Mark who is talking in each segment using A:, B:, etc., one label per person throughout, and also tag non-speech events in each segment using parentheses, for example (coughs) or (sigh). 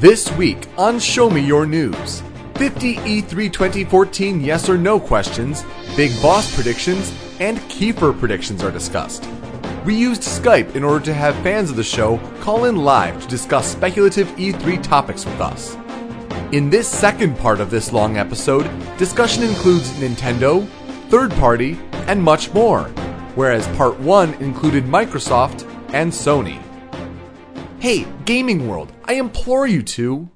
A: This week on Show Me Your News E 50 E3 2014 yes or no questions, big boss predictions, and Kiefer predictions are discussed. We used Skype in order to have fans of the show call in live to discuss speculative E3 topics with us. In this second part of this long episode, discussion includes Nintendo, third party, and much more, whereas part 1 included Microsoft and Sony. Hey, gaming world, I implore you to.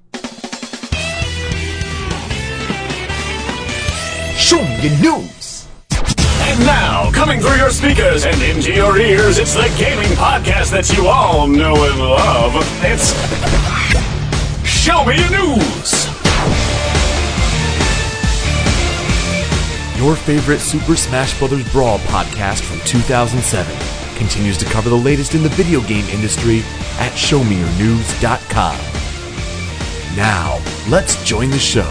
A: Show me your news!
B: And now, coming through your speakers and into your ears, it's the gaming podcast that you all know and love. It's Show Me Your News.
A: Your favorite Super Smash Bros. Brawl podcast from 2007 continues to cover the latest in the video game industry at showmeyournews.com. Now, let's join the show.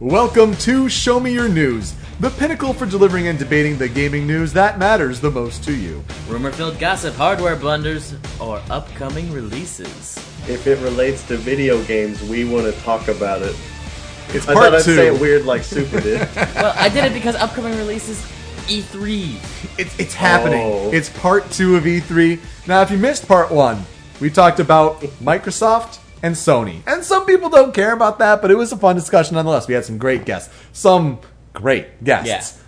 A: Welcome to Show Me Your News, the pinnacle for delivering and debating the gaming news that matters the most to you.
C: Rumor filled gossip, hardware blunders, or upcoming releases.
D: If it relates to video games, we want to talk about it.
A: It's
D: I
A: part
D: thought I'd say it
A: two.
D: weird like
A: (laughs)
D: Super did.
C: Well, I did it because upcoming releases E E3.
A: It's, it's happening.
D: Oh.
A: It's part two of E3. Now, if you missed part one, we talked about Microsoft and Sony. And some people don't care about that, but it was a fun discussion nonetheless. We had some great guests. Some great guests.
C: Yeah.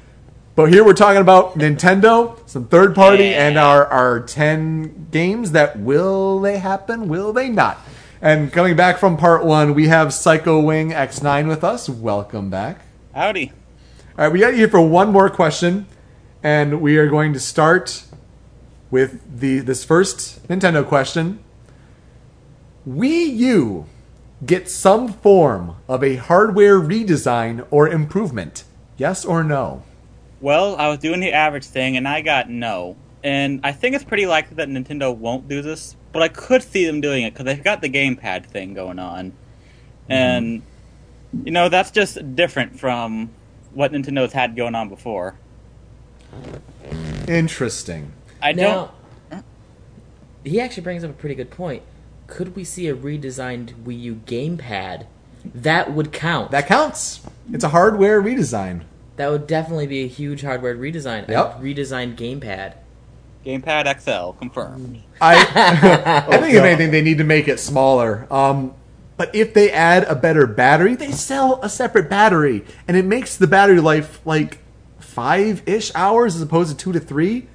A: But here we're talking about Nintendo, some third party, and our, our 10 games that will they happen? Will they not? And coming back from part one, we have Psycho Wing X9 with us. Welcome back.
E: Howdy.
A: All right, we got you here for one more question, and we are going to start with the this first Nintendo question. Wii U get some form of a hardware redesign or improvement? Yes or no?
E: Well, I was doing the average thing and I got no. And I think it's pretty likely that Nintendo won't do this, but I could see them doing it because they've got the gamepad thing going on.
A: Mm-hmm.
E: And, you know, that's just different from what Nintendo's had going on before.
A: Interesting.
E: I
C: Now, he actually brings up a pretty good point. Could we see a redesigned Wii U gamepad? That would count.
A: That counts. It's a hardware redesign.
C: That would definitely be a huge hardware redesign.
A: Yep.
C: A redesigned gamepad.
E: don't. Gamepad XL, confirmed.
A: I,
C: (laughs)
A: I think if anything, they need to make it smaller. Um, but if they add a better battery, they sell a separate battery, and it makes the battery life like five ish hours as opposed to two to three.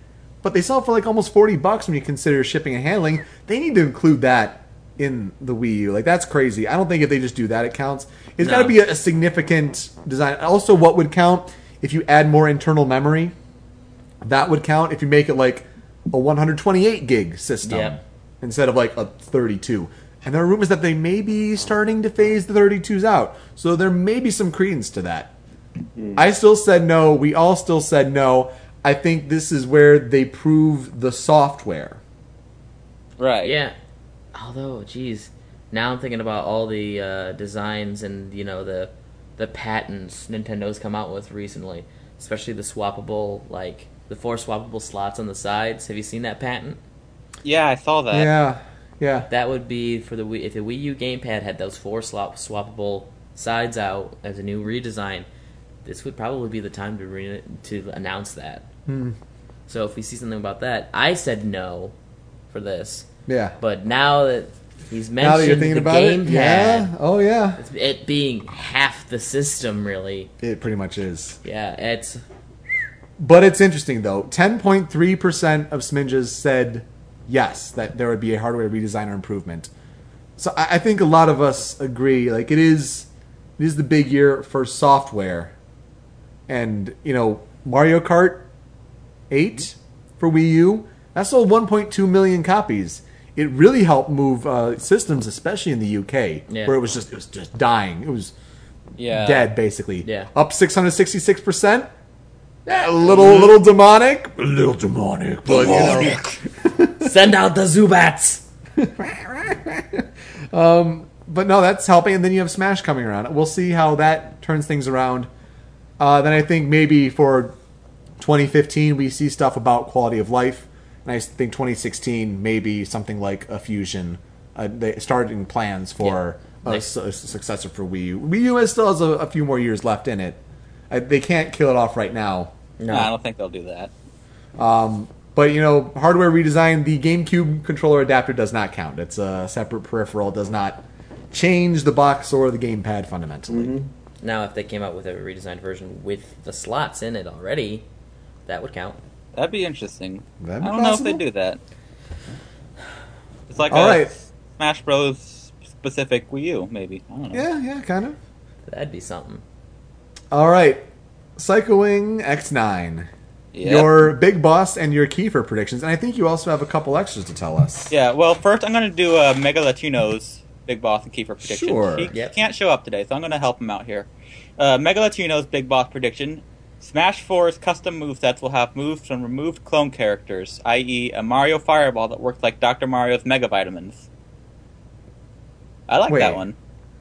A: But they sell it for like almost forty bucks when you consider shipping and handling. They need to include that in the Wii U. Like that's crazy. I don't think if they just do that, it counts. It's got to
C: No.
A: be a, a significant design. Also, what would count if you add more internal memory? that would count if you make it like a 128 gig system
C: Yep.
A: instead of like a 32. And there are rumors that they may be starting to phase the 32s out, so there may be some credence to that. I still said no. We all still said no. I think this is where they prove the software.
E: Right.
C: Yeah. Although, geez, now I'm thinking about all the uh, designs and you know the the patents Nintendo's come out with recently, especially the swappable like the four swappable slots on the sides. Have you seen that patent?
E: Yeah, I saw that.
A: yeah, yeah.
C: That would be for the Wii, if the Wii U gamepad had those four slot swappable sides out as a new redesign. This would probably be the time to re- to announce that.
A: Hmm.
C: So if we see something about that, I said no for this.
A: Yeah.
C: But now that he's mentioned
A: now that you're thinking
C: the
A: about
C: gamepad,
A: it, yeah. Oh yeah.
C: it being half the system, really,
A: It pretty much is.
C: yeah, it's
A: But it's interesting though. Ten point three percent of Sminges said yes that there would be a hardware redesign or improvement. So I, I think a lot of us agree. Like it is, it is the big year for software, and you know Mario Kart eight for Wii U that sold one point two million copies. It really helped move uh, systems, especially in the UK,
C: Yeah.
A: where it was just it was just dying. It was
E: Yeah.
A: dead basically.
C: Yeah.
A: Up 666 percent. A little, little demonic. A little demonic. But you know,
C: (laughs) send out the Zubats.
A: Um, but no, that's helping. And then you have Smash coming around. We'll see how that turns things around. Uh, then I think maybe for 2015 we see stuff about quality of life And I think 2016 maybe something like a fusion. Uh, they starting plans for
C: Yeah.
A: a,
C: Nice.
A: su- successor for Wii U. Wii U has- still has a, a few more years left in it. Uh, they can't kill it off right now.
E: No, I don't think they'll do that.
A: Um, But you know, hardware redesign, the GameCube controller adapter does not count. It's a separate peripheral. It does not change the box or the gamepad fundamentally.
C: Mm-hmm. Now, if they came out with a redesigned version with the slots in it already, that would count.
E: That'd be interesting.
A: That'd be
E: I don't know
A: possible.
E: if they do that. It's like
A: All
E: a
A: right.
E: Smash Bros. specific Wii U, maybe. I don't know.
A: Yeah, yeah, kind of.
C: That'd be something.
A: All right, Psychowing X9.
E: Yep.
A: Your big boss and your Kiefer predictions, and I think you also have a couple extras to tell us.
E: Yeah, well, first I'm going to do uh, Mega Latino's Big Boss and Keeper prediction.
A: Sure.
E: He
C: Yep.
E: can't show up today, so I'm going to help him out here. Uh, Mega Latino's Big Boss prediction Smash 4's custom movesets will have moves from removed clone characters, i.e., a Mario Fireball that works like Dr. Mario's Mega Vitamins. I like
A: Wait.
E: that one.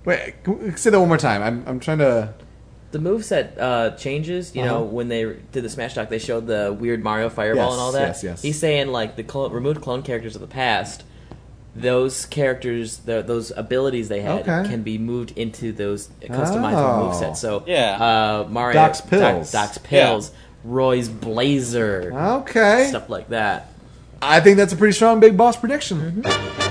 A: Wait, c- say that one more time. I'm, I'm trying to.
C: The moveset uh, changes, you know,
A: Uh-huh.
C: when they did the Smash Talk, they showed the weird Mario Fireball
A: Yes,
C: and all that.
A: yes, yes.
C: He's saying, like, the clone, removed clone characters of the past, those characters, the, those abilities they had,
A: Okay.
C: can be moved into those customizable
A: Oh.
C: movesets. So,
E: Yeah.
C: uh, Mario.
A: Doc's
C: Doc-
A: Pills.
C: Doc's Pills. Roy's Blazer.
A: Okay.
C: Stuff like that.
A: I think that's a pretty strong big boss prediction.
C: Mm-hmm.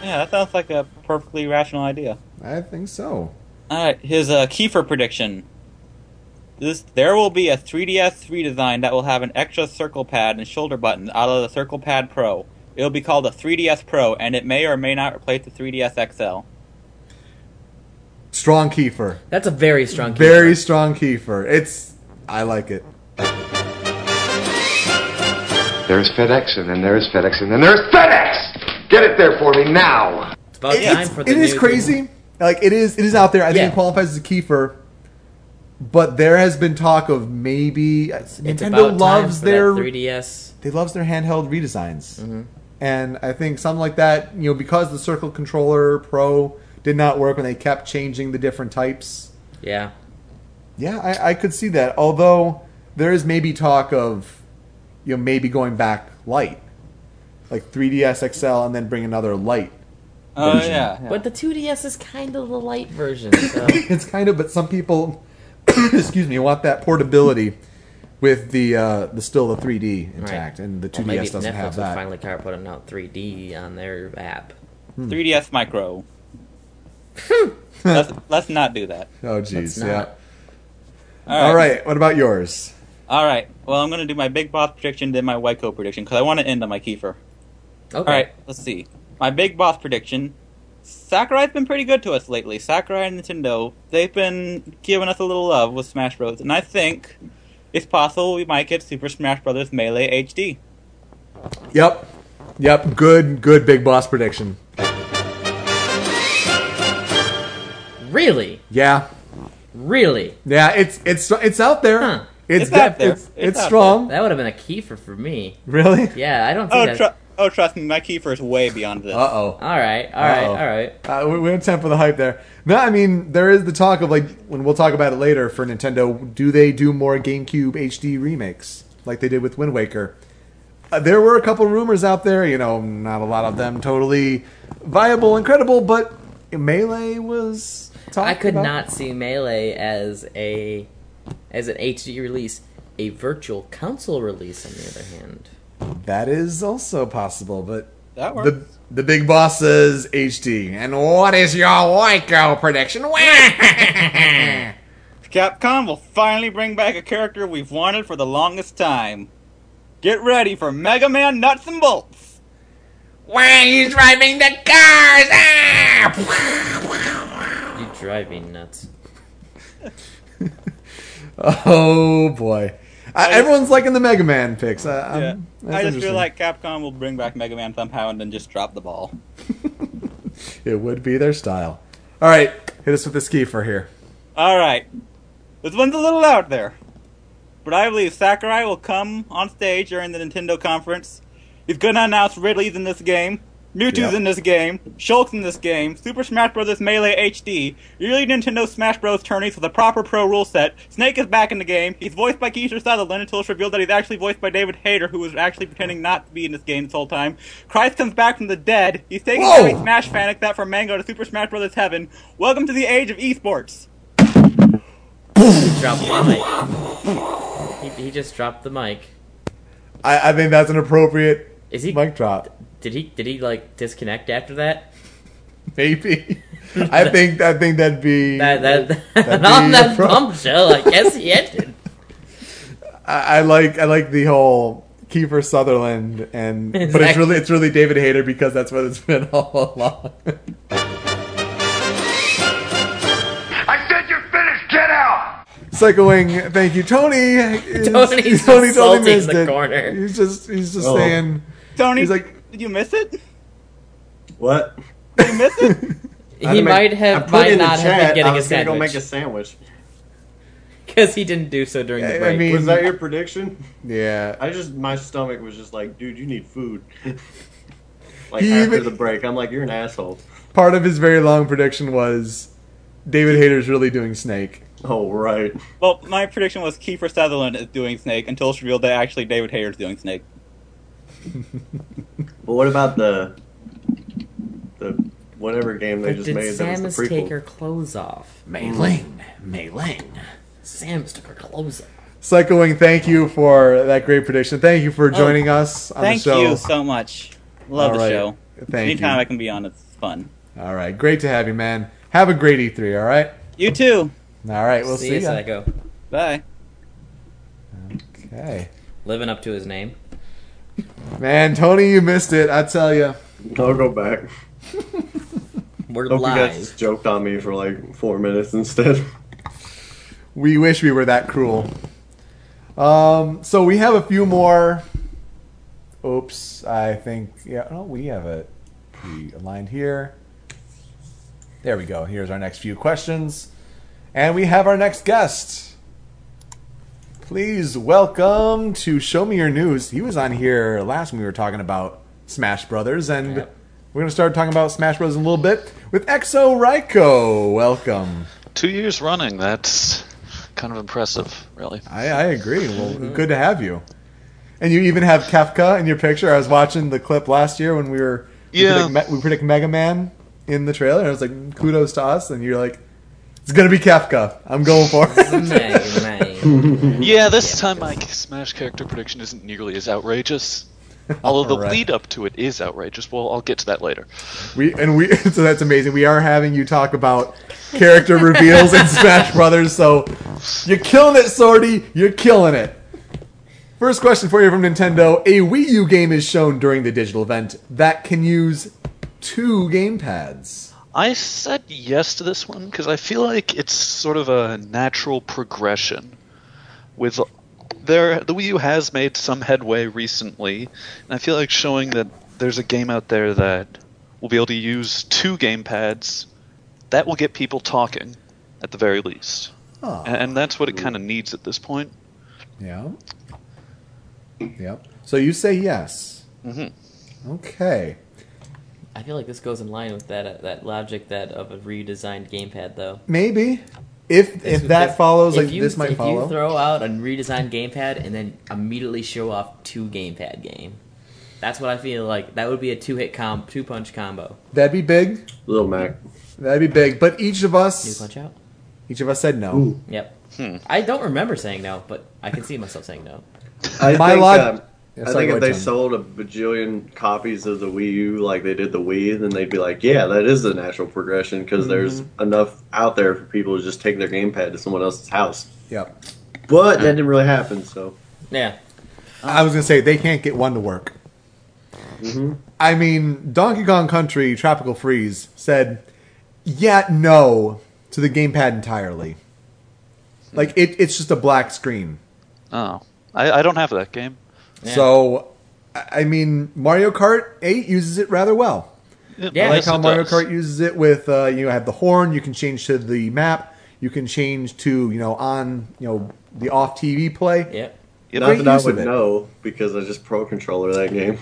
E: Yeah, that sounds like a perfectly rational idea.
A: I think so.
E: All right, his uh, Kiefer prediction. This there will be a 3DS redesign that will have an extra circle pad and shoulder buttons out of the Circle Pad Pro. It'll be called a 3DS Pro, and it may or may not replace the 3DS XL.
A: Strong Kiefer.
C: That's a very strong
A: Very
C: keyword.
A: strong Kiefer. It's. I like it.
F: There's FedEx, and then there's FedEx, and then there's FedEx! Get it there for me now!
C: It's about
A: It's-
C: time for the
A: it is
C: new-
A: crazy. Like it is, it is out there. I
C: Yeah.
A: think it qualifies as a Kiefer. But there has been talk of maybe uh,
C: It's
A: Nintendo
C: about
A: loves
C: time for that Mm-hmm.
A: their
C: 3DS.
A: they loves their handheld redesigns, and I think something like that. You know, because the Circle Controller Pro did not work when they kept changing the different types.
C: Yeah.
A: Yeah, I, I could see that. Although there is maybe talk of you know maybe going back light, like 3ds XL, and then bring another light.
E: Oh yeah,
C: But the 2DS is kind of the light version. So.
A: (laughs) it's kind of but some people (coughs) excuse me want that portability with the uh the still the 3d intact and the 2ds
C: Maybe
A: doesn't
C: Netflix
A: have
C: will
A: that
C: finally start putting out 3D on their app.
A: Hmm.
E: 3DS
C: (laughs)
E: Micro. let's, let's not do that.
A: oh jeez
C: not.
A: yeah
E: All
A: all right what about yours
E: all right. Well, I'm gonna do my Big Boss prediction, then my Wyco prediction, because I want to end on my Kiefer.
C: Okay.
E: All right, let's see. My big boss prediction. Sakurai's been pretty good to us lately. Sakurai and Nintendo, they've been giving us a little love with Smash Bros. And I think it's possible we might get Super Smash Bros. Melee HD.
A: yep yep good good big boss prediction
C: Really?
A: yeah
C: Really?
A: yeah it's it's it's out there
C: Huh.
A: it's
E: It's out
A: def-
E: there.
A: it's,
E: It's
A: it's
E: out
A: strong
C: That would have been a keeper for me.
A: really
C: Yeah, I don't
E: Oh,
C: think that's...
E: tru- oh, trust me, my Kiefer is way beyond this.
A: uh-oh
C: All right, all right,
A: Uh-oh.
C: all right.
A: Uh, we, we don't temper the hype there. No, I mean there is the talk of like when we'll talk about it later for Nintendo. Do they do more GameCube HD remakes like they did with Wind Waker? Uh, there were a couple rumors out there. You know, not a lot of them totally viable and credible, but Melee was. Talked
C: I could
A: about.
C: not see Melee as a as an HD release. A virtual console release, on the other hand.
A: That is also possible, but
E: That works.
A: the the big boss says HD. And what is your Waiko prediction? (laughs)
E: Capcom will finally bring back a character we've wanted for the longest time. Get ready for Mega Man Nuts and Bolts!
G: Ah!
C: You drive me nuts.
A: Oh boy. I, everyone's liking the Mega Man picks. I, I'm-
E: Yeah.
A: that's
E: I just
A: interesting.
E: feel like Capcom will bring back Mega Man somehow and then just drop the ball.
A: it would be their style. All right, hit us with the ski for here.
E: All right. This one's a little out there. But I believe Sakurai will come on stage during the Nintendo conference. He's going to announce Ridley's in this game. Mewtwo's
H: Yep.
E: in this game, Shulk's in this game, Super Smash Bros. Melee HD, yearly Nintendo Smash Bros. tourneys with a proper pro rule set, Snake is back in the game, he's voiced by Keisha Sutherland until it's revealed that he's actually voiced by David Hayter, who was actually pretending not to be in this game this whole time. Christ comes back from the dead, he's taking
A: Whoa!
E: every Smash fan except for Mango to Super Smash Bros. Heaven. Welcome to the age of esports.
C: Dropped the mic. He, he just dropped the mic.
A: I, I think that's an appropriate
C: Is he?
A: mic
C: (laughs)
A: drop.
C: Did he? Did he like disconnect after that? (laughs)
A: Maybe. I think I think that'd be.
C: That that,
A: That'd
C: on
A: be
C: that
A: appro-
C: bombshell. I guess he ended.
A: I, I like I like the whole Kiefer Sutherland
E: (laughs)
A: and but it's
C: Exactly.
A: really it's really David Hayter because that's what it's been (laughs) all along.
F: I said you're finished. Get out.
A: Psycho Wing, thank you,
E: (laughs)
A: Tony.
C: Tony's
A: (laughs) Tony
C: insulting
A: missed
C: the
A: it.
C: corner.
A: He's just he's just
D: Oh.
A: saying.
E: Tony,
A: He's like-
E: did you miss it?
D: What?
E: Did you miss it?
D: I
C: (laughs) He
D: didn't make-
C: might
D: I
C: have,
D: put
C: might
D: in the
C: not have been
D: chat, I
C: getting a
D: was gonna Go make a
C: sandwich
D: sandwich.
C: (laughs) because he didn't do so during
A: I
C: the break.
A: mean-
D: Was that your prediction?
A: Yeah,
D: I just my stomach was just like, dude, you need food. like
A: He
D: after
A: even-
D: the break, I'm like, you're an asshole.
A: part of his very long prediction was David Hayter's really doing Snake.
D: Oh right.
E: Well, my prediction was Kiefer Sutherland is doing Snake until it's revealed that actually David Hayter is doing Snake.
D: But what about the the whatever game they
C: But
D: just
C: did
D: made that was
C: Samus
D: the prequel? Mm-hmm.
C: take her clothes off?
I: Mei Ling, Mei Ling.
C: Samus took her clothes off.
A: Psycho Wing, thank you for that great prediction. Thank you for joining us on
E: Oh, Thank
A: the show.
E: you so much. Love
A: All
E: the
A: right.
E: show.
A: Thank
E: Anytime
A: you.
E: I can be on, it's fun.
A: All right, great to have you, man. Have a great E3. All right,
E: You too.
A: all right. We'll
C: see,
A: see,
C: you,
A: ya.
C: Psycho.
E: Bye.
A: Okay,
C: Living up to his name.
A: man, Tony, you missed it. I tell you.
D: I'll go back.
C: We're
D: Hope you
C: live.
D: guys just joked on me for like four minutes instead.
A: We wish we were that cruel. Um, so we have a few more. Oops, I think yeah. Oh, we have it aligned here. There we go. Here's our next few questions, and we have our next guest. Please welcome to Show Me Your News. He was on here last when we were talking about Smash Brothers, and
C: Yep.
A: we're going to start talking about Smash Brothers in a little bit with Exo Ryko. Welcome.
J: Two years running, that's kind of impressive, really.
A: I, I agree. Well, good to have you. And you even have Kefka in your picture. I was watching the clip last year when we were we
J: Yeah.
A: predict, Me- we predict Mega Man in the trailer. And I was like, kudos to us. And you're like, it's gonna be Kefka. I'm going for it.
C: Mei Ling.
J: (laughs) Yeah, this time my Smash character prediction isn't nearly
A: (laughs)
J: as outrageous. Although the
A: Alright.
J: lead up to it is outrageous. Well, I'll get to that later.
A: We and we (laughs) so that's amazing. We are having you talk about character reveals in Smash Brothers. So you're killing it, Sorty. You're killing it. First question for you from Nintendo: A Wii U game is shown during the digital event that can use two gamepads.
J: I said yes to this one because I feel like it's sort of a natural progression. With there, the Wii U has made some headway recently, and I feel like showing that there's a game out there that will be able to use two game pads. That will get people talking, at the very least,
A: Oh.
J: and, and that's what it kind of needs at this point.
A: Yeah. Yep. So you say yes. Mm-hmm. Okay.
C: I feel like this goes in line with that uh, that logic that of a redesigned gamepad though.
A: Maybe if
C: This-
A: if that
C: this-
A: follows,
C: if
A: like
C: you-
A: this might
C: if
A: follow.
C: you throw out a redesigned gamepad and then immediately show off two gamepad game. That's what I feel like. That would be a two hit com two punch combo.
A: That'd be big.
D: Little Mac.
A: That'd be big. But each of
C: Two
A: us,
C: punch out.
A: each of us said no.
C: Yep. I don't remember saying no, but I can see myself saying no.
D: (laughs) I
A: My
D: think,
A: log-
D: um,
A: uh, Yeah,
D: I
A: sorry,
D: think
A: go
D: if they
A: ahead, Tony.
D: sold a bajillion copies of the Wii U like they did the Wii, then they'd be like, yeah, that is the natural progression because
C: Mm-hmm.
D: there's enough out there for people to just take their gamepad to someone else's house.
A: Yep.
D: But that didn't really happen, so.
C: Yeah.
A: I was gonna say they can't get one to work.
D: Mm-hmm.
A: I mean, Donkey Kong Country Tropical Freeze said, "Yeah, no" to the gamepad entirely. Like it, it's just a black screen.
J: Oh, I, I don't have that game.
C: Yeah.
A: So, I I mean, Mario Kart 8 uses it rather well. I
C: Yeah.
A: like
J: yes,
A: how
J: it
A: Mario
J: does.
A: Kart uses it with uh, you know have the horn. You can change to the map. You can change to you know on you know the off TV play.
C: Yep.
J: Yep.
D: Not
A: Great
D: that I
A: use of
D: would
A: it.
D: know because I just pro controller that game.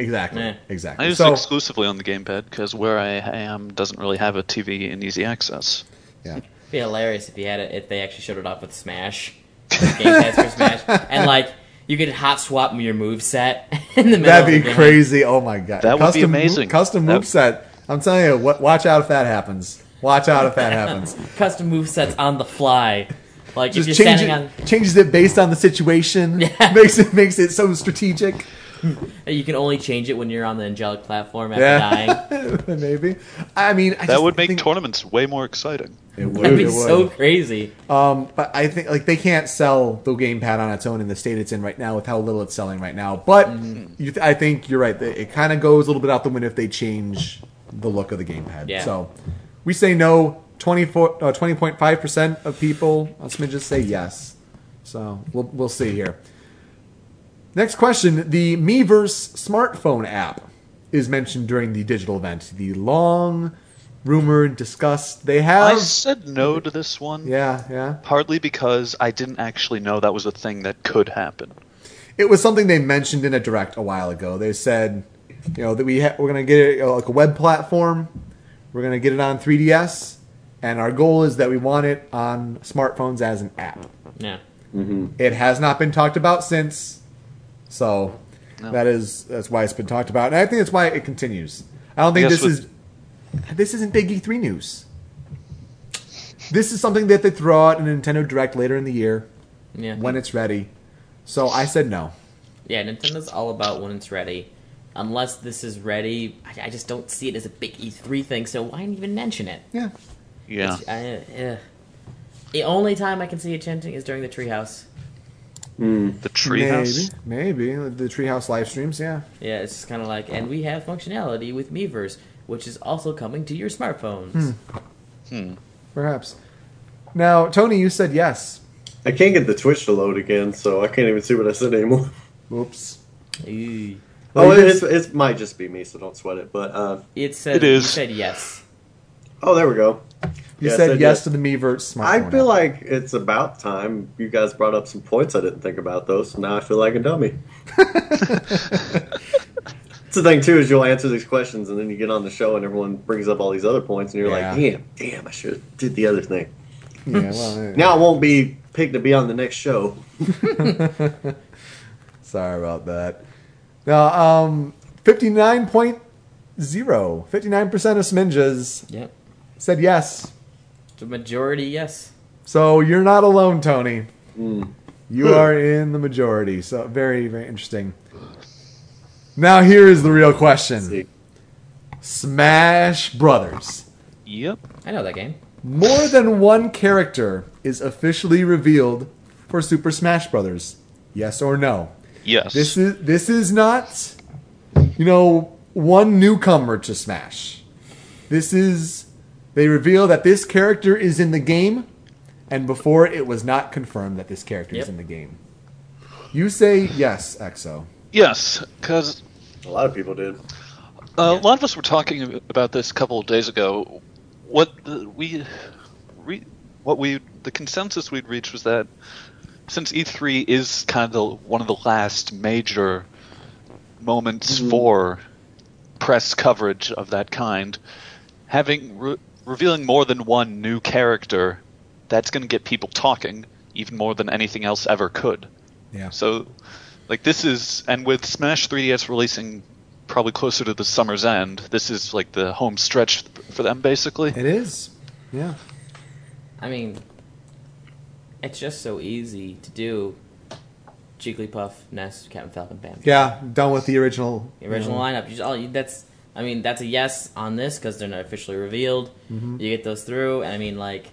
A: Exactly.
C: Yeah.
A: Exactly.
J: I use
A: so,
J: it exclusively on the gamepad because where I am doesn't really have a TV in easy access.
A: yeah.
C: It'd be hilarious if you had it. If they actually showed it off with Smash, gamepads for Smash,
A: (laughs)
C: and like you could hot swap your move set (laughs) (laughs) in the middle. of the
A: That'd be
C: game.
A: crazy. Oh my god.
J: That would be
A: custom,
J: amazing.
A: Custom
J: That-
A: moveset. I'm telling you, what, watch out if that happens. Watch out if that
C: (laughs)
A: happens.
C: Custom move sets on the fly. Like
A: Just
C: if you're
A: change it,
C: standing on,
A: changes it based on the situation.
C: (laughs) Yeah.
A: (laughs) Makes it makes it so strategic.
C: you can only change it when you're on the angelic platform after dying.
A: Yeah. Maybe. (laughs) I mean, I
J: That
A: just
J: would make
A: think
J: tournaments way more exciting.
A: It would.
C: That'd be
A: it would.
C: so crazy.
A: Um, but I think like they can't sell the gamepad on its own in the state it's in right now with how little it's selling right now. But you th- I think you're right. It kind of goes a little bit out the window if they change the look of the gamepad.
C: Yeah.
A: So we say no. 24 uh, 20.5% of people on Smidges say yes. So we'll, we'll see here. Next question. The Miiverse smartphone app is mentioned during the digital event. The long rumored discussed. They have.
J: I said no to this one
A: yeah, yeah.
J: partly because I didn't actually know that was a thing that could happen.
A: it was something they mentioned in a direct a while ago. They said, you know, that we ha- we're gonna get it, uh, like a web platform. We're gonna get it on 3ds, and our goal is that we want it on smartphones as an app.
C: Yeah.
A: It has not been talked about since, so that is that's why it's been talked about, and I think that's why it continues. I don't think this
J: Yes, with-
A: is this isn't big E3 news. This is something that they throw out in a Nintendo Direct later in the year
C: Yeah.
A: when it's ready. So I said no.
C: Yeah, Nintendo's all about when it's ready. Unless this is ready, I, I just don't see it as a big E3 thing. So why even mention it?
A: Yeah.
J: Yeah.
C: I, eh. The only time I can see it chanting is during the treehouse.
A: Hmm.
J: The treehouse.
A: Maybe, maybe the treehouse live streams. Yeah,
C: Yeah, it's just kind of like, and we have functionality with Miiverse, which is also coming to your smartphones.
A: perhaps. Now, Tony, you said yes.
D: I can't get the Twitch to load again, so I can't even see what I said anymore.
A: Oops.
C: Ooh.
A: Well,
D: Oh,
A: you
D: it's,
A: did-
D: it might just be me, so don't sweat it. But uh,
C: It said
J: It is.
C: You said yes.
D: oh, there we go.
A: you
D: Yeah, I
A: said yes
D: yes.
A: to the Miiverse smartphone.
D: I feel
A: app.
D: like it's about time. You guys brought up some points I didn't think about, though, so now I feel like a dummy. It's the thing too is you'll answer these questions and then you get on the show and everyone brings up all these other points and you're like,
A: Yeah.
D: damn, damn, I should have did the other thing.
A: yeah, well, yeah.
D: Now I won't be picked to be on the next show.
A: Sorry about that. Now, um, fifty nine point zero, fifty nine percent of Sminges
C: Yep.
A: said yes.
C: The majority, yes.
A: So you're not alone, Tony. You are in the majority. So very, very interesting. Now here is the real question:
D: see.
A: Smash Brothers.
J: Yep.
C: I know that game.
A: More than one character is officially revealed for Super Smash Brothers. Yes or no?
J: Yes.
A: This is this is not you know one newcomer to Smash. This is they reveal that this character is in the game and before it was not confirmed that this character
C: Yep.
A: is in the game. You say yes, Exo.
J: yes, because
D: A lot of people did.
J: Uh, A lot of us were talking ab- about this a couple of days ago. What the, we, re, what we, the consensus we'd reached was that since E3 is kind of one of the last major moments
D: Mm-hmm.
J: for press coverage of that kind, having re- revealing more than one new character, that's going to get people talking even more than anything else ever could.
A: Yeah.
J: So, like, this is, and with Smash 3DS releasing probably closer to the summer's end, this is like the home stretch for them, basically.
A: It is. Yeah.
C: I mean, it's just so easy to do. Jigglypuff, Ness, Captain Falcon, Bam.
A: Yeah, done with the original
C: The original lineup. You just, all you, that's. I mean, that's a yes on this because they're not officially revealed. You get those through, and I mean, like,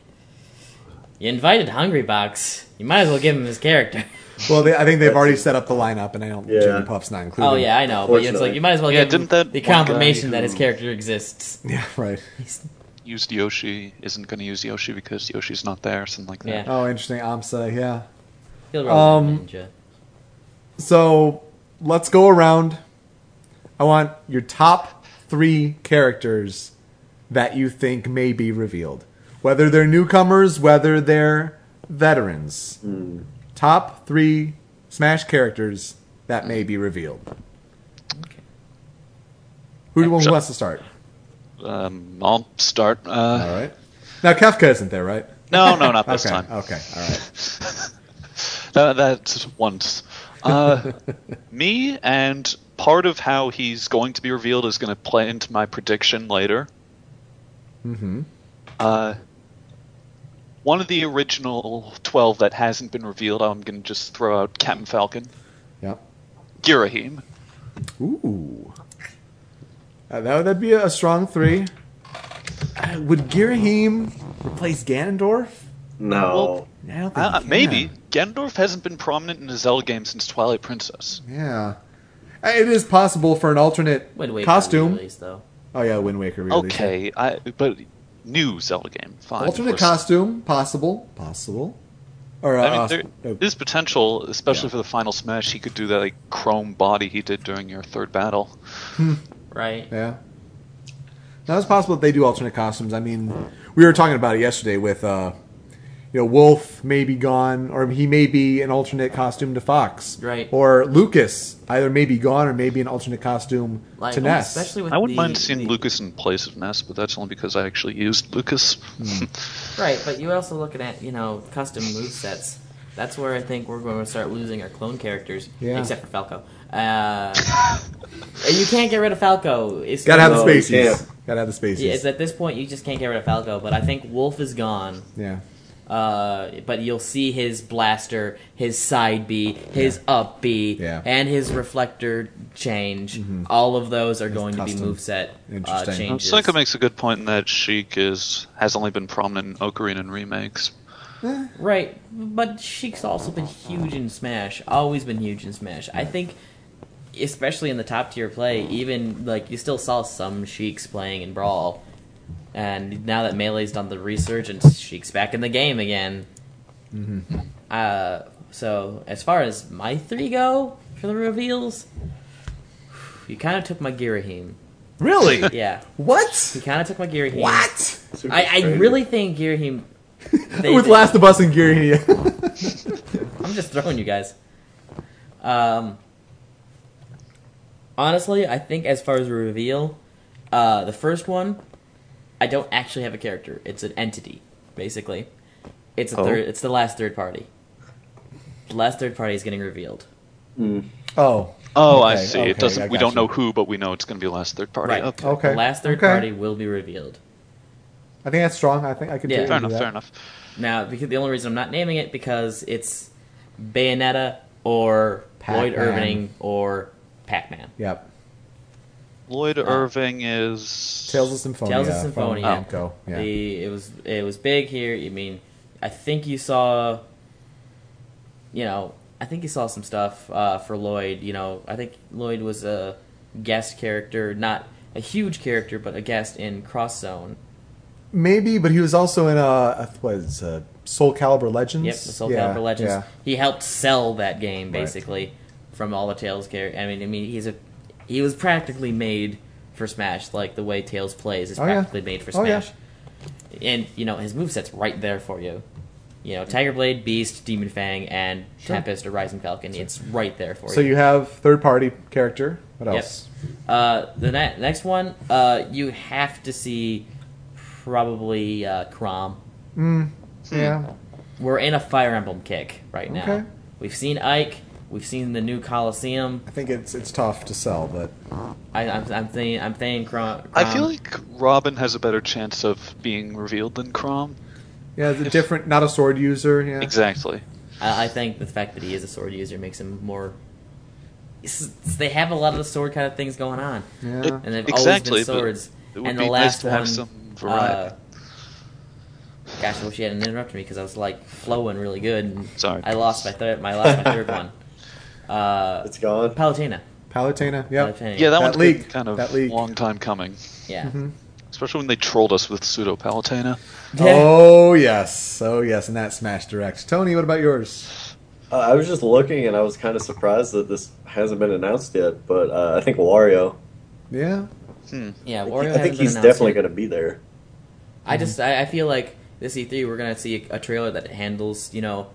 C: you invited Hungrybox. You might as well give him his character.
A: Well, they, I think they've already set up the lineup, and I don't.
D: Yeah.
A: Jimmy Puff's not included.
C: oh yeah, I know, but it's like
D: Unfortunately.
C: you might as well
J: Yeah,
C: give him
J: didn't that
C: the
J: one guy
C: confirmation that his
J: who-
C: character exists.
A: Yeah, right.
J: Used Yoshi, isn't going to use Yoshi because Yoshi's not there, something like
C: Yeah.
J: that.
A: Oh, interesting. AMSA, yeah.
C: He'll
A: Um,
C: roll with the ninja.
A: So let's go around. I want your top three characters that you think may be revealed, whether they're newcomers, whether they're veterans. Top three Smash characters that may be revealed. Who do who
J: Sure.
A: wants to start?
J: Um, I'll start. Uh,
A: All right. Now Kafka isn't there, right?
J: No, no, not this
A: okay. Oh.
J: time.
A: Okay. All right.
J: (laughs) That, that's once.
A: (laughs)
J: Uh, me and part of how he's going to be revealed is going to play into my prediction later. Mm-hmm. Uh, one of the original twelve that hasn't been revealed, I'm going to just throw out Captain Falcon,
A: Yeah.
J: Girahim.
A: Ooh. Uh, that would that'd be a strong three. Uh, would Girahim replace Ganondorf?
D: No.
A: I don't think
J: Uh,
A: he
J: maybe
A: can.
J: Ganondorf hasn't been prominent in a Zelda game since Twilight Princess.
A: Yeah. Uh, It is possible for an alternate
C: Wind Waker
A: costume.
C: release, though.
A: Oh yeah, Wind Waker. Really.
J: Okay, I but new Zelda game. Fine.
A: Alternate
J: we're-
A: costume, possible, possible. Or uh,
J: I mean,
A: (laughs)
J: there
A: no,
J: is potential, especially for the final smash. He could do that like chrome body he did during your third battle.
A: hmm.
C: Right.
A: yeah. Now it's possible that they do alternate costumes. I mean, we were talking about it yesterday with, uh, you know, Wolf may be gone, or he may be an alternate costume to Fox,
C: Right.
A: Or Lucas either may be gone or maybe an alternate costume
C: Like, oh,
A: to Ness. (laughs)
C: especially with
J: I wouldn't
C: the-
J: mind seeing
C: the-
J: Lucas in place of Ness, but that's only because I actually used Lucas.
A: Hmm.
C: Right, but you're also looking at, you know, custom move sets. That's where I think we're going to start losing our clone characters,
A: Yeah.
C: except for Falco. Uh, you can't get rid of Falco. It's
A: Gotta have the
D: No,
A: spaces.
D: you can't.
A: Gotta have the spaces.
C: Yeah, it's at this point you just can't get rid of Falco, but I think Wolf is gone.
A: yeah.
C: Uh, but you'll see his blaster, his side B, his up B,
A: Yeah. Mm-hmm.
C: and his reflector change. All of those are going to be
A: custom.
C: moveset uh,
A: Interesting.
C: changes.
J: Psycho makes a good point in that Sheik is has only been prominent in Ocarina and remakes.
A: Eh.
C: Right, but Sheik's also been huge in Smash. Always been huge in Smash. I think, especially in the top tier play, even like you still saw some Sheiks playing in Brawl, and now that Melee's done the research and Sheik's back in the game again. Uh, so as far as my three go for the reveals, (sighs) you kind of took my Girahim.
A: Really?
C: (laughs) Yeah,
A: what?
C: you kind of took my Girahim.
A: What?
D: Super
C: I, I
D: crazy.
C: really think
A: (laughs)
C: Girahim. they-
A: With
C: they-
A: Last of Us and
J: (laughs)
A: Girahim.
C: I'm just throwing you guys. Um, honestly, I think as far as a reveal, uh, the first one, I don't actually have a character. It's an entity, basically. It's a
J: Oh.
C: third. It's the last third party. The last third party is getting revealed.
A: (laughs) oh.
J: Hmm. Oh, I
A: Okay,
J: see.
A: okay,
J: it doesn't.
A: I
J: we
A: got
J: don't
A: you.
J: know who, but we know it's going to be last third party.
C: Right.
J: Okay.
A: Okay.
C: The last third
A: Okay.
C: party will be revealed.
A: I think that's strong. I think I could.
C: Yeah.
A: do
J: Fair
A: do
J: enough.
A: that.
J: Fair enough.
C: Now, because the only reason I'm not naming it because it's Bayonetta or
A: Pac-Man.
C: Lloyd Irving or Pac-Man.
A: Yep.
J: Lloyd Irving is
A: Tales of Symphonia.
C: Tales of
A: from
C: Symphonia.
A: Namco. Yeah.
C: The it was it was big here. I mean, I think you saw, you know, I think you saw some stuff uh, for Lloyd. You know, I think Lloyd was a guest character, not a huge character, but a guest in Cross Zone.
A: Maybe, but he was also in uh, a was uh, Soul Calibur Legends.
C: Yep, the Soul
A: Yeah,
C: Calibur Legends.
A: yeah.
C: He helped sell that game
A: Right.
C: basically from all the Tails character. I mean, I mean, he's a he was practically made for Smash. Like the way Tails plays is
A: Oh, yeah.
C: practically made for
A: Oh, yeah.
C: Smash. And you know his moveset's right there for you. You know, Tiger Blade, Beast, Demon Fang, and Tempest or Rising Falcon. It's right there for
A: So
C: you.
A: you have third party character. What else?
C: Uh, the ne- next one, uh, you have to see probably uh, Crom.
A: Mm, Yeah.
C: Hmm. We're in a Fire Emblem kick right now.
A: Okay.
C: We've seen Ike. We've seen the new Coliseum.
A: I think it's it's tough to sell, but
C: I, I'm, I'm thinking, I'm thinking Crom.
J: I feel like Robin has a better chance of being revealed than Crom.
A: yeah, it's a different, not a sword user. Yeah.
J: Exactly.
C: I, I think the fact that he is a sword user makes him more. s- They have a lot of the sword kind of things going on,
A: Yeah.
C: and they've
J: Exactly,
C: always
J: but
C: been swords.
J: it would
C: and
J: be
C: the last
J: nice to
C: one,
J: have some variety.
C: uh, gosh, I wish you hadn't interrupted me because I was like flowing really good. And
J: Sorry.
C: I lost my third. My lost my
D: (laughs)
C: third one. Uh,
D: It's gone.
C: Palutena.
A: Palutena. Yep.
C: Palutena.
J: Yeah, that,
A: That
J: one's
A: leak.
J: been kind of
A: That leak. Mm-hmm.
J: long time coming.
C: yeah.
J: Especially when they trolled us with pseudo Palutena.
A: Oh yes. Oh yes. And that Smash Direct. Tony, what about yours?
D: Uh, I was just looking and I was kind of surprised that this hasn't been announced yet, but uh, I think Wario.
A: Yeah.
J: Hmm.
C: Yeah, Wario
D: I
C: hasn't
D: think
C: been
D: he's
C: announced
D: definitely
C: yet.
D: going to be there.
A: Mm-hmm.
C: E I just I, I feel like this E3 we're gonna see a, a trailer that handles you know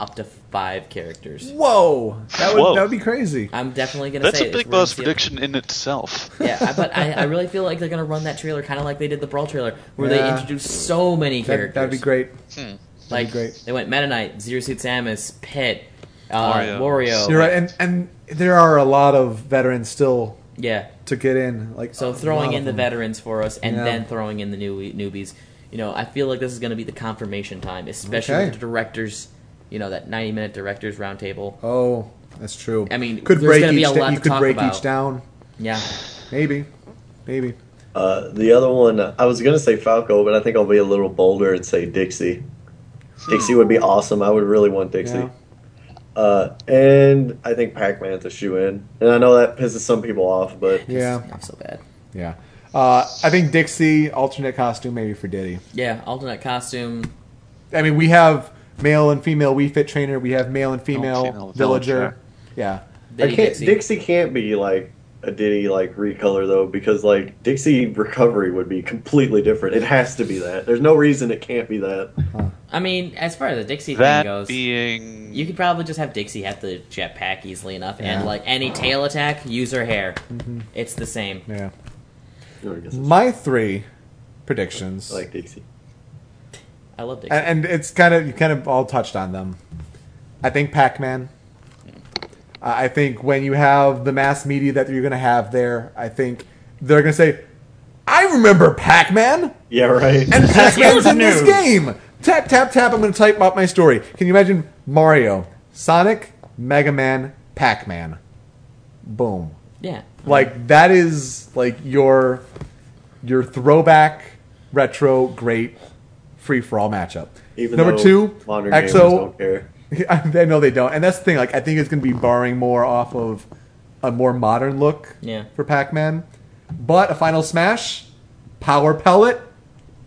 C: up to five characters.
A: Whoa, that would
J: Whoa.
A: that would be crazy.
C: I'm definitely gonna
J: That's
C: say
J: a
C: it. It's- we're
J: big
C: gonna
J: boss
C: see it.
J: prediction in itself.
C: Yeah, I- but I, I really feel like they're gonna run that trailer kind of like they did the Brawl trailer, where they
A: Yeah.
C: introduced so many characters.
A: That, that'd be great.
J: Hmm.
C: Like
A: great.
C: they went Meta Knight, Zero Suit Samus, Pit, uh,
J: Wario.
C: Wario.
A: You're right, and and there are a lot of veterans still
C: Yeah.
A: to get in. Like
C: So
A: a
C: throwing
A: lot
C: in
A: of
C: the
A: them.
C: veterans for us, and
A: Yeah.
C: then throwing in the new newbies. You know, I feel like this is going to be the confirmation time, especially
A: Okay.
C: with the directors. You know, that ninety-minute directors roundtable.
A: Oh, that's true.
C: I mean,
A: could
C: there's
A: break
C: gonna
A: each.
C: be a
A: da-
C: lot
A: you
C: to
A: could
C: talk
A: break each
C: about.
A: down.
C: Yeah,
A: Maybe, maybe.
D: Uh, the other one, uh, I was gonna say Falco, but I think I'll be a little bolder and say Dixie. Dixie would be awesome. I would really want Dixie.
A: Yeah.
D: Uh, and I think Pac Man's a shoe in. And I know that pisses some people off, but
A: Yeah,
C: not so bad.
A: yeah. Uh, I think Dixie alternate costume maybe for Diddy.
C: Yeah, alternate costume.
A: I mean, we have male and female We Fit trainer. We have male and female,
J: female
A: villager.
J: villager.
A: Yeah,
D: I
C: Diddy
D: can't, Dixie.
C: Dixie.
D: can't be like a Diddy like recolor though, because like Dixie recovery would be completely different. It has to be that. There's no reason it can't be that.
C: I mean, as far as the Dixie thing
J: That
C: goes,
J: being
C: you could probably just have Dixie have the jetpack easily enough,
A: Yeah. Mm-hmm.
C: and like any tail attack, use her hair. It's the same.
A: yeah.
D: I guess it's
A: My three predictions,
D: like Dixie.
C: I love Dixie.
A: and, and it's kind of you kind of all touched on them. I think Pac Man. I I think when you have the mass media that you're going to have there, I think they're going to say, "I remember Pac Man."
D: Yeah, (laughs) right.
A: And Pac-Man's in this
E: News.
A: game. Tap tap tap. I'm going to type out my story. Can you imagine Mario, Sonic, Mega Man, Pac-Man? Boom.
C: yeah,
A: Like that is like your your throwback retro great free for all matchup.
D: Even
A: Number
D: though
A: two,
D: modern gamers
A: EXO.
D: don't care.
A: (laughs) I know they don't, and that's the thing. Like I think it's going to be borrowing more off of a more modern look
C: Yeah.
A: for Pac-Man, but a final smash, power pellet,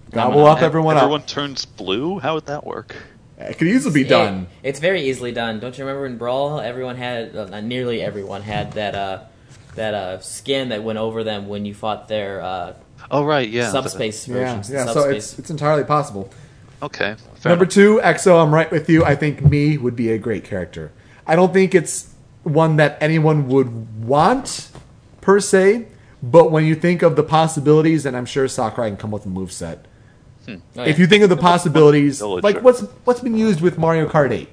A: gobble
C: Domino.
A: up everyone,
J: everyone
A: up.
J: turns blue. How would that work?
A: It could easily be done.
C: It- it's very easily done. Don't you remember in Brawl, everyone had, uh, not nearly everyone had that uh, that uh, skin that went over them when you fought their uh,
J: Oh right, yeah. the-
C: subspace
A: Yeah,
C: versions.
A: yeah. So
C: subspace.
A: it's it's entirely possible.
J: Okay. fair
A: Number
J: enough.
A: two, EXO, I'm right with you. I think me would be a great character. I don't think it's one that anyone would want per se, but when you think of the possibilities, and I'm sure Sakurai can come up with a moveset.
C: Oh, yeah.
A: If you think of the possibilities,
J: Villager.
A: like what's what's been used with Mario Kart 8,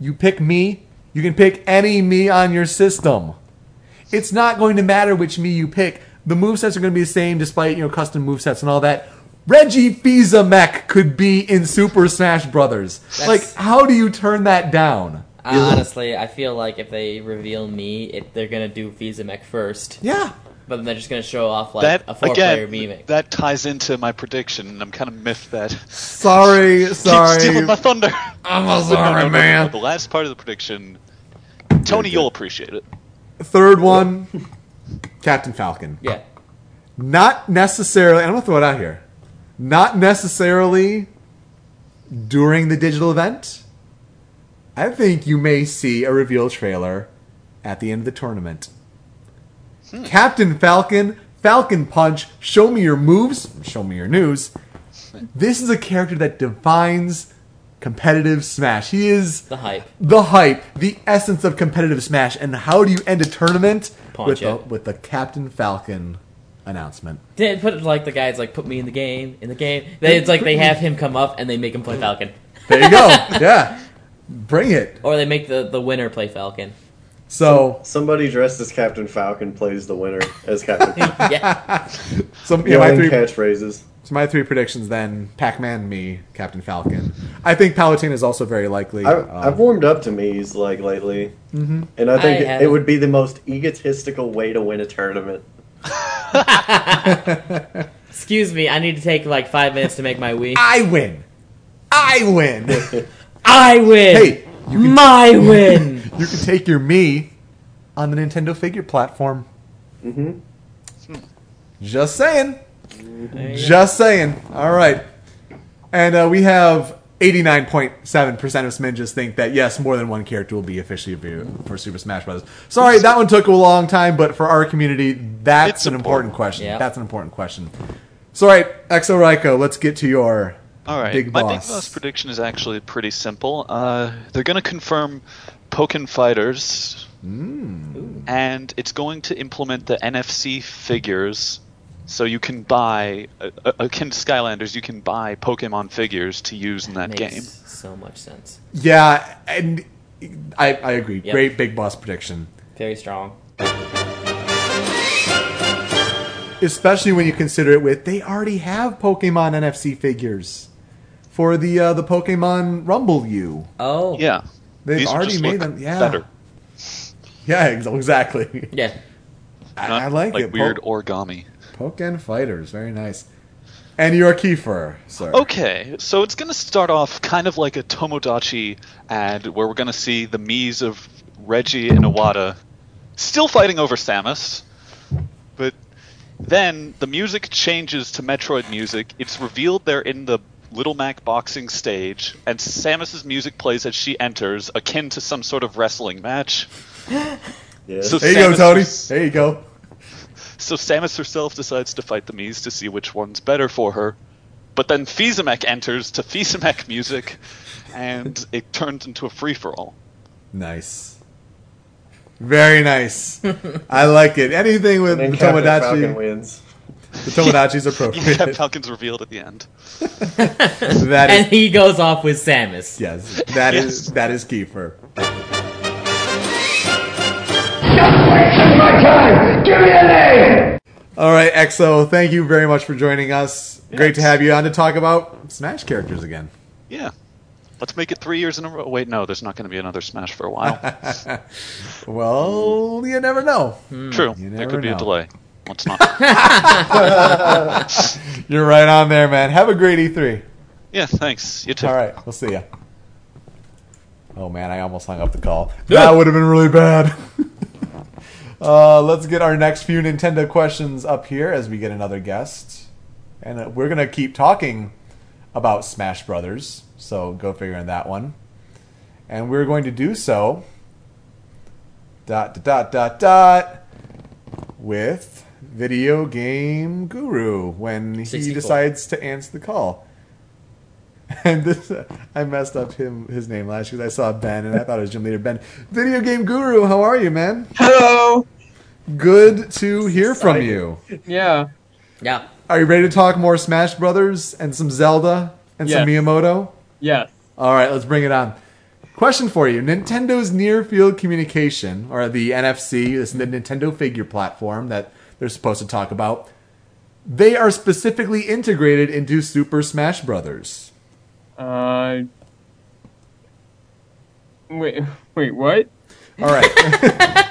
A: you pick me. You can pick any me on your system. It's not going to matter which me you pick. The movesets are going to be the same, despite you know custom movesets and all that. Reggie Fils-Aimec could be in Super Smash Brothers. Like, how do you turn that down?
C: I, honestly, I feel like if they reveal me, it, they're gonna do Fizamec first,
A: Yeah,
C: but then they're just gonna show off like
J: that
C: a four-player
J: again,
C: Mimic.
J: that ties into my prediction, and I'm kind of miffed that.
A: sorry,
J: Keep
A: sorry,
J: stealing
A: (laughs)
J: my thunder.
A: I'm
J: But no, no, no,
A: sorry,
J: no,
A: man.
J: The last part of the prediction, Tony, you'll appreciate it.
A: Third one, Captain Falcon.
C: yeah,
A: not necessarily i'm gonna throw it out here not necessarily during the digital event i think you may see a reveal trailer at the end of the tournament captain falcon falcon punch show me your moves show me your news this is a character that defines competitive smash he is
C: the hype.
A: the hype, the essence of competitive Smash, and how do you end a tournament
C: Punch
A: with the,
C: it.
A: with the Captain Falcon announcement?
C: They put it like the guys like put me in the game, in the game. They, it's like they have him come up and they make him play Falcon,
A: There you go. yeah, bring it.
C: (laughs) or they make the the winner play Falcon.
A: So
D: Somebody dressed as Captain Falcon plays the winner as
C: (laughs)
D: Captain Falcon.
C: Yeah,
A: some yeah, my
D: Yelling
A: three
D: catchphrases.
A: so my three predictions then: Pac Man, me, Captain Falcon. I think Palutena is also very likely.
D: I,
A: Um,
D: I've warmed up to Mii's like lately, mm-hmm. and I think
C: I
D: it,
C: haven't.
D: would be the most egotistical way to win a tournament.
C: excuse me, I need to take like five minutes to make my Wii.
A: I win. I win.
D: (laughs)
C: I win.
A: hey, you can,
C: my
A: (laughs)
C: win.
A: you can take your me on the Nintendo figure platform. Mm-hmm. Just saying. Just saying. All right. And uh, we have 89.7% of Sminges think that, yes, more than one character will be officially available for Super Smash Bros. Sorry, that one took a long time, but for our community, that's
J: It's
A: an important,
J: important.
A: question.
C: Yeah.
A: That's an important question. So, all right, Exo Ryko, let's get to your
J: All right.
A: Big
J: My big
A: Boss.
J: boss prediction is actually pretty simple. Uh, they're going to confirm Pokken Fighters,
A: Hmm.
J: and it's going to implement the NFC figures. So you can buy, uh, uh, akin to Skylanders, you can buy Pokemon figures to use in that
C: Makes
J: game.
C: so much sense.
A: Yeah, and I, I agree.
C: Yep.
A: Great big boss prediction.
C: Very strong.
A: Especially when you consider it with they already have Pokemon NFC figures for the uh, the Pokemon Rumble U.
C: Oh.
J: Yeah.
A: They've
J: These will
A: already
J: just
A: made
J: look
A: them. Yeah.
J: Better.
A: Yeah, ex- exactly.
C: Yeah.
A: I,
J: Not
A: I like, it. Po-
J: weird origami.
A: Pokken Fighters, very nice. And your Kiefer, sir.
J: Oh. Okay, so it's going to start off kind of like a Tomodachi ad where we're going to see the Mii's of Reggie and Iwata still fighting over Samus. But then the music changes to Metroid music. It's revealed they're in the Little Mac boxing stage, and Samus's music plays as she enters, akin to some sort of wrestling match.
D: Yes.
J: So
A: There you go,
J: Samus-
A: Tony. There you go.
J: So Samus herself decides to fight the Mii's to see which one's better for her. But then Fizamek enters to Fizamek music,
A: (laughs)
J: and it turns into a free for all.
A: Nice. Very nice. I like it. Anything with
D: and
A: the
D: then Captain Falcon
A: Tomodachi,
D: wins.
A: (laughs) the
J: (laughs)
A: Tomodachi's
J: You have
A: appropriate.
J: Falcons revealed at the end.
A: that
C: (laughs) And
A: is
C: he goes off with Samus.
A: yes. That is
J: Yes.
A: that is Kiefer.
F: my time! Give me a name!
A: All right, Exo. Thank you very much for joining us. Great to have you on to talk about Smash characters again.
J: Yeah. Let's make it three years in a row. Wait, no, there's not going to be another Smash for a while.
A: (laughs)
D: Oh.
A: Well, you never know.
J: Hmm. True.
A: You
J: There
A: never
J: could be
A: know.
J: a delay.
A: (laughs)
J: Let's not.
A: You're right on there, man. Have a great E E3.
J: yeah, thanks. You too.
A: All right, we'll see ya. Oh man, I almost hung up the call. That would have been really bad. uh, let's get our next few Nintendo questions up here as we get another guest, and uh, we're gonna keep talking about Smash Brothers. So go figure on that one. And we're going to do so. Dot dot dot dot dot. With video game guru when he
C: 64.
A: decides to answer the call. And this, (laughs) I messed up him his name last because I saw Ben and I thought it was Gym Leader Ben. Video game guru, how are you, man?
G: Hello.
A: Good to hear from you.
G: Yeah.
C: Yeah.
A: Are you ready to talk more Smash Brothers and some Zelda and some
G: Yes.
A: Miyamoto?
G: Yes.
A: All right, let's bring it on. Question for you: Nintendo's near-field communication, or the NFC, this is the Nintendo Figure Platform that they're supposed to talk about, they are specifically integrated into Super Smash Brothers.
G: Uh. Wait. Wait.
A: (laughs)
G: What?
A: All right,
G: (laughs)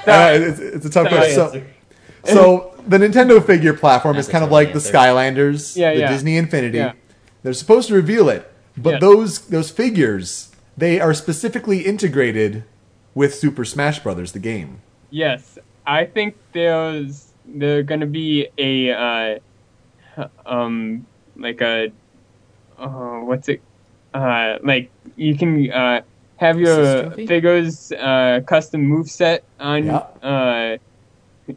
A: Uh, it's, it's a tough
G: Sorry.
A: question. So, so the Nintendo figure platform is
C: That's
A: kind of
C: a
A: like the
C: totally
A: Skylanders,
G: Yeah,
A: the
G: yeah.
A: Disney Infinity.
G: Yeah.
A: They're supposed to reveal it, but
G: Yeah.
A: those those figures they are specifically integrated with Super Smash Brothers, the game.
G: Yes. I think there's there gonna be a uh, um like a uh, what's it uh like you can uh have your
C: System fee?
G: figures uh custom move set on
A: Yeah.
G: uh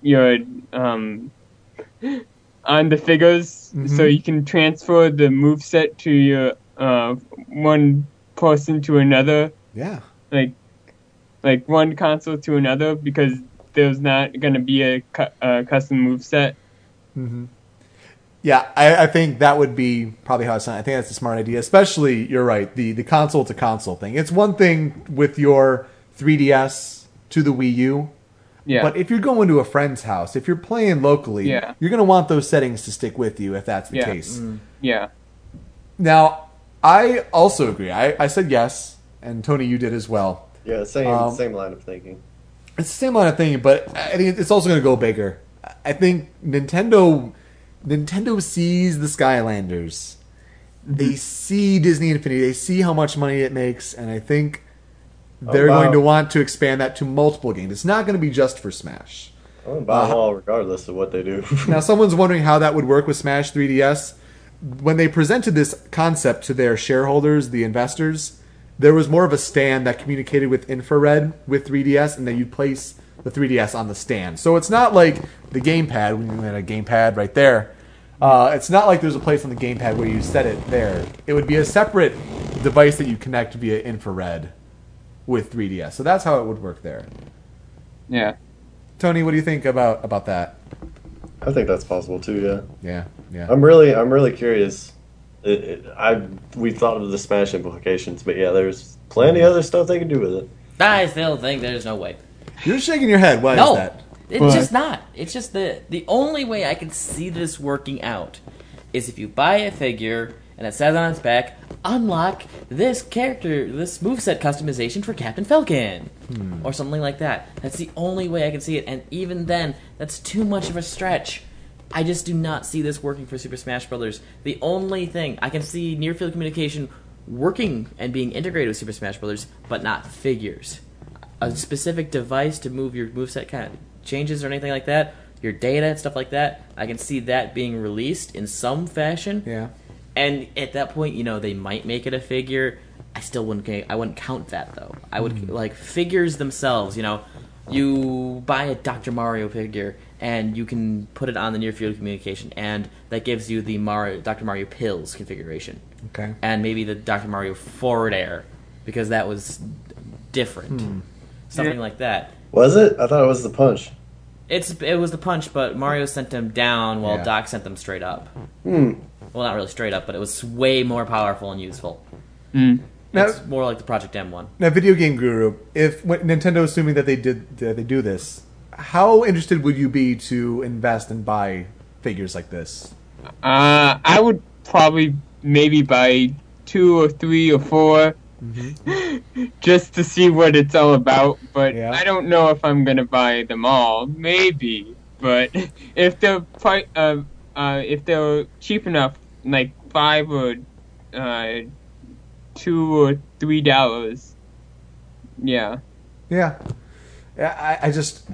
G: your um on the figures so
A: Mhm.
G: you can transfer the move set to your uh one person to another
A: Yeah,
G: like like one console to another because there's not going to be a, cu- a custom move set.
A: Mm-hmm. yeah. I, I think that would be probably how it's done. I think that's a smart idea. Especially, you're right. The the console to console thing. It's one thing with your 3DS to the Wii U.
G: Yeah.
A: But if you're going to a friend's house, if you're playing locally,
G: Yeah.
A: you're going to want those settings to stick with you if that's the
G: Yeah. Mm.
A: case.
G: yeah.
A: Now, I also agree. I, I said yes, and Tony, you did as well.
D: Yeah, same
A: Um,
D: same line of thinking.
A: It's the same line of thinking, but I think it's also going to go bigger. I think Nintendo Nintendo sees the Skylanders. They see Disney Infinity. They see how much money it makes, and I think they're
D: wow.
A: going to want to expand that to multiple games. It's not going to be just for Smash.
D: I'm gonna
A: uh,
D: buy them all regardless of what they do. (laughs)
A: Now, someone's wondering how that would work with Smash 3DS. When they presented this concept to their shareholders, the investors, there was more of a stand that communicated with infrared with 3DS, and then you'd place the 3DS on the stand. So it's not like the gamepad, when you had a gamepad right there. Uh, it's not like there's a place on the gamepad where you set it there. It would be a separate device that you connect via infrared with 3DS. So that's how it would work there.
G: Yeah.
A: Tony, what do you think about about that?
D: I think that's possible too. Yeah.
A: Yeah, yeah.
D: I'm really, I'm really curious. It, it, I we thought of the Smash implications, but yeah, there's plenty other stuff they can do with it.
C: I still think there's no way.
A: You're shaking your head. Why
C: No,
A: is that?
C: it's just not. It's just the the only way I can see this working out is if you buy a figure and it says on its back, unlock this character, this moveset customization for Captain Falcon,
K: Hmm.
A: Hmm.
C: or something like that. That's the only way I can see it, and even then, that's too much of a stretch. I just do not see this working for Super Smash Brothers. The only thing I can see near field communication working and being integrated with Super Smash Brothers, but not figures a specific device to move your moveset kind of changes or anything like that, your data and stuff like that, I can see that being released in some fashion.
A: Yeah.
C: And at that point, you know, they might make it a figure. I still wouldn't. ca- I wouldn't count that though. I would like figures themselves. You know, you buy a Dr. Mario figure and you can put it on the near field communication, and that gives you the Mario, Dr. Mario pills configuration
A: Okay.
C: and maybe the Dr. Mario forward air because that was different.
A: Hmm.
C: Something
G: Yeah.
C: like that.
D: Was it? I thought it was the punch.
C: It's it was the punch, but Mario sent him down while
A: Yeah.
C: Doc sent them straight up. Well, not really straight up, but it was way more powerful and useful.
A: Now,
C: It's more like the Project M one.
A: now, video game guru, if when, Nintendo, assuming that they did that they do this, how interested would you be to invest and buy figures like this?
G: Uh, I would probably maybe buy two or three or 4 (laughs) just to see what it's all about. But
A: Mm-hmm. Yeah.
G: I don't know if I'm gonna buy them all. Maybe, but (laughs) if they're pri- uh, uh, if they're cheap enough, like five or uh, two or three dollars. Yeah.
A: Yeah. I, I just,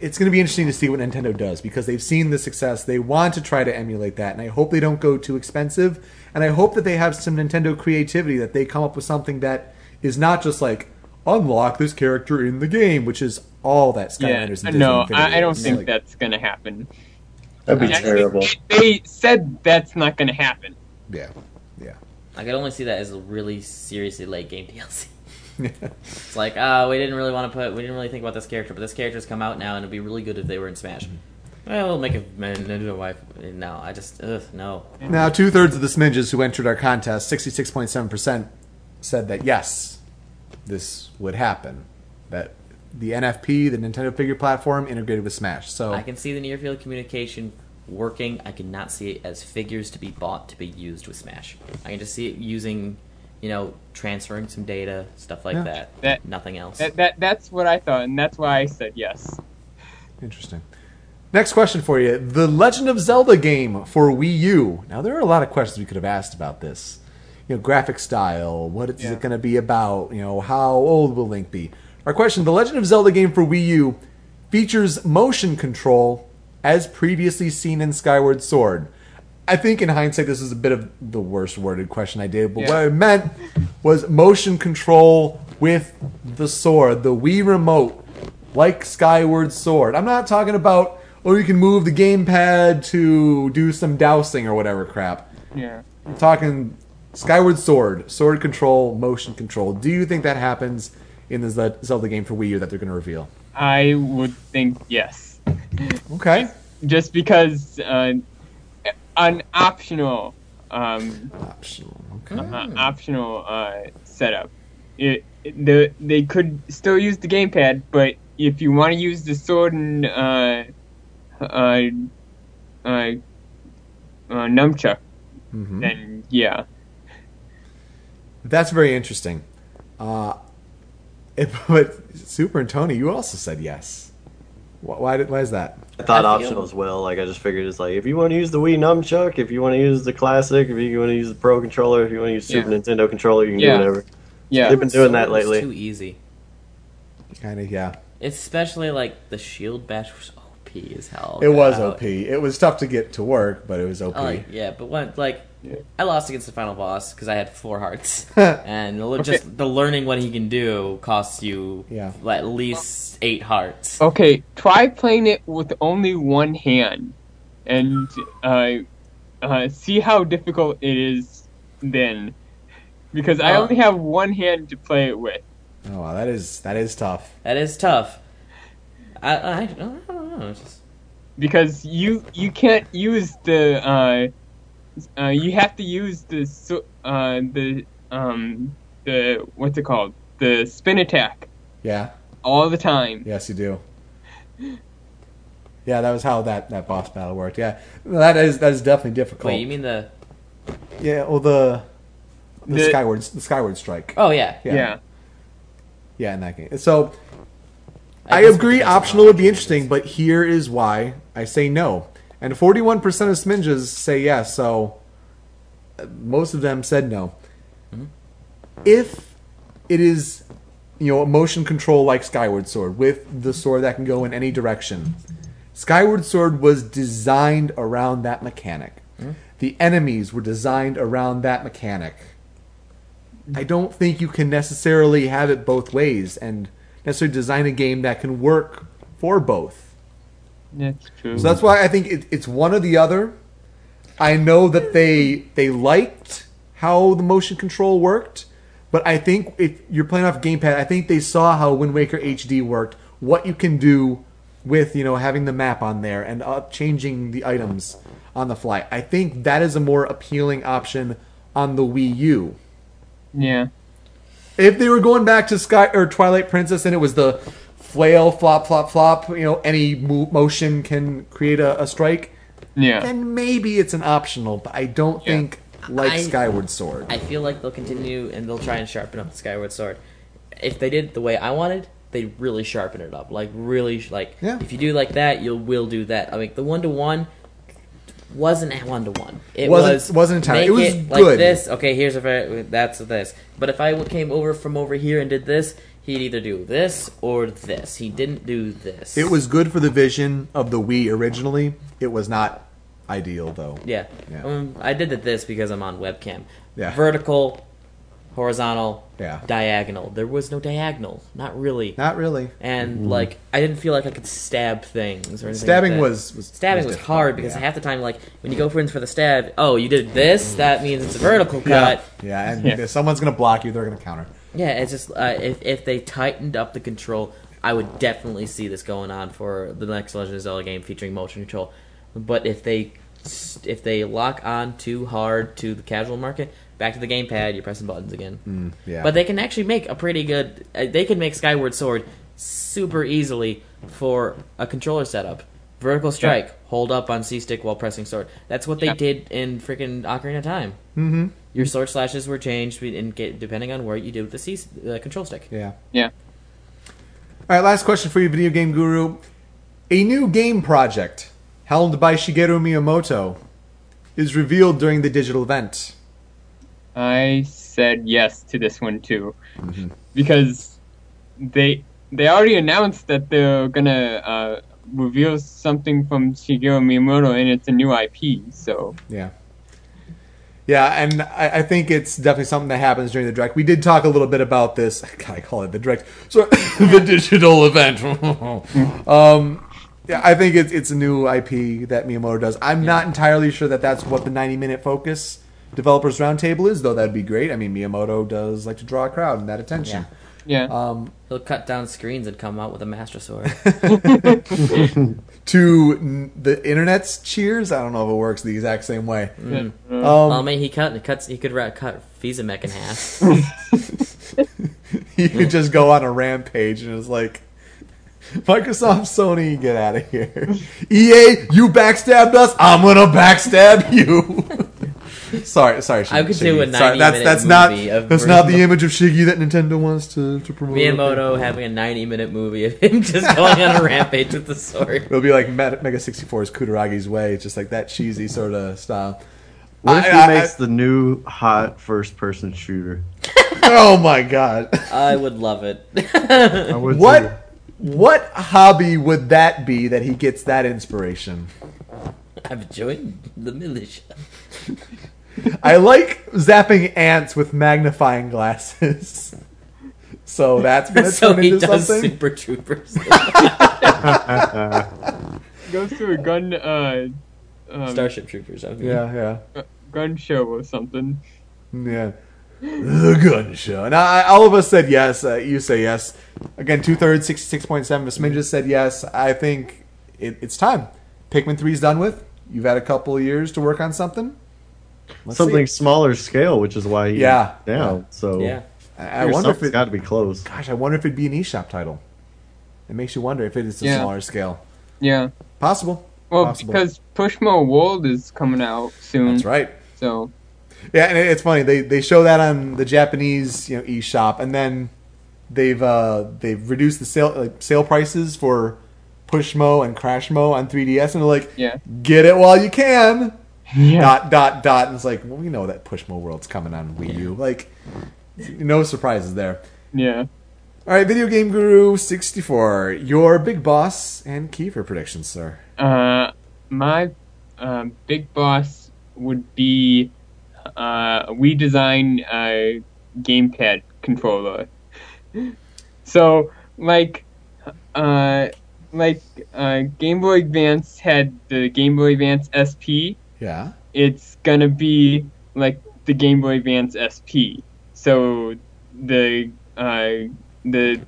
A: it's going to be interesting to see what Nintendo does because they've seen the success. They want to try to emulate that, and I hope they don't go too expensive. And I hope that they have some Nintendo creativity that they come up with something that is not just like unlock this character in the game, which is all that Skylanders.
G: yeah.
A: and
G: No,
A: Disney
G: I, I don't
A: videos.
G: think
A: Like,
G: that's gonna happen.
D: That'd be
G: Actually,
D: terrible.
G: They said that's not gonna happen.
A: Yeah, yeah.
C: I could only see that as a really seriously late game (laughs) DLC. it's like, ah, we didn't really want to put, we didn't really think about this character, but this character's come out now, and it'd be really good if they were in Smash. Well, we'll make a Nintendo wife. eh, No, I just, ugh, no.
A: Now, two thirds of the sminges who entered our contest, sixty-six point seven percent, said that yes, this would happen. That the NFP, the Nintendo Figure Platform, integrated with Smash. So
C: I can see the near field communication working. I cannot see it as figures to be bought to be used with Smash. I can just see it using, you know, transferring some data, stuff like
A: Yeah.
C: that.
G: That-
C: Nothing else.
G: That, that that's what I thought, and that's why I said yes.
A: Interesting. Next question for you: The Legend of Zelda game for Wii U. Now there are a lot of questions we could have asked about this. You know, graphic style. What is
G: Yeah.
A: it going to be about? You know, how old will Link be? Our question: The Legend of Zelda game for Wii U features motion control as previously seen in Skyward Sword. I think in hindsight, this is a bit of the worst worded question I did, but what
G: Yeah.
A: I meant was motion control with the sword, the Wii remote, like Skyward Sword. I'm not talking about, oh, you can move the gamepad to do some dousing or whatever crap.
G: Yeah.
A: I'm talking Skyward Sword, sword control, motion control. Do you think that happens in the Ze- Zelda game for Wii U that they're going to reveal?
G: I would think yes,
A: Okay.
G: just because uh, an optional um,
A: Optional. Okay.
G: uh, optional uh, setup. It, it- the they could still use the gamepad, but if you want to use the sword and uh, uh, uh, uh, nunchuck,
A: Mhm.
G: then yeah,
A: That's very interesting. Uh, (laughs) it, but Super and Tony, you also said yes. Why? Why, did, why is that?
D: I thought
C: I feel-
D: optional as well. Like I just figured it's like if you want to use the Wii nunchuck, if you want to use the classic, if you want to use the Pro controller, if you want to use Super
G: Yeah.
D: Nintendo controller, you can
G: Yeah.
D: do whatever.
G: yeah.
D: They've been doing that
C: Sword is
D: lately.
C: too easy.
A: Kind of, yeah.
C: Especially like the shield bash was OP as hell.
A: It was
C: Uh,
A: OP. It was tough to get to work, but it was OP.
C: I Like, Uh, Oh, yeah, but when like I lost against the final boss because I had four hearts, and the, li- just the learning what he can do costs you
A: Yeah.
C: at least eight hearts.
G: Okay, try playing it with only one hand, and uh, uh, see how difficult it is then, because I
C: Huh.
G: only have one hand to play it with.
A: Oh wow, that is that is tough.
C: That is tough. I, I, I don't know. It's just,
G: because you you can't use the uh, uh you have to use the so- uh the um the what's it called the spin attack
A: Yeah.
G: all the time.
A: Yes, you do. Yeah, that was how that, that boss battle worked. Yeah, that is that is definitely difficult.
C: wait, you mean the?
A: yeah, well the the,
G: The-
A: skyward the skyward strike.
C: Oh yeah.
A: Yeah.
G: yeah.
A: Yeah, in that game. So I
C: guess
A: agree
C: that's a
A: optional would be
C: lot of
A: interesting, but here is why I say no. And 41% of sminges say yes, so uh, most of them said no.
C: Hmm?
A: If it is, you know, a motion control like Skyward Sword with the sword that can go in any direction. Skyward Sword was designed around that mechanic. The enemies were designed around that mechanic. I don't think you can necessarily have it both ways and necessarily design a game that can work for both.
G: that's true.
A: So that's why I think it, it's one or the other. I know that they they liked how the motion control worked, but I think if you're playing off gamepad, I think they saw how Wind Waker HD worked, what you can do with you know having the map on there and uh, changing the items on the fly. I think that is a more appealing option on the Wii U.
G: yeah,
A: If they were going back to Sky or Twilight Princess and it was the flail flop flop flop, you know, any mo- motion can create a, a strike,
G: yeah.
A: then maybe it's an optional. But I don't think like
C: I-
A: Skyward Sword.
C: I feel like they'll continue and they'll try and sharpen up the Skyward Sword. If they did it the way I wanted, they really sharpen it up. Like really, sh- like
A: Yeah.
C: if you do like that, you will will do that. I mean, the one to one wasn't one to one. It
A: Wasn't-
C: was
A: wasn't entirely-
C: make
A: it was
C: Like
A: good.
C: this, okay. Here's a very, that's this. But if I came over from over here and did this, he'd either do this or this. He didn't do this.
A: it was good for the vision of the Wii originally. It was not ideal though.
C: Yeah.
A: Yeah.
C: Um, I did it this because I'm on webcam.
A: Yeah.
C: Vertical, horizontal,
A: Yeah.
C: diagonal. There was no diagonal. Not really.
A: Not really.
C: and like I didn't feel like I could stab things or anything.
A: Stabbing
C: like that.
A: was, was
C: stabbing was,
A: difficult,
C: hard because
A: yeah.
C: half the time like when you go for in for the stab, oh you did this, that means it's a vertical cut.
A: Yeah, and
G: Yeah.
A: if someone's gonna block you, they're gonna counter.
C: Yeah, it's just uh, if if they tightened up the control, I would definitely see this going on for the next Legend of Zelda game featuring motion control. But if they if they lock on too hard to the casual market, back to the gamepad, you're pressing buttons again.
A: Mm, Yeah.
C: But they can actually make a pretty good. Uh, they can make Skyward Sword super easily for a controller setup. Vertical strike, hold up on C stick while pressing sword. That's what they
G: Yeah.
C: did in freaking Ocarina of Time. Mm-hmm. Your sword slashes were changed be- in, ga- depending on where you did with the C s- uh, control stick.
A: yeah.
G: Yeah.
A: All right, last question for you, video game guru. A new game project, helmed by Shigeru Miyamoto, is revealed during the digital event.
G: I said yes to this one too,
A: Mm-hmm.
G: because they they already announced that they're gonna uh, reveal something from Shigeru Miyamoto, and it's a new IP. So
C: (laughs)
A: Yeah. Yeah, and I, I think it's definitely something that happens during the direct. We did talk a little bit about this. (laughs) God, I call it the direct. So (coughs) the digital
C: (laughs)
A: event. um, yeah, I think it's it's a new IP that Miyamoto does. I'm not entirely sure that that's what the 90 minute focus developers roundtable is, though. That'd be great. I mean, Miyamoto does like to draw a crowd and that attention.
G: yeah,
A: Um,
C: He'll cut down screens and come out with a master
A: (laughs)
C: sword. Mm.
A: to n- the internet's cheers, I don't know if it works the exact same way.
G: Uh,
A: Um, (laughs)
C: well, I mean, Oh, he cut cuts. He could ra- cut Visa Mech in half.
A: (laughs) you could just go on a rampage and it's like Microsoft, Sony, get out of here. EA, you backstabbed us. I'm gonna backstab you. (laughs) sorry, sorry.
C: I could
A: Shiggy.
C: do a
A: Shiggy.
C: 90
A: that's
C: minute
A: that's
C: movie
A: not
C: of
A: that's not the
C: Bruno.
A: image of Shiggy that Nintendo wants to to promote.
C: Miyamoto having a 90 minute movie of him (laughs) just going
A: (laughs)
C: on a rampage with the sword.
A: It'll be like Meta- Mega 64's Kudaragi's Way, just like that cheesy sort of style.
D: What if he
A: I- I-
D: makes the new hot first person shooter?
A: Oh my god.
C: I would love it.
D: (laughs) I would too.
A: What what hobby would that be that he gets that inspiration?
C: I've joined the militia.
A: I like zapping ants with magnifying glasses. So Oh, that's
G: (laughs)
A: gonna
C: (laughs) so
A: turn
C: he
A: into
C: does
A: something.
C: Super
A: (laughs)
C: (laughs)
D: (laughs)
C: Troopers.
G: goes to a gun uh, um,
C: Starship Troopers. I mean.
A: Yeah, yeah.
G: gun show or something.
A: Yeah. The gun show. And I, all of us said yes. Uh, you say yes. Again, two thirds, 66.7. Sminja said yes. I think it, it's time. Pikmin 3 is done with. You've had a couple of years to work on something. Let's see.
D: Something smaller scale, which is why he
A: Yeah.
D: now.
A: Yeah.
D: So
C: Yeah.
A: I, I wonder if it,
D: got to be close.
A: gosh, I wonder if it'd be an eShop title. It makes you wonder if it is a
G: Yeah.
A: smaller scale.
G: Yeah.
A: Possible.
G: Well,
A: Possible.
G: because Pushmo World is coming out soon.
A: That's right.
G: So
A: Yeah, and it- it's funny they they show that on the Japanese you know eShop, and then they've uh, they've reduced the sale like, sale prices for Pushmo and Crashmo on 3DS, and they're like,
G: yeah.
A: get it while you can.
G: Yeah.
A: Dot dot dot, and it's like, well, we know that Pushmo World's coming on Wii U. Like, no surprises there.
G: yeah.
A: All right, Video Game Guru 64, your big boss and Kiefer predictions, sir.
G: Uh, my uh, big boss would be uh, we design a gamepad controller. (laughs) so like uh, like uh, Game Boy Advance had the Game Boy Advance SP.
A: Yeah.
G: It's gonna be like the Game Boy Advance SP. So the uh, the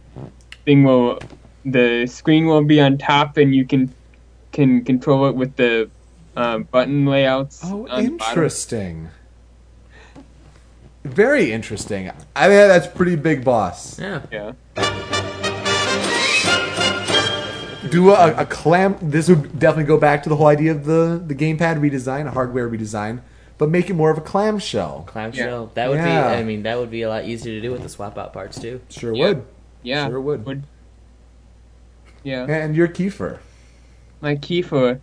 G: thing will the screen will be on top and you can can control it with the uh, button layouts
A: Oh,
G: on the bottom.
A: interesting. Very interesting. I mean, that's pretty big boss.
C: Yeah.
G: yeah
A: do a, a clamp. This would definitely go back to the whole idea of the the gamepad redesign, a hardware redesign, but make it more of a clamshell.
C: Clamshell. That would
A: Yeah.
C: be. I mean, that would be a lot easier to do with the swap out parts too.
A: Sure
G: Yeah.
A: would.
G: yeah
A: Sure would.
G: yeah
A: And your Kiefer.
G: my key for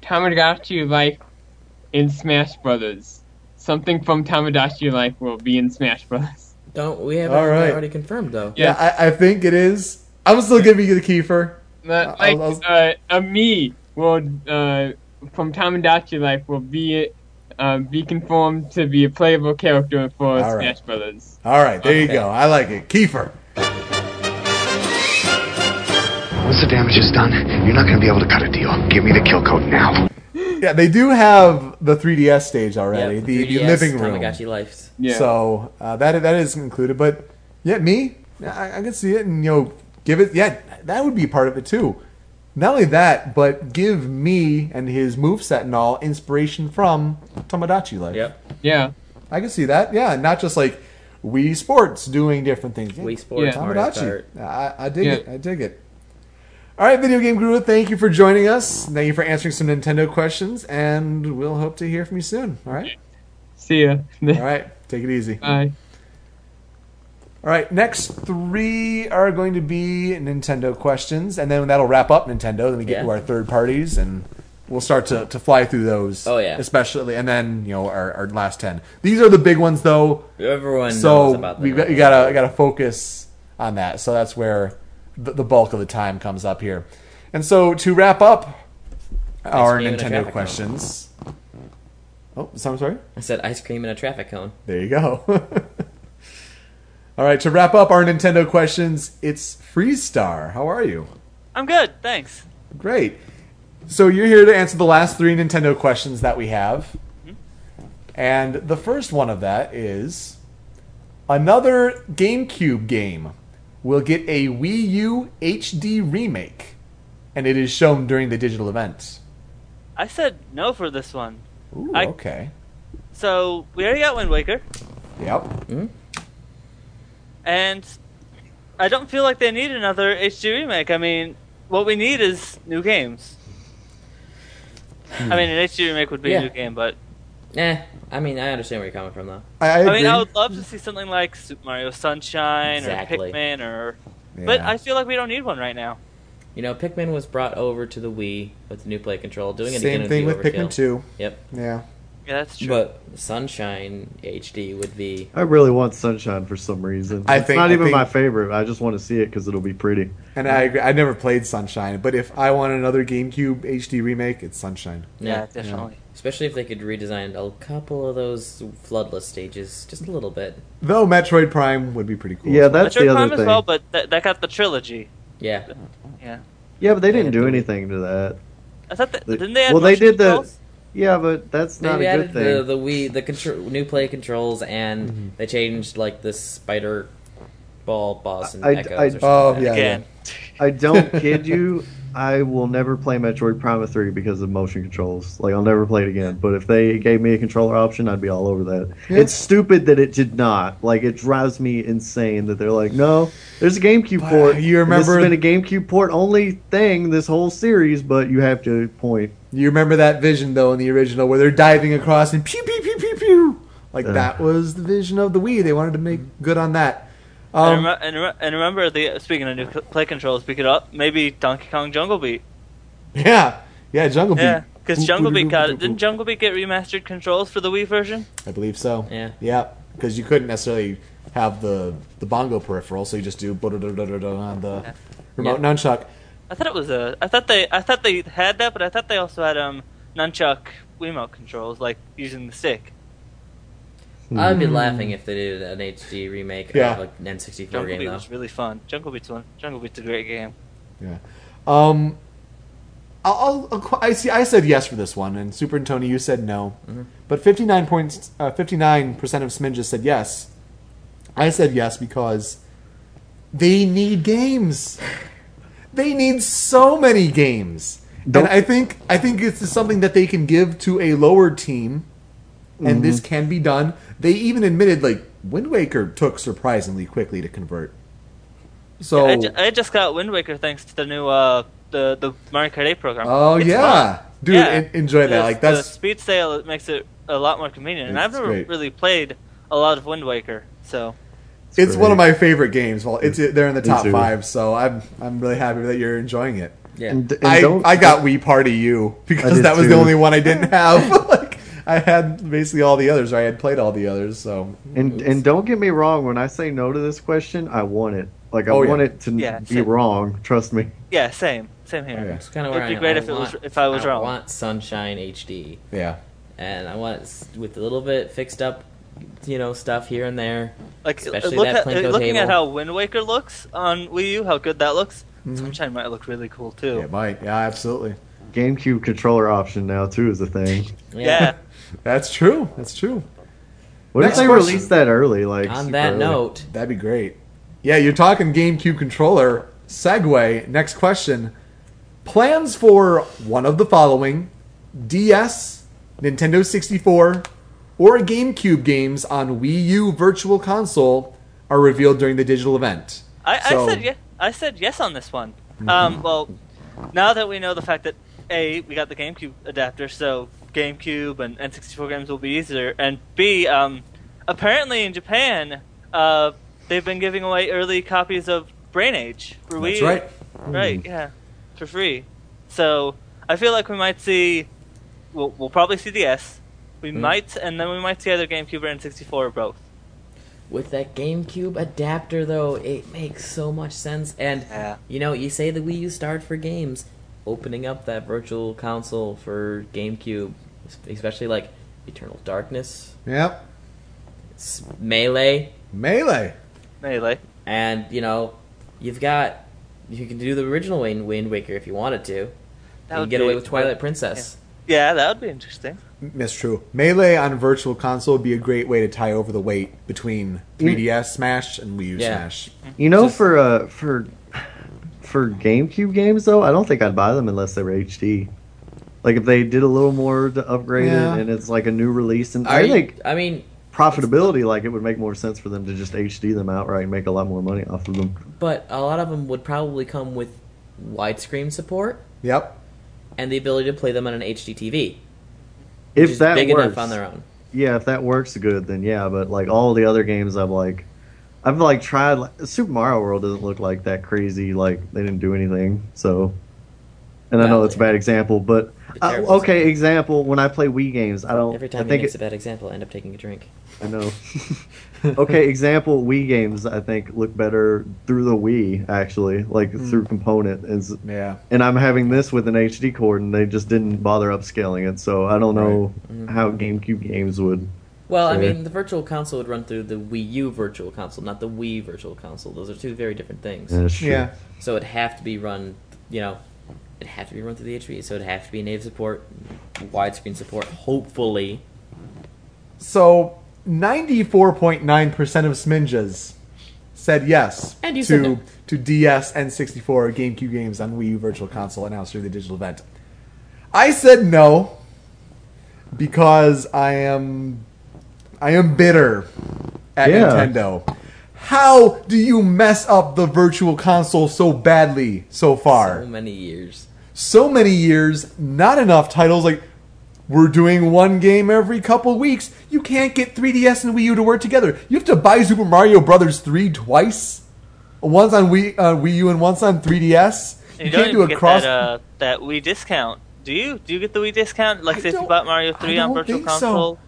G: Tamagotchi Life in Smash Brothers. Something from Tamagotchi Life will be in Smash Brothers.
C: Don't we haven't
A: All right.
C: already confirmed though?
G: Yeah.
A: Yeah, I, I think it is. I'm still giving you the Kiefer.
G: Uh,
A: I- I
G: Like
A: was-
G: uh, a me will uh, from Tamagotchi Life will be uh, be conformed to be a playable character for
A: All right.
G: Smash Brothers.
A: All right, there you
G: Okay.
A: go. I like it, Kiefer.
F: Once the damage is done, you're not going to be able to cut a deal. Give me the kill code now.
A: Yeah, they do have the 3DS stage already,
C: Yep,
A: the, the
C: 3DS
A: living room.
C: Tamagotchi Life.
G: Yeah.
A: So uh, that that is included, but yeah, me, I, I can see it, and you know, give it. Yeah, that would be part of it too. Not only that, but give me and his moveset and all inspiration from Tomodachi Life.
C: Yep.
G: yeah.
A: I can see that. Yeah, not just like Wii Sports doing different things. Yeah,
C: Wii Sports,
G: Yeah.
C: Mario
A: Tomodachi.
C: Kart.
A: I, I dig
G: Yeah.
A: it. I dig it. All right, Video Game Guru, thank you for joining us. Thank you for answering some Nintendo questions, and we'll hope to hear from you soon. All right?
G: See ya.
A: All right, take it easy.
G: (laughs) Bye.
A: All right, next three are going to be Nintendo questions, and then that'll wrap up Nintendo. Then we get
C: Yeah.
A: to our third parties, and we'll start to, to fly through those.
C: Oh, yeah.
A: especially, and then you know our, our last ten. These are the big ones, though.
C: Everyone knows
A: so
C: about
A: we
C: them.
A: got, you gotta gotta focus on that. So that's where the, the bulk of the time comes up here. And so to wrap up our
C: cream and a
A: Nintendo
C: traffic
A: questions. Oh, so- I'm sorry.
C: I said ice cream in a traffic cone.
A: There you go. (laughs) All right, to wrap up our Nintendo questions, it's Freestar. How are you?
K: I'm good, thanks.
A: Great. So you're here to answer the last three Nintendo questions that we have. And the first one of that is another GameCube game will get a Wii U HD remake, and it is shown during the digital event.
K: I said no for this one.
A: Ooh,
K: I-
A: okay.
K: So we already got Wind Waker,
A: Yep.
K: and I don't feel like they need another HD remake. I mean, what we need is new games. I mean, an HD remake would be
C: Yeah.
K: a new game, but
C: Eh. I mean, I understand where you're coming from though.
A: I, I
K: I,
A: agree.
K: mean, I would love to see something like Super Mario Sunshine
C: Exactly.
K: or Pikmin, or
A: Yeah.
K: but I feel like we don't need one right now.
C: You know, Pikmin was brought over to the Wii with the new play control. Doing it again
A: Same
C: would
A: thing
C: be
A: with Pikmin
C: overkill.
A: 2.
C: Yep.
A: Yeah.
K: Yeah, that's true.
C: But Sunshine HD would be.
D: I really want Sunshine for some reason.
A: I
D: it's
A: think-
D: not
A: I
D: even
A: think-
D: my favorite. I just want to see it because it'll be pretty.
A: And I agree. I never played Sunshine, but if I want another GameCube HD remake, it's Sunshine.
K: yeah,
C: Yeah.
K: definitely.
C: Especially if they could redesign a couple of those floodless stages just a little bit.
A: Though Metroid Prime would be pretty cool.
D: Yeah,
A: as well.
D: that's
K: Metroid
D: the
K: Prime
D: other
K: as
D: thing.
K: well, but th- that got the trilogy.
C: Yeah.
K: Yeah,
D: yeah, but they
C: They
D: didn't
C: have to
D: do
C: wait.
D: anything to that.
K: I thought that,
D: They-
K: didn't they? Add
D: well, they
K: motion
D: did the-
K: controls?
D: Yeah, but that's
C: They
D: not a good
C: added
D: thing.
C: the the Wii the contro- new play controls, and
A: Mm-hmm.
C: they changed like this spider ball boss and
D: I-
C: echoes.
D: I-
C: or something
A: Oh,
C: like
A: yeah,
C: that.
A: yeah.
D: I
K: (laughs)
D: don't kid you. I will never play Metroid Prime 3 because of motion controls. Like, I'll never play it again. But if they gave me a controller option, I'd be all over that.
A: Yeah.
D: It's stupid that it did not. Like, it drives me insane that they're like, no, there's a GameCube
A: But
D: port.
A: you
D: and This
A: remember-
D: has been a GameCube port only thing this whole series, but you have to point.
A: You remember that vision though in the original where they're diving across and pew pew pew pew pew. Like that was the vision of the Wii. They wanted to make good on that.
K: and,
A: Um,
K: rem- and, rem- and remember the speaking of new c- play controls, we could up maybe Donkey Kong Jungle Beat.
A: yeah, yeah, Jungle Beat.
K: Yeah, because
A: Boop,
K: Jungle
A: boop,
K: Beat
A: boop,
K: got
A: boop,
K: it. Didn't
A: boop.
K: Jungle Beat get remastered controls for the Wii version?
A: I believe so.
C: Yeah.
A: yeah, because you couldn't necessarily have the the bongo peripheral, so you just do ba-da-da-da-da-da on the remote
C: Yeah.
A: nunchuck.
K: I thought it was a. I thought they. I thought they had that, but I thought they also had um nunchuck Wiimote controls, like using the stick.
C: I'd
A: hmm.
C: be laughing if they did an HD remake
A: Mm-hmm. Yeah.
C: of an N64
K: Jungle
C: game
K: Beat
C: though.
K: was really fun. Jungle Beat's one. Jungle Beat's a great game.
A: Yeah. Um, I'll, I'll, I'll qu- I see. I said yes for this one, and Super and Tony, you said no.
K: Mm-hmm.
A: But fifty nine points, fifty nine percent of Sminges said yes. I said yes because they need
K: (laughs)
A: games. they need so many games,
D: Don't-
A: and I think I think this is something that they can give to a lower team, and this can be done. They even admitted like Wind Waker took surprisingly quickly to convert. So
K: I, ju- I just got Wind Waker thanks to the new uh the the Mario Kart 8 program.
A: Oh
K: It's
A: yeah,
K: fun.
A: dude,
K: Yeah.
A: en- enjoy that.
K: The-
A: Like
K: the
A: that's
K: speed sale it makes it a lot more convenient, and I've
A: It's
K: never
A: great.
K: really played a lot of Wind Waker, so
A: it's one of my favorite games. Well, it's they're in the top
D: too.
A: five, so I'm I'm really happy that you're enjoying it.
C: Yeah.
D: And, and
A: I
D: don't,
A: I got Wii Party U because
D: did
A: that was the
D: too.
A: only one I didn't have. (laughs) like I had basically all the others. Or I had played all the others. So
D: And and don't get me wrong. When I say no to this question, I want it. Like I
A: Oh, yeah.
D: want it to n-
K: Yeah,
D: be
K: same.
D: wrong. Trust me.
K: yeah, same, same here.
A: Oh, yeah.
C: It's kind of
K: It'd
C: where
K: be
C: I-
K: great
C: I
K: if it was-
C: want-
K: if I was wrong.
C: want Sunshine HD,
A: yeah,
C: and I want s- with a little bit fixed up, you know, stuff here and there.
K: Like uh,
C: Especially
K: look
C: that
K: at,
C: Plinko
K: uh, looking at
C: table.
K: how Wind Waker looks on Wii U, how good that looks.
A: Mm-hmm.
K: Sunshine might look really cool too.
A: it might. Yeah, absolutely.
D: GameCube controller option now too is a thing.
K: (laughs) Yeah.
A: (laughs) That's true. That's true.
D: What
A: Next
D: if they
A: question.
D: released that early? Like
C: On
D: super
C: that
D: early?
C: note,
A: That'd be great. Yeah, you're talking GameCube controller. Segue. Next question. Plans for one of the following DS, Nintendo 64, or GameCube games on Wii U Virtual Console are revealed during the digital event.
K: I,
A: So- Mm-hmm.
K: I said yeah. I said yes on this one. Um, well, now that we know the fact that a we got the GameCube adapter, so GameCube and N64 games will be easier, and b um, apparently in Japan, uh, they've been giving away early copies of Brain Age for Wii.
A: That's
K: U.
A: right. Mm-hmm.
K: Right. Yeah. For free. So I feel like we might see. We'll, we'll probably see DS. We
A: Mm-hmm.
K: might, and then we might see either GameCube or N64 or both.
C: with that GameCube adapter though, it makes so much sense. And
K: Yeah.
C: you know, you say the Wii U starred for games, opening up that virtual console for GameCube, especially like Eternal Darkness,
A: Yep.
C: s- Melee,
A: Melee.
K: Melee.
C: and you know, you've got you can do the original Wind, Wind Waker if you wanted to.
K: That
C: you can
K: would
C: get
K: be-
C: away with Twilight Princess.
K: Yeah, that would be interesting.
A: That's true. Melee on Virtual Console would be a great way to tie over the weight between 3DS Smash and Wii U
C: Yeah.
A: Smash.
D: Mm. You know, for uh, for for GameCube games though, I don't think I'd buy them unless they were HD. Like if they did a little more to upgrade
A: Yeah.
D: it, and it's like a new release, and
C: Are
D: I
C: you-
D: think
C: I mean,
D: profitability, like it would make more sense for them to just HD them outright and make a lot more money off of them.
C: but a lot of them would probably come with widescreen support
A: Yep.
C: and the ability to play them on an HD TV, which
D: If
C: is
D: that
C: big
D: works
C: enough on their own.
D: yeah, if that works good, then yeah. But like all the other games, I've like, I've like tried. Like, Super Mario World doesn't look like that crazy. Like they didn't do anything. So, and I know
C: Well,
D: that's a bad example, but
C: A
D: I,
C: terrible
D: okay, example. When I play Wii games, I don't.
C: Every time
D: I
C: he
D: think
C: makes
D: it-
C: a bad example, I end up taking a drink.
D: I know.
A: (laughs)
D: okay, example Wii games I think look better through the Wii actually, like through component and s-
A: Hmm. Yeah.
D: and I'm having this with an HD cord and they just didn't bother upscaling it, so I don't know
A: Mm-hmm.
D: how GameCube games would.
C: Well, I
D: Sure.
C: mean, the virtual console would run through the Wii U virtual console, not the Wii virtual console. Those are two very different things.
D: Yeah, sure.
A: Yeah.
C: So it'd have to be run, you know, It'd have to be run through the HDMI, so it'd have to be native support, widescreen support, hopefully.
A: So, 94.9% of Sminjas said yes
C: And you
A: to,
C: said no.
A: to DS and 64 GameCube games on Wii U Virtual Console announced through the digital event. I said no because I am I am bitter at
D: Yeah.
A: Nintendo. How do you mess up the Virtual Console so badly so far?
C: So many years.
A: so many years, not enough titles. Like we're doing one game every couple weeks. You can't get 3DS and Wii U to work together. You have to buy Super Mario Brothers 3 twice. Once on Wii, uh, Wii U and once on 3DS.
K: And you, don't even get that, uh, that Wii discount. Do you? Do you get the Wii discount? Like,
A: I
K: say if you
A: don't-
K: bought Mario
A: I
K: 3 on
A: don't
K: Virtual
A: think so.
K: Console?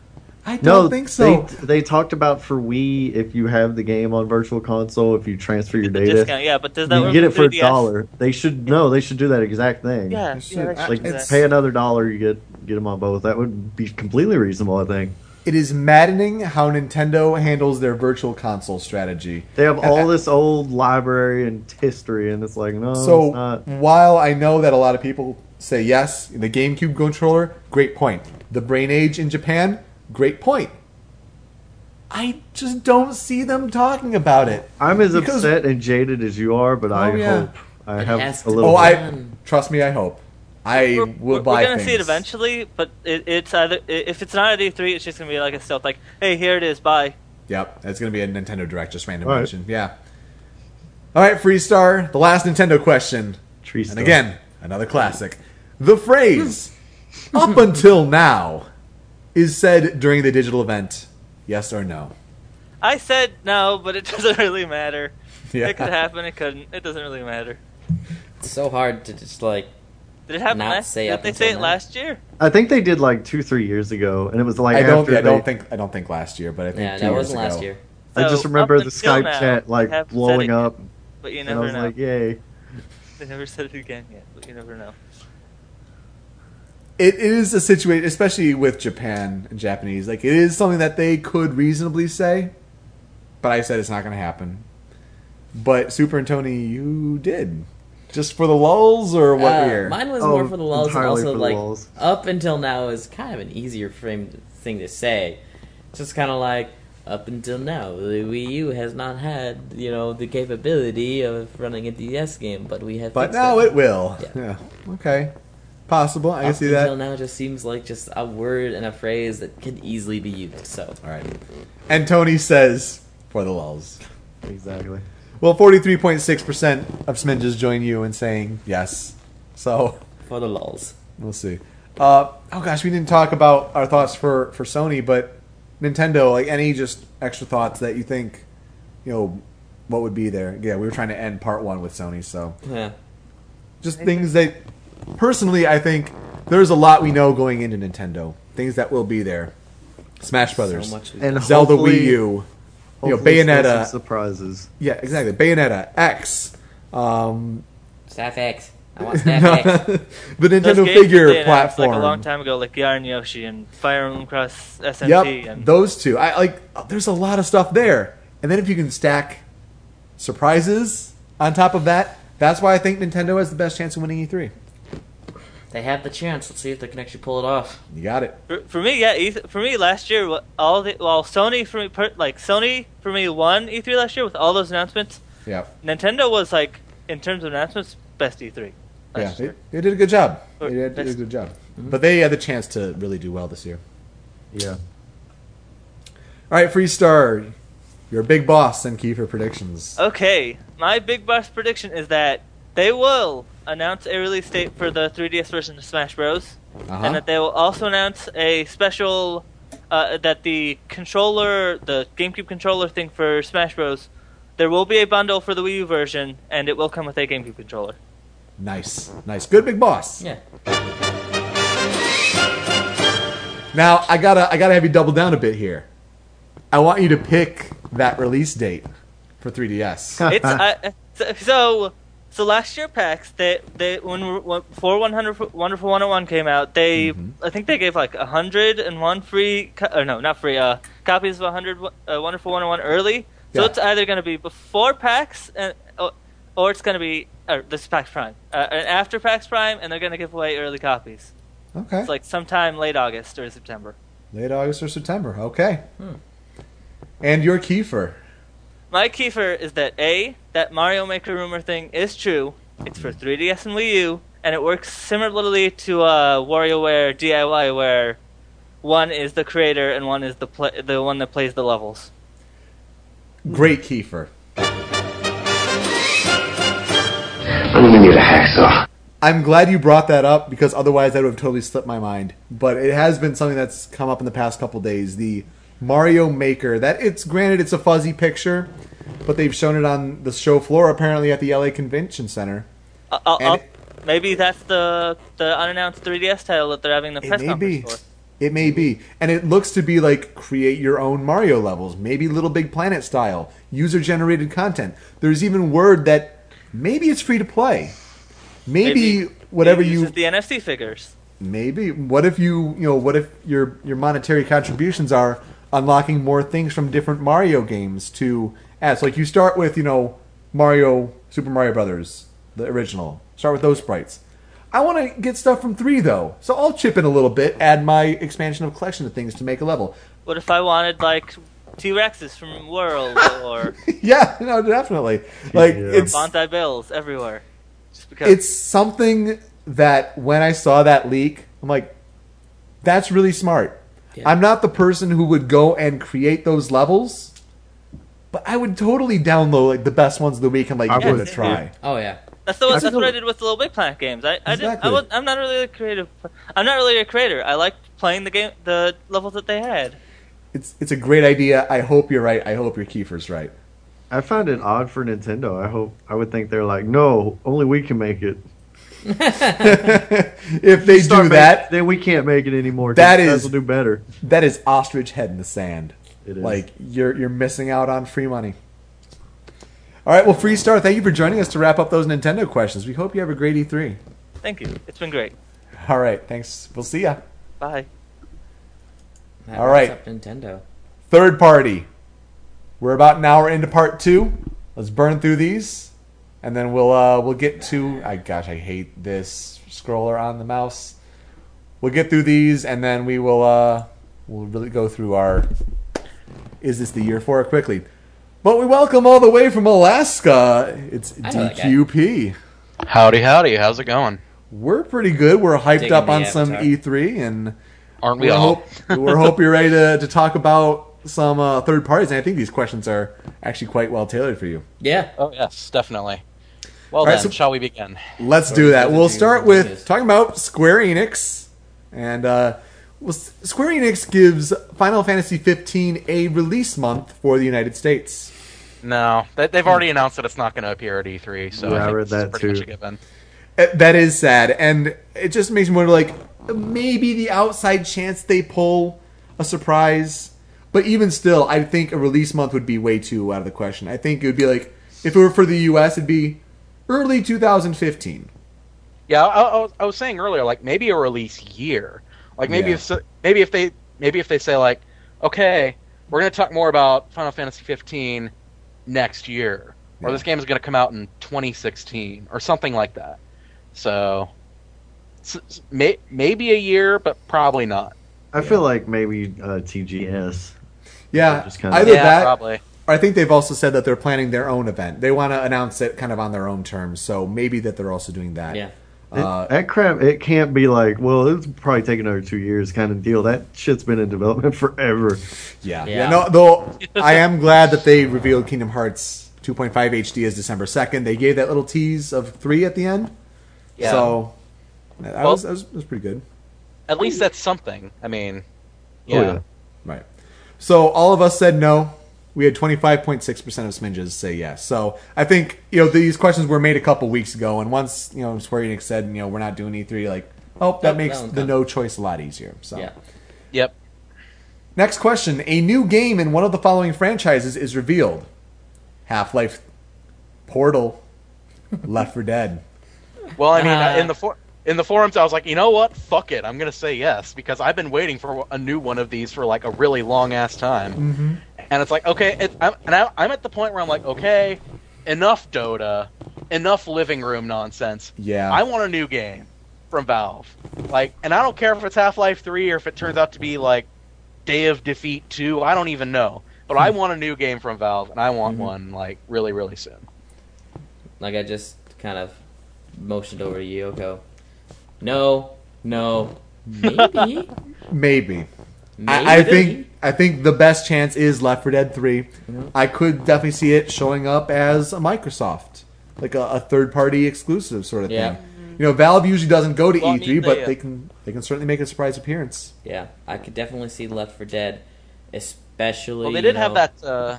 A: I don't
D: No,
A: think so.
D: They, they talked about for Wii if you have the game on Virtual Console, if you transfer your
K: The
D: data,
K: discount, yeah, but does that
D: you
K: work
D: get it
K: with
D: for a
K: 3DS?
D: dollar. They should no, they should do that exact thing.
K: Yeah,
A: They should.
K: yeah, that's
D: like
K: exact-
D: pay another dollar, you get get them on both. That would be completely reasonable, I think.
A: It is maddening how Nintendo handles their virtual console strategy.
D: They have
A: Uh,
D: all this old library and history, and it's like no, it's
A: So
D: not.
A: while I know that a lot of people say yes, the GameCube controller, great point. The Brain Age in Japan, great point. I just don't see them talking about it.
D: I'm as
A: Because-
D: upset and jaded as you are, but I
A: Oh, yeah.
D: hope I
C: It
D: have
C: has
D: a
C: to
D: little.
A: Oh,
D: bit.
A: I trust me. I hope I
K: we're,
A: will
K: we're-
A: buy.
K: we're gonna see it
A: things.
K: eventually, but it, it's either i- if it's not at E3, it's just gonna be like a stealth, like, hey, here it is, bye.
A: Yep, that's gonna be a Nintendo Direct, just random
D: All right.
A: mention. Yeah. All right, Freestar. The last Nintendo question.
D: Tree
A: And
D: stuff.
A: again, another classic. The phrase
D: Hmm.
A: up until now is said during the digital event. Yes or no?
K: I said no, but it (laughs) doesn't really matter.
A: Yeah.
K: It could happen, it couldn't. It doesn't really matter.
C: It's so hard to just like
K: Did it happen
C: Not
K: last?
C: say
K: did
C: up
K: they
C: until
K: say it
C: now.
K: last year?
D: I think they did like two, three years ago, and it was like
A: I don't.
D: after
A: I
D: they-
A: don't think. I don't think last year, but I think
C: yeah,
A: two
C: that
A: years
C: wasn't last
A: ago.
C: year.
D: I just
K: So,
D: remember
K: up
D: the
K: until
D: Skype
K: now,
D: chat
K: they
D: like
K: have said
D: blowing
K: it,
D: up,
K: But you
D: and I
K: never
D: was
K: know.
D: like, "Yay!"
K: They never said it again yet, but you never know.
A: it is a situation, especially with Japan and Japanese. Like it is something that they could reasonably say, but I said it's not going to happen. But Super and Tony, you did just for the lulls or what?
C: Uh,
A: year?
C: Mine was
D: Oh,
C: more for the lulls, and
D: entirely
C: also
D: for the
C: like
D: lulls.
C: up until now is kind of an easier frame thing to say. It's just kind of like up until now, the Wii U has not had you know the capability of running a DS game, but we have.
A: but
C: fixed
A: now it will.
C: Yeah.
A: Yeah. Okay. Possible. I can
C: Up
A: see that.
C: until now, just seems like just a word and a phrase that can easily be used. So
A: All right. And Tony says for the lulls.
D: Exactly.
A: Well, forty-three point six percent of Sminges join you in saying yes. So.
C: for the lulls,
A: We'll see. Uh, oh gosh, we didn't talk about our thoughts for, for Sony, but Nintendo. Like any just extra thoughts that you think, you know, what would be there? Yeah, we were trying to end part one with Sony, so
C: yeah.
A: just things that personally I think there's a lot we know going into Nintendo. Things that will be there. Smash Brothers,
C: So much. we-
D: And
A: Zelda Wii
D: hopefully-
A: U. You know,
D: hopefully there's
A: Bayonetta.
D: some surprises.
A: Yeah, exactly. Bayonetta X. Um,
C: Staff X. I want
A: (laughs)
C: Staff X.
A: the Nintendo
K: Those games that they
A: figure
K: announced,
A: platform.
K: like a long time ago, like Yarn Yoshi and Fire Emblem Cross SMT.
A: Yep,
K: and
A: those two. I like. There's a lot of stuff there, and then if you can stack surprises on top of that, that's why I think Nintendo has the best chance of winning E E3.
C: They have the chance. Let's see if they can actually pull it off.
A: You got it.
K: For, for me, yeah, E- for me last year, wh- all the well, Sony for me, per, like Sony for me won E3 last year with all those announcements.
A: Yeah,
K: Nintendo was like, in terms of announcements, best E3.
A: yeah.
K: Last
A: They,
K: year.
A: they did a good job. They
K: Or
A: did, did a
K: best-
A: good job. But they had the chance to really do well this year.
D: Yeah.
A: All right, Freestar, you're a big boss and key for predictions.
K: Okay, my big boss prediction is that they will announce a release date for the 3DS version of Smash Bros.
A: Uh-huh.
K: and that they will also announce a special uh, that the controller, the GameCube controller thing for Smash Bros. There will be a bundle for the Wii U version, and it will come with a GameCube controller.
A: Nice, nice, good big boss.
C: Yeah.
A: Now I gotta I gotta have you double down a bit here. I want you to pick that release date for 3DS. (laughs)
K: It's uh, so- so. So last year, PAX, they they when, when before 100 Wonderful 101 came out, they
A: Mm-hmm.
K: I think they gave like 101 free co- or no, not free, uh, copies of 100 wo- uh, Wonderful 101 early. So
A: Yeah.
K: it's either going to be before PAX and. oh, or it's going to be or this is PAX Prime, uh, and after PAX Prime, and they're going to give away early copies.
A: Okay.
K: It's like sometime late August or September.
A: Late August or September. Okay. And your Kiefer.
K: My kefir is that A, that Mario Maker rumor thing is true. It's
A: Hmm.
K: for 3DS and Wii U, and it works similarly to uh, WarioWare, DIY, where one is the creator and one is the pla the one that plays the levels.
A: Great Kiefer.
F: I'm gonna need a hacksaw.
A: I'm glad you brought that up because otherwise that would have totally slipped my mind. But it has been something that's come up in the past couple days. The Mario Maker. That it's granted it's a fuzzy picture, but they've shown it on the show floor apparently at the LA Convention Center.
K: Uh, uh,
A: And
K: uh, maybe that's the the unannounced 3DS title that they're having the press
A: it may
K: conference
A: be.
K: for.
A: It may be. And it looks to be like create your own Mario levels, maybe Little Big Planet style, user generated content. There's even word that maybe it's free to play. Maybe, whatever
K: It
A: you
K: uses the NFC figures.
A: maybe what if you you know what if your your monetary contributions are unlocking more things from different Mario games to add? So like you start with you know Mario Super Mario Brothers the original. Start with those sprites. I want to get stuff from three though, so I'll chip in a little bit, add my expansion of collection of things to make a level. (laughs)
K: What if I wanted like T Rexes from
A: (laughs)
K: World or
A: yeah, no, definitely. Like it's
K: Bonsai Bills everywhere? Just because
A: it's something that when I saw that leak, I'm like, that's really smart.
C: Yeah.
A: I'm not the person who would go and create those levels, but I would totally download like the best ones of the week and like
D: I
A: give
D: would,
A: it a try.
C: Oh yeah.
K: That's the one,
A: That's
K: that's
A: cool.
K: what I did with the Little Big Planet games. I, I didn't. I
A: Exactly.
K: was, I'm not really a creative. I'm not really a creator. I liked playing the game, the levels that they had.
A: It's it's a great idea. I hope you're right. I hope your Kiefer's right.
D: I found it odd for Nintendo. I hope I would think they're like, no, only we can make it.
A: if they do
D: Start making-
A: that,
D: then we can't make it anymore. 'cause
A: That
D: you guys
A: is-
D: will do better.
A: that is ostrich head in the sand.
D: It is.
A: Like you're you're missing out on free money. All right, well, Free Star, thank you for joining us to wrap up those Nintendo questions. We hope you have a great E3.
K: Thank you. It's been great.
A: All right, thanks. We'll see ya.
K: Bye.
C: That
A: All
C: wraps
A: right.
C: up Nintendo.
A: Third party. We're about an hour into part two. Let's burn through these, and then we'll uh, we'll get to. I gosh, I hate this scroller on the mouse. We'll get through these, and then we will uh, we'll really go through our. Is this the year for it quickly? But we welcome all the way from Alaska. It's
C: I know that guy.
A: DQP.
L: Howdy, howdy. How's it going?
A: We're pretty good. We're hyped
C: Digging
A: up
C: the
A: on some
C: avatar.
A: E3 and.
L: Aren't we
A: we
L: all?
A: hope we hope you're ready to, to talk about some uh, third parties. And I think these questions are actually quite well tailored for you.
C: Yeah.
L: Oh yes, definitely. Well
A: right,
L: then,
A: so-
L: shall we begin?
A: Let's do that. We'll start with
C: Yes.
A: talking about Square Enix, and uh, well, S- Square Enix gives Final Fantasy 15 a release month for the United States.
L: No, they,
A: Hmm.
L: they've already announced that it's not going to appear at E3, so
D: Yeah, I
L: I, think
D: read
L: it's
D: that
L: pretty much
D: too.
L: a given.
A: Uh, That is sad, and it just makes me wonder, like maybe the outside chance they pull a surprise. But even still, I think a release month would be way too out of the question. I think it would be like if it were for the U.S., it'd be early 2015.
L: Yeah, I, I, was, I was saying earlier, like maybe a release year. Like maybe
A: Yeah.
L: if if maybe if they maybe if they say like, okay, we're going to talk more about Final Fantasy 15 next year, or
A: Yeah.
L: this game is going to come out in 2016 or something like that. So, s- s- may, maybe a year, but probably not.
D: I feel like maybe uh, TGS.
A: Yeah,
D: Just kinda-
A: either
L: yeah,
A: that.
L: probably.
A: Or I think they've also said that they're planning their own event. They want to announce it kind of on their own terms, so maybe that they're also doing that. (laughs)
C: Yeah.
A: Uh,
D: that crap, it can't be like, well, it's probably take another two years kind of deal. That shit's been in development (laughs) forever.
A: Yeah.
C: Yeah.
A: yeah. No, though I am glad that they revealed Kingdom Hearts 2.5 HD as December 2nd. They gave that little tease of 3 at the end.
L: Yeah.
A: So that
L: Well-
A: was, that was that was pretty good.
L: At least that's something. I mean,
D: Oh,
L: yeah.
A: Right. So all of us said no. We had 25.6% of sminges say yes. So I think, you know, these questions were made a couple weeks ago. And once, you know, Square Enix said, you know, we're not doing E3, like, oh, that
C: Nope,
A: makes
C: that one's
A: the
C: done.
A: no choice a lot easier. So
C: Yeah.
L: Yep.
A: next question. A new game in one of the following franchises is revealed. Half-Life, Portal, (laughs) Left for Dead.
L: Well, I mean,
C: Uh,
L: in the for- in the forums, I was like, you know what? Fuck it. I'm gonna say yes because I've been waiting for a new one of these for like a really long ass time. Mm-hmm. And it's like, okay, it, I'm, and I, I'm at the point where I'm like, okay, enough Dota. enough living room nonsense.
A: Yeah.
L: I want a new game from Valve. Like, and I don't care if it's Half Life 3 or if it turns out to be like Day of Defeat 2. I don't even know. But
A: Hmm.
L: I want a new game from Valve, and I want one like really, really soon.
C: Like I just kind of motioned over to Yoko. No, no, maybe.
A: Maybe. I, I
C: Maybe.
A: think I think the best chance is Left 4 Dead 3. I could definitely see it showing up as a Microsoft, like a, a third party exclusive sort of
C: Yeah.
A: thing. You know, Valve usually doesn't go to
C: Well, I
A: E3,
C: mean,
A: but
C: they, uh,
A: they can they can certainly make a surprise appearance.
C: (laughs) yeah, I could definitely see Left for Dead, especially.
L: Well, they
C: you
L: did have
C: know-
L: that. Uh,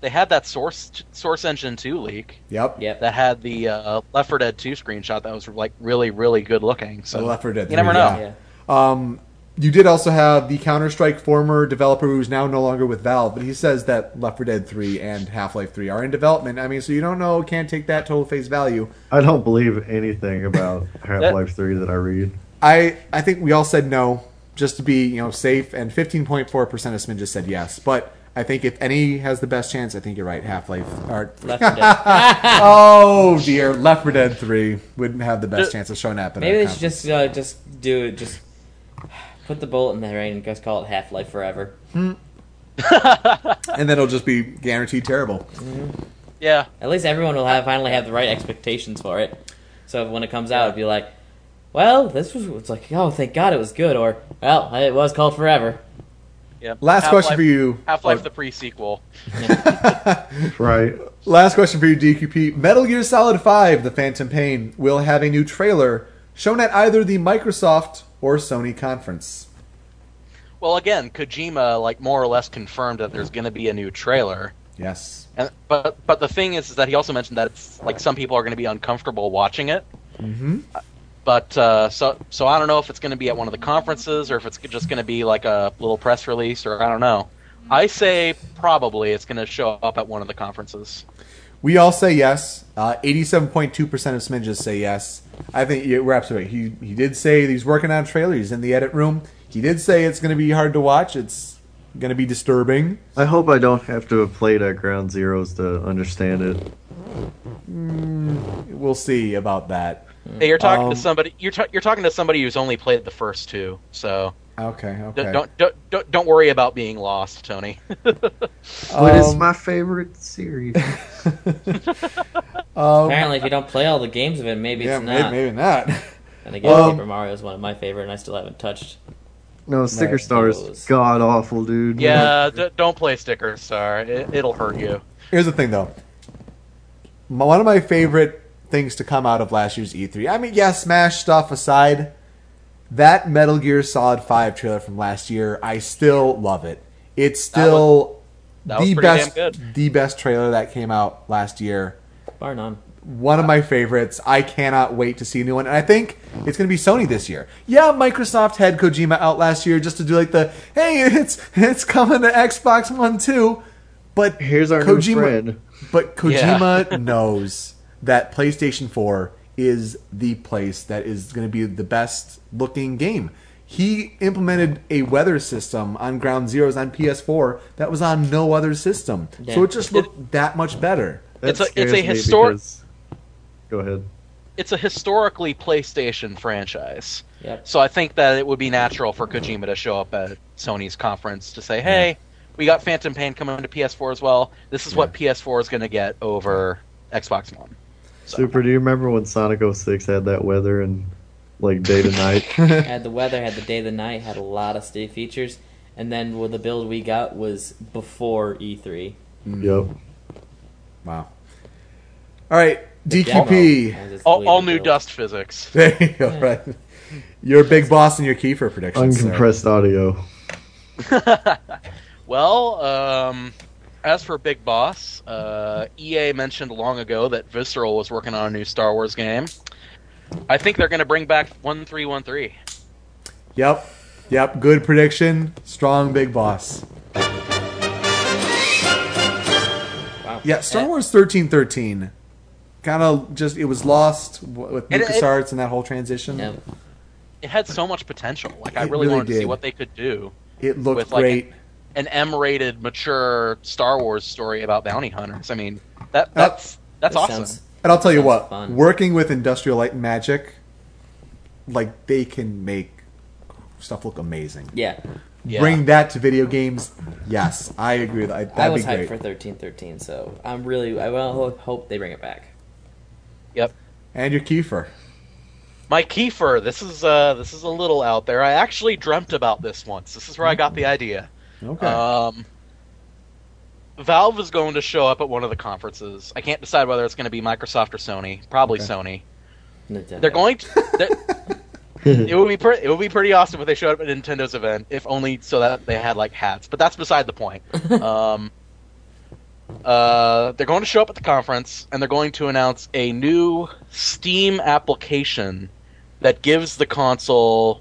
L: they had that source Source Engine 2 leak
A: Yep.
C: Yep.
L: that had the uh, Left 4 Dead 2 screenshot that was like really, really good looking. So
A: The Left 4 Dead
L: You never
A: 3,
L: know.
A: yeah.
C: yeah.
A: Um, you did also have the Counter Strike former developer who's now no longer with Valve, but he says that Left 4 Dead 3 and Half Life 3 are in development. I mean, so you don't know, can't take that total face value.
D: I don't believe anything
L: (laughs)
D: about Half Life Three that I read.
A: I I think we all said no just to be you know safe, and 15.4 percent of Smin just said yes. But I think if any has the best chance, I think you're right. Half Life or (laughs)
C: Left 4 Dead.
A: oh dear, Left 4 Dead 3 wouldn't have the best
C: Ju-
A: chance of showing up. At
C: Maybe
A: our
C: they should
A: conference.
C: just uh, just do it. Just put the bullet in the rain and just call it Half Life Forever.
A: and then it'll just be guaranteed terrible.
C: Mm-hmm.
L: yeah,
C: At least everyone will have finally have the right expectations for it. So when it comes out, it'll be like, well, this was it's like, oh, thank God it was good, or well, it was called Forever.
L: yeah.
A: Last question
L: Half-Life-
A: for you.
L: Half-Life
A: (laughs)
L: the pre-sequel.
D: Right?
A: Last question for you, DQP. Metal Gear Solid 5, The Phantom Pain, will have a new trailer shown at either the Microsoft or Sony conference.
L: (laughs) Well, again, Kojima like more or less confirmed that there's going to be a new trailer.
A: Yes.
L: And, but but the thing is, is that he also mentioned that it's like some people are going to be uncomfortable watching it. Mm-hmm. But uh, so so I don't know if it's going to be at one of the conferences or if it's just going to be like a little press release or I don't know. I say probably it's going to show up at one of the conferences.
A: We all say yes. Uh, 87.2% of Smidges say yes. I think yeah, we're absolutely right. He, he did say he's working on a trailer. He's in the edit room. He did say it's going to be hard to watch. It's going to be disturbing.
D: I hope I don't have to have played at Ground Zeroes to understand it.
A: Mm, We'll see about that.
D: Mm.
L: Hey, you're talking
A: Um,
L: to somebody. You're ta- you're talking to somebody who's only played the first two, so
A: Okay,
L: d-
A: okay.
L: don't, don't don't don't worry about being lost, Tony. (laughs)
D: What is
A: Um,
D: my
A: (laughs)
D: favorite series?
C: Apparently, if you don't play all the games of it,
A: Um,
C: maybe
A: yeah,
C: it's
A: may-
C: not.
A: maybe not.
C: And again,
A: Um,
C: Paper Mario is one of my favorite, and I still
A: (laughs)
C: haven't touched.
D: No, Sticker Star
C: those.
D: is god awful, dude.
L: Yeah, d- don't play Sticker Star. It, it'll hurt you.
A: Here's the thing, though. My- One of my favorite things to come out of last year's E3. I mean, yeah, Smash stuff aside, that Metal Gear Solid Five trailer from last year, I still love it. It's still
L: that was
A: the
L: pretty
A: best,
L: damn good.
A: the best trailer that came out last year.
C: Bar none.
A: One of my favorites. I cannot wait to see a new one, and I think it's going to be Sony this year. Yeah, Microsoft had Kojima out last year just to do like the hey, it's it's coming to Xbox One too. But
D: Here's our
A: Kojima-
D: new friend.
A: but Kojima knows that PlayStation 4 is the place that is going to be the best looking game. He implemented a weather system on Ground Zeroes on PS4 that was on no other system.
C: Yeah.
A: So it just looked that much better.
D: That
L: It's a- it's
D: scares
L: a
D: me
L: histor-
D: because- Go ahead.
L: It's a historically PlayStation franchise,
C: Yep.
L: so I think that it would be natural for Kojima to show up at Sony's conference to say, "Hey, we got Phantom Pain coming to PS4 as well. This is what PS4 is going to get over Xbox One."
D: Super, do you remember when Sonic 06 had that weather and like day
A: (laughs)
D: to night?
C: had the weather, had the day, the night, had a lot of state features, and then well, the build we got was before E E3.
D: yep.
A: Mm. Wow. All right,
C: Demo
A: DQP.
C: was just
L: All,
C: literally
L: all
C: the
L: new
C: build.
L: dust physics.
A: (laughs) There you go. Right. Your big boss and your Kiefer predictions. sir.
D: Uncompressed audio.
L: Well, um, as for Big Boss, uh, EA mentioned long ago that Visceral was working on a new Star Wars game. I think they're going to bring back 1313.
A: Yep. Yep. Good prediction. Strong big boss.
C: Wow.
A: Yeah, Star Wars thirteen thirteen, kind of just it was lost w- with
L: It- it-
A: LucasArts and that whole transition.
C: Yeah.
L: It had so much potential. Like, I
A: It
L: really,
A: really
L: wanted to see
A: did.
L: what they could do.
A: It looked
L: With, like,
A: great.
L: An M rated, mature Star Wars story about bounty hunters. I mean, that that's, that's
C: That
L: awesome.
C: sounds-
A: And I'll tell you what,
C: fun.
A: working with Industrial Light and Magic, like they can make stuff look amazing.
C: Yeah.
L: Yeah.
A: Bring that to video games. Yes, I agree with that.
C: I
A: That'd be
C: was
A: great.
C: hyped for thirteen thirteen, so I'm really I will hope they bring it back.
L: Yep.
A: and your Kiefer.
L: My Kiefer, this is uh, this is a little out there. I actually dreamt about this once. This is where I got the idea.
A: Okay.
L: Um, Valve is going to show up at one of the conferences. I can't decide whether it's going to be Microsoft or Sony. Probably
A: Okay.
L: Sony.
C: Nintendo.
L: They're going to. They're,
A: (laughs)
L: it would be pre- it would be pretty awesome if they showed up at Nintendo's event, if only so that they had like hats. But that's beside
A: (laughs)
L: the point. um, uh, they're going to show up at the conference, and they're going to announce a new Steam application that gives the console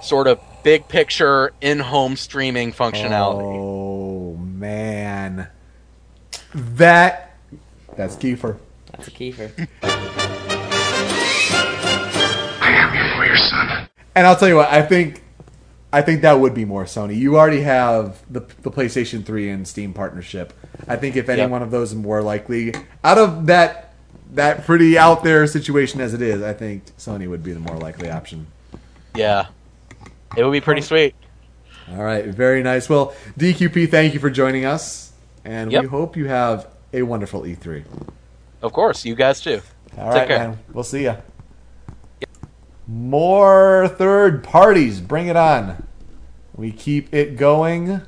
L: sort of big picture in-home streaming functionality.
A: Oh man, that that's Kiefer.
C: That's a Kiefer.
A: (laughs)
F: I am your warrior son.
A: And I'll tell you what, I think I think that would be more Sony. You already have the the PlayStation 3 and Steam partnership. I think if any
L: Yep.
A: one of those is more likely out of that that pretty out there situation as it is, I think Sony would be the more likely option.
L: Yeah, it would be pretty sweet.
A: All right, very nice. Well, DQP, thank you for joining us, and we
L: Yep.
A: hope you have a wonderful E E3.
L: Of course, you guys too.
A: All right,
L: Take care.
A: man. We'll see ya. More third parties. Bring it on. We keep it going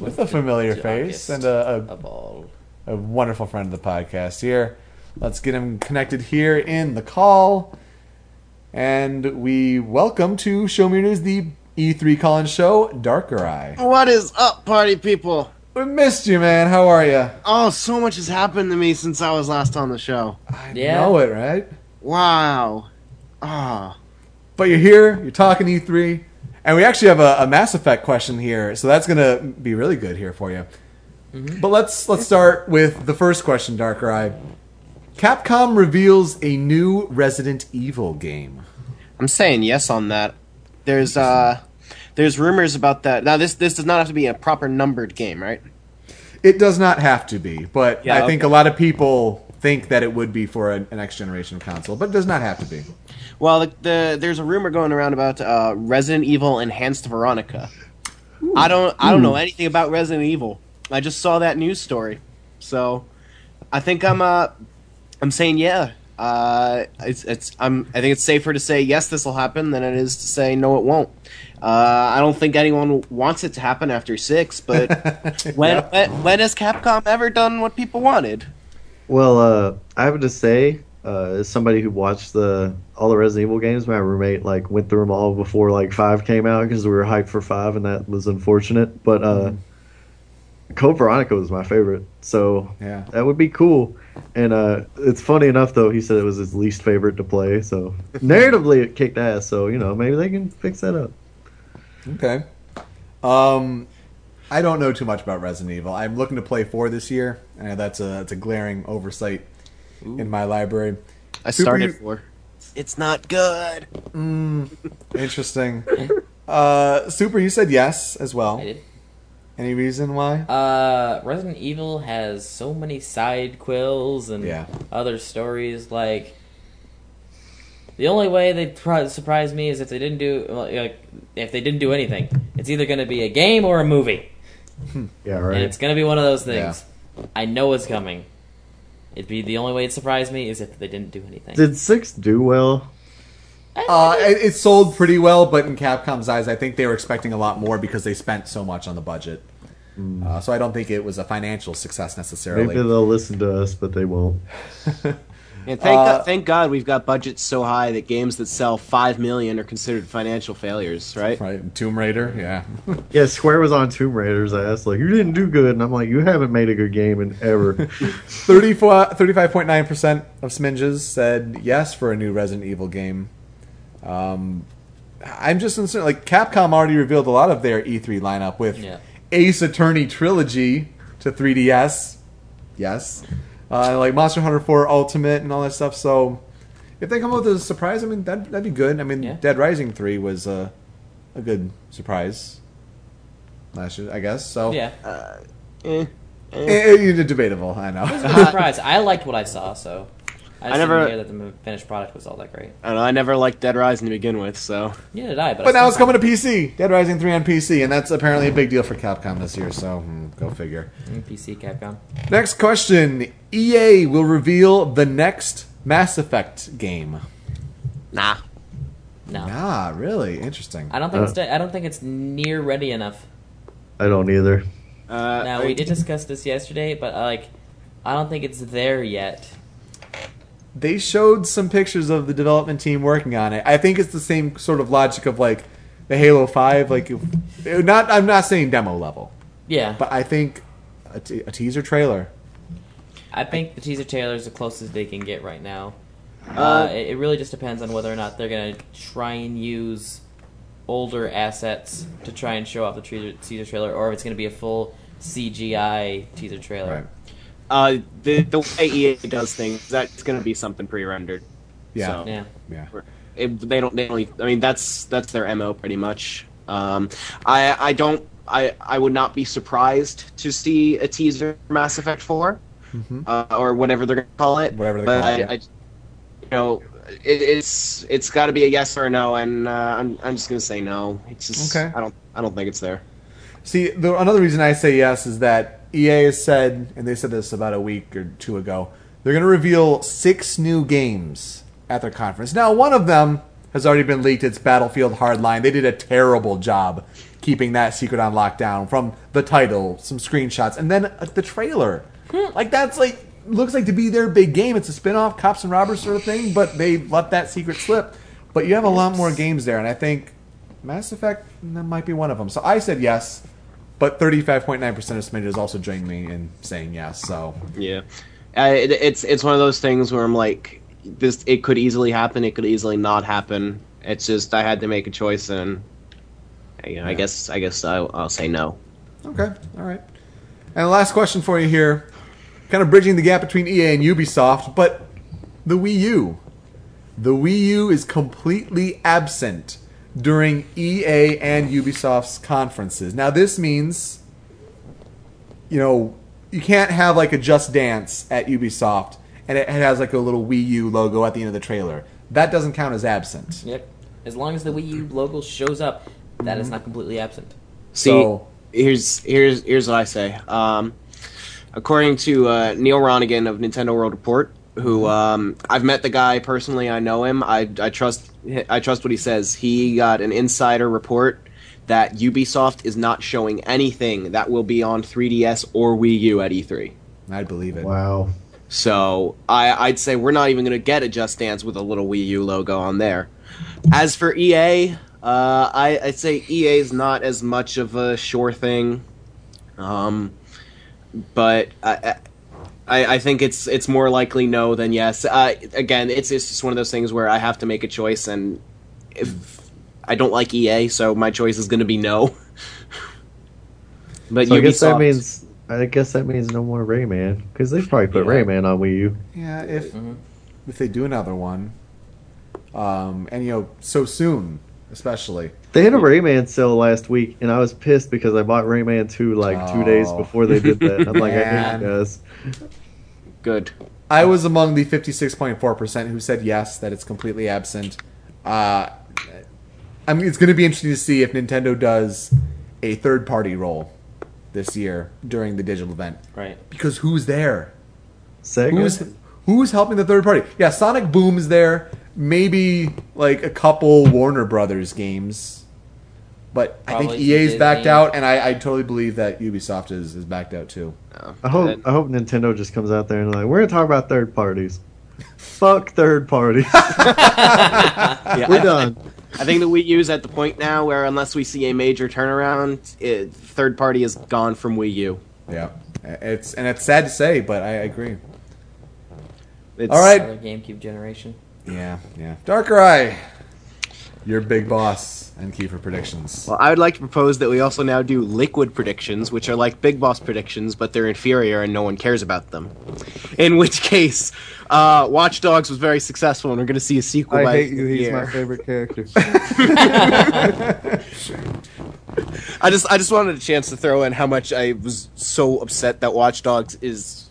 A: with a familiar face
C: Darkest
A: and a,
C: of all.
A: a, a wonderful friend of the podcast here. Let's get him connected here in the call. And we welcome to Show Me Your News, the E3 Colin Show, Darker Eye.
M: What is up, party people?
A: We missed you, man. How are you?
M: Oh, so much has happened to me since I was last on the show.
A: I
C: Yeah.
A: know it, right?
M: Wow. Ah.
A: But you're here, you're talking E3, and we actually have a, a Mass Effect question here, so that's gonna be really good here for you. But let's let's start with the first question, Darker Eye. Capcom reveals a new Resident Evil game.
M: I'm saying yes on that. There's uh there's rumors about that. Now this this does not have to be a proper numbered game, right?
A: It does not have to be, but
M: Yeah,
A: I think a lot of people think that it would be for a, a next generation console, but it does not have to be.
M: Well, the, the there's a rumor going around about uh, Resident Evil Enhanced Veronica. I don't I don't know anything about Resident Evil. I just saw that news story, so I think I'm uh I'm saying yeah. Uh, it's it's I'm I think it's safer to say yes this will happen than it is to say no it won't. Uh, I don't think anyone wants it to happen after six, but when, when when has Capcom ever done what people wanted?
D: Well, uh, I have to say, uh, as somebody who watched the all the Resident Evil games, my roommate like went through them all before like five came out because we were hyped for five, and that was unfortunate. But uh, Code Veronica was my favorite, so
A: Yeah.
D: that would be cool. And uh, it's funny enough though, he said it was his least favorite to play. So narratively, it kicked ass. So you know, maybe they can fix that up.
A: Okay. Um, I don't know too much about Resident Evil. I'm looking to play four this year, and that's a that's a glaring oversight in my library.
M: I
A: Super-
M: started for. It's not good.
A: Mm, Interesting. (laughs) uh, Super, you said yes as well.
C: I did.
A: Any reason why?
C: Uh, Resident Evil has so many side quills and
A: Yeah.
C: other stories. Like the only way they try surprise me is if they didn't do well, like if they didn't do anything. It's either going to be a game or a movie,
D: Yeah,
C: and
D: right.
C: it's going to be one of those things. I know it's coming. It'd be the only way it surprised me is if they didn't do anything.
D: Did six do well?
A: Uh, it, it sold pretty well, but in Capcom's eyes, I think they were expecting a lot more because they spent so much on the budget. Uh, so I don't think it was a financial success necessarily.
D: Mm. Maybe they'll listen to us, but they won't.
M: And thank,
A: Uh,
M: God, thank God we've got budgets so high that games that sell five million are considered financial failures, right?
A: Right, Tomb Raider, yeah.
D: Yeah, Square was on Tomb Raider's ass. Like, you didn't do good. And I'm like, you haven't made a good game in
A: (laughs)
D: ever.
A: 34 35.9% of Sminges said yes for a new Resident Evil game. Um, I'm just concerned. Like, Capcom already revealed a lot of their E3 lineup with
C: Yeah.
A: Ace Attorney Trilogy to 3DS. Yes. Uh, like Monster Hunter 4 Ultimate and all that stuff. So, if they come up with a surprise, I mean, that'd, that'd be good. I mean,
C: Yeah.
A: Dead Rising 3 was a, a good surprise last year, I guess. So, uh,
C: yeah,
M: Eh.
A: Eh, eh, debatable, I know. (laughs)
C: surprise. I liked what I saw, so I,
M: I
C: just
M: never-
C: didn't hear that the finished product was all that great.
M: I don't know. I never liked Dead Rising to begin with, so
C: Yeah, did I? But,
A: But now it's coming to PC. Dead Rising 3 on PC, and that's apparently a big deal for Capcom this year, so hmm, go figure.
C: PC Capcom.
A: Next question EA will reveal the next Mass Effect game.
M: Nah.
C: No.
A: Ah, really? Interesting.
C: I don't think
D: Uh.
C: it's. de- I don't think it's near ready enough.
D: I don't either.
M: Uh,
C: now we did discuss this yesterday, but uh, like, I don't think it's there yet.
A: they showed some pictures of the development team working on it. I think it's the same sort of logic of like the Halo Five. Like, if, not I'm not saying demo level,
C: Yeah,
A: but I think a, te- a teaser trailer.
C: I think the teaser trailer is the closest they can get right now.
M: Uh,
C: Uh, it, it really just depends on whether or not they're gonna try and use older assets to try and show off the teaser, teaser trailer, or if it's gonna be a full CGI teaser trailer.
A: Right.
M: Uh, the the way EA does things, that's going to be something pre-rendered.
A: Yeah.
M: So.
C: Yeah.
A: Yeah.
M: it, they don't they only I mean that's that's their MO pretty much. Um, I I don't I I would not be surprised to see a teaser for Mass Effect 4 uh, or whatever they're gonna call it.
A: Mm-hmm. Whatever they
M: but
A: call
M: I,
A: it, yeah.
M: I, you know, it, it's it's got to be a yes or a no, and uh, I'm I'm just gonna say no. It's just
A: Okay.
M: I don't I don't think it's there.
A: See, the, another reason I say yes is that EA has said, and they said this about a week or two ago, they're going to reveal six new games at their conference. Now, one of them has already been leaked. It's Battlefield Hardline. They did a terrible job keeping that secret on lockdown from the title, some screenshots, and then uh, the trailer. like, that's like, looks like to be their big game. It's a spin off, cops and robbers sort of thing, but they let that secret slip. But you have a lot more games there, and I think Mass Effect that might be one of them. So I said yes, but 35.9% of tomatoes also joined me in saying yes. So
M: Yeah, uh, it, it's it's one of those things where I'm like, this it could easily happen, it could easily not happen. It's just I had to make a choice, and I, I guess I guess I, I'll say no.
A: okay, all right. And the last question for you here, kind of bridging the gap between EA and Ubisoft, but the Wii U. The Wii U is completely absent during EA and Ubisoft's conferences. Now this means you know, you can't have like a Just Dance at Ubisoft and it has like a little Wii U logo at the end of the trailer. That doesn't count as absent.
C: Yep. As long as the Wii U logo shows up, that
M: Mm-hmm.
C: is not completely absent.
M: See,
A: So-
M: here's here's here's what I say. Um, according to uh, Neil Ronigan of Nintendo World Report,
A: Mm-hmm.
M: who um, I've met the guy personally, I know him. I I trust I trust what he says. He got an insider report that Ubisoft is not showing anything that will be on 3DS or Wii U at E E3.
A: I believe it.
D: Wow.
M: So I, I'd say we're not even going to get a Just Dance with a little Wii U logo on there. As for EA, uh, I, I'd say EA is not as much of a sure thing, um, but I, I, I think it's it's more likely no than yes. Uh, again, it's it's just one of those things where I have to make a choice, and if I don't like EA, so my choice is going to be no. (laughs) but
D: So I guess that
M: Ubisoft-
D: means I guess that means no more Rayman because they've probably put Rayman on Wii U.
A: Yeah, if if they do another one, um, and you know, so soon, especially.
D: They had a Rayman sale last week, and I was pissed because I bought Rayman 2 like two days
A: Oh.
D: before they did that. I'm
A: (laughs)
D: like, I hate
A: Man.
D: you guys.
M: good.
A: I was among the fifty-six point four percent who said yes that it's completely absent. Uh, I mean, it's going to be interesting to see if Nintendo does a third-party role this year during the digital event
C: Right.
A: because who's there?
D: Sega?
A: Who's who's helping the third party? Yeah, Sonic Boom is there. Maybe like a couple Warner Brothers games, but I
C: Probably E
A: think EA's
C: Disney.
A: backed out, and I, I totally believe that Ubisoft is, is backed out too.
D: I hope I hope Nintendo just comes out there and like we're gonna talk about third parties. Fuck third parties.
M: Yeah,
D: We're
M: I-
D: done.
M: I think the Wii U is at the point now where, unless we see a major turnaround, it, third party is gone from Wii U.
A: Yeah, it's and it's sad to say, but I agree.
M: It's,
A: All right,
C: Another GameCube generation.
A: yeah, yeah. Darker Eye, your big boss and key for predictions.
M: Well, I would like to propose that we also now do liquid predictions, which are like Big Boss predictions, but they're inferior and no one cares about them. In which case, uh, Watch Dogs was very successful, and we're going to see a sequel.
D: I
M: by
D: hate you.
M: the
D: He's
M: year.
D: my favorite character.
M: (laughs)
D: (laughs)
M: I just, I just wanted a chance to throw in how much I was so upset that Watch Dogs is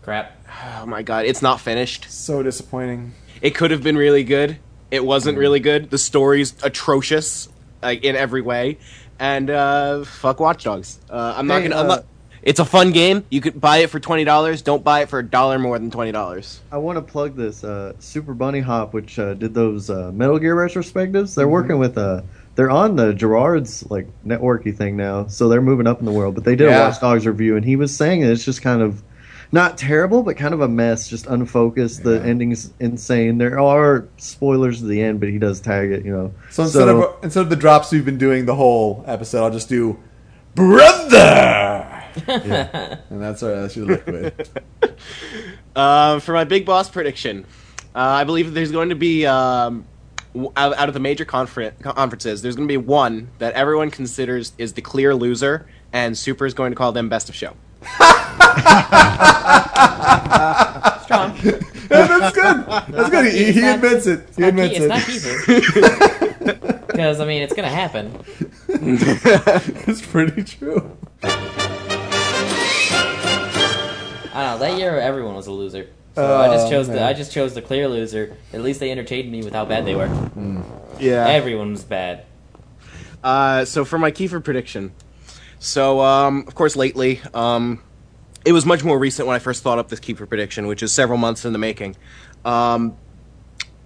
C: Crap.
M: Oh my god, it's not finished.
A: So disappointing. Mm.
M: It could have been really good. It wasn't really good. The story's atrocious, like in every way. And uh, fuck Watch Dogs. Uh, I'm not
D: Hey,
M: gonna. I'm
D: uh,
M: not, it's a fun game. You could buy it for twenty dollars. Don't buy it for a dollar more than twenty dollars.
D: I want to plug this uh, Super Bunny Hop, which uh, did those uh, Metal Gear retrospectives. They're working with uh, they're on the Gerard's like networky thing now, so they're moving up in the world. But they did
A: Yeah.
D: a Watch Dogs review, and he was saying that it's just kind of not terrible, but kind of a mess, just unfocused. The ending's insane. There are spoilers at the end, but he does tag it. You know,
A: So instead of instead of the drops we've been doing the whole episode, I'll just do brother, Yeah. and that's our that's your (laughs) liquid.
M: Uh, for my big boss prediction, uh, I believe that there's going to be um, w- out, out of the major confer- conferences, there's going to be one that everyone considers is the clear loser, and Super is going to call them best of show.
A: Yeah, that's good. That's good. He, he admits it. He admits
C: It's not
A: it. (laughs)
C: (laughs) Kiefer. Because I mean, it's gonna happen.
A: it's pretty true.
C: I don't know. That year, everyone was a loser. So I just
A: Oh,
C: chose
A: man.
C: the I just chose the clear loser. At least they entertained me with how bad they were.
A: Hmm.
M: Yeah.
C: everyone was bad.
M: Uh, so for my Kiefer prediction, so um, of course lately, um, it was much more recent when I first thought up this Kiefer prediction, which is several months in the making. Um,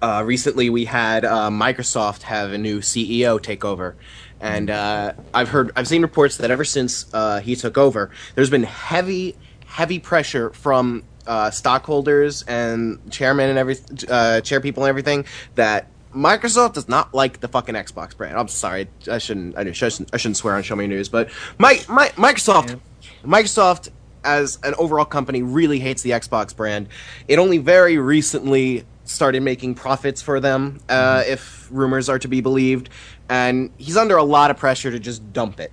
M: uh, recently, we had uh, Microsoft have a new CEO take over, and uh, I've heard I've seen reports that ever since uh, he took over, there's been heavy heavy pressure from uh, stockholders and chairmen and every uh, chair people and everything that Microsoft does not like the fucking Xbox brand. I'm sorry, I shouldn't I shouldn't, I shouldn't swear on Show Me News, but my, my Microsoft Microsoft as an overall company really hates the Xbox brand. It only very recently started making profits for them, uh, if rumors are to be believed, and he's under a lot of pressure to just dump it.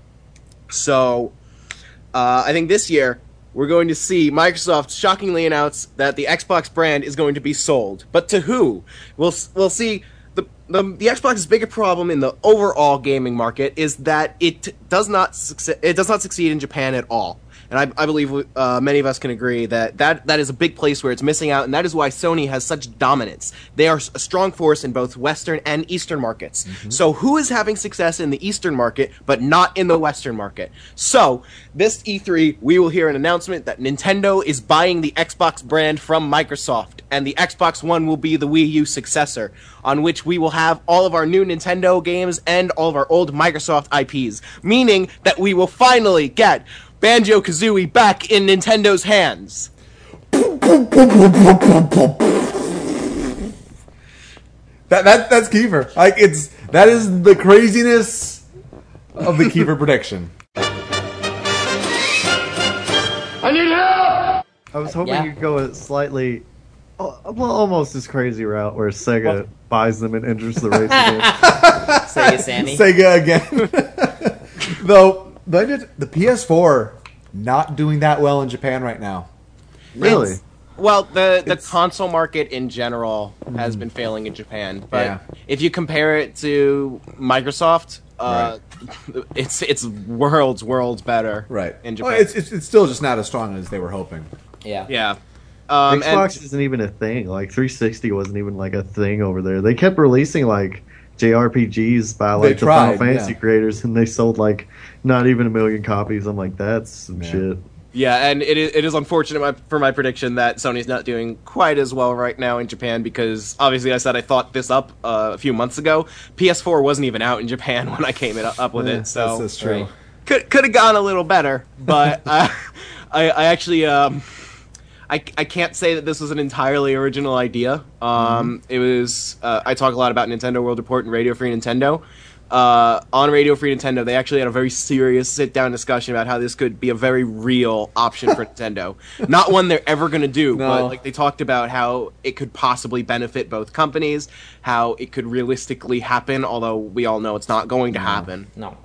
M: So, uh, I think this year we're going to see Microsoft shockingly announce that the Xbox brand is going to be sold, but to who? We'll s- we'll see. The, the, the Xbox's bigger problem in the overall gaming market is that it does not succe- it does not succeed in Japan at all, and I, I believe uh, many of us can agree that, that that is a big place where it's missing out, and that is why Sony has such dominance. They are s- a strong force in both Western and Eastern markets. So who is having success in the Eastern market but not in the Western market? So this E3, we will hear an announcement that Nintendo is buying the Xbox brand from Microsoft, and the Xbox One will be the Wii U successor, on which we will have all of our new Nintendo games and all of our old Microsoft IPs, meaning that we will finally get Banjo Kazooie back in Nintendo's hands.
A: That that that's Kiefer. Like it's that is the craziness of the Kiefer prediction.
F: I need help!
D: I was hoping
F: Yeah.
D: you'd go a slightly, al- well, almost as crazy route where Sega buys them and enters the
C: (laughs)
D: race again.
C: Sega Sammy.
A: Sega again. Though but it- the PS4 not doing that well in Japan right now.
D: Really?
M: Well, the, the console market in general has been failing in Japan, but
A: Hmm. Yeah.
M: if you compare it to Microsoft, uh, (laughs) it's it's worlds worlds better.
A: Right.
M: in
A: Well,
M: Japan.
A: Oh, it's, it's it's still just not as strong as they were hoping.
C: Yeah.
M: Yeah. Um,
D: Xbox isn't even a thing. Like 360 wasn't even like a thing over there. They kept releasing like JRPGs
A: They
D: by like the
A: tried,
D: Final Fantasy
A: yeah.
D: creators, and they sold like not even a million copies. I'm like, that's some shit.
M: Yeah, and it is, it is unfortunate my, for my prediction that Sony's not doing quite as well right now in Japan because obviously I said I thought this up uh, a few months ago. PS4 wasn't even out in Japan (laughs) when I came it, up with
A: Yeah,
M: it, so
A: that's- that's true. Right.
M: could could have gone a little better, but uh, I I actually um I, I can't say that this was an entirely original idea. Um,
C: Mm-hmm.
M: It was uh, I talk a lot about Nintendo World Report and Radio Free Nintendo. Uh, on Radio Free Nintendo, they actually had a very serious sit down discussion about how this could be a very real option
C: (laughs)
M: for Nintendo. Not one they're ever going to do, but
A: No.
M: like they talked about how it could possibly benefit both companies, how it could realistically happen, altugh we all know it's not going to happen.
C: No.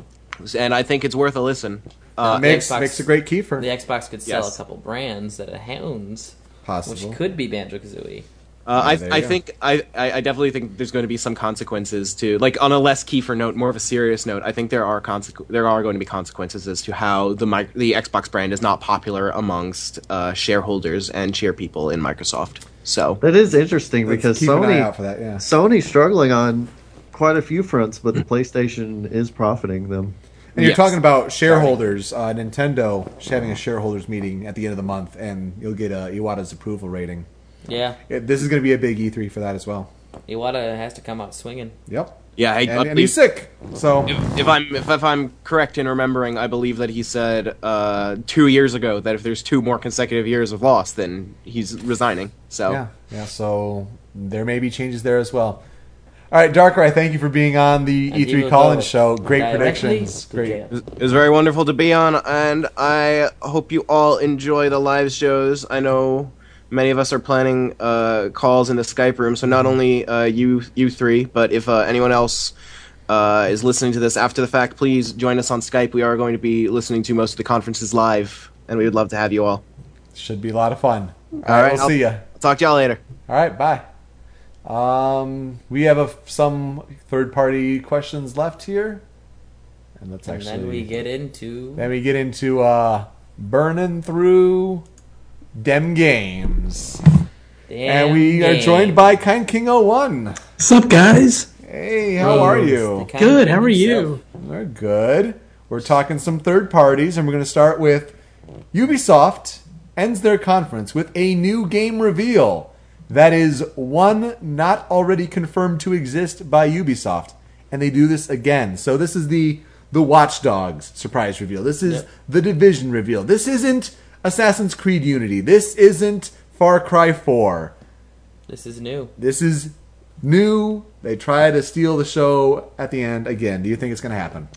M: And I think it's worth a listen. Uh,
A: makes makes a great Kiefer.
C: The Xbox could sell
M: Yes.
C: a couple brands that it owns,
A: Possible.
C: which could be Banjo Kazooie.
N: Uh,
A: there you
N: I, I
A: go.
N: think I, I I definitely think there's going to be some consequences to like on a less Kiefer note, more of a serious note. I think there are consequ- there are going to be consequences as to how the mic- the Xbox brand is not popular amongst uh, shareholders and share people in Microsoft. So
D: That is interesting
N: Let's
D: because
N: keep an
D: Sony
N: eye out for that, yeah.
D: Sony's struggling on quite a few
A: (clears throat)
D: fronts, but the PlayStation is profiting them.
A: And you're talking about shareholders. Uh, Nintendo is having a shareholders meeting at the end of the month, and you'll get uh, Iwata's approval rating.
C: Yeah.
A: Yeah, This is going to be a big E3 for that as well.
C: Iwata has to come out swinging.
A: Yep.
N: Yeah, I,
A: And-
N: I
A: and E
N: believe-
A: he's sick, so-
N: if, if I'm if, if I'm correct in remembering, I believe that he said uh, two years ago that if there's two more consecutive years of loss, then he's resigning. So
A: Yeah, yeah. So there may be changes there as well. All right, Darkrai, thank you for being on the
N: And he
A: E3
N: will
A: E Collins
N: go
A: show. Great
N: directly
A: predictions.
N: to
A: Great.
N: It was very wonderful to be on, and I hope you all enjoy the live shows. I know many of us are planning uh, calls in the Skype room, so
A: Mm-hmm.
N: not only uh, you you three, but if uh, anyone else uh, is listening to this after the fact, please join us on Skype. We are going to be listening to most of the conferences live, and we would love to have you all.
A: Should be a lot of fun. All
N: All right,
A: we'll
N: I'll-
A: see ya.
N: I'll talk to y'all later.
A: All right, bye. Um, we have a, some third party questions left here, and let's
C: And
A: actually
C: then we get into
A: Then we get into uh, burning through dem games.
C: Dem
A: and we are
C: games.
A: joined by oh Kind King 01.
O: What's up, guys?
A: Hey, how are you?
O: Good. How are you?
A: We're good. We're talking some third parties, and we're going to start with Ubisoft ends their conference with a new game reveal. That is one not already confirmed to exist by Ubisoft, and they do this again. So this is the the Watch Dogs surprise reveal. This is
O: Yep.
A: the Division reveal. This isn't Assassin's Creed Unity. This isn't Far Cry 4.
C: This is new.
A: This is new. They try to steal the show at the end again. Do you think it's going to happen?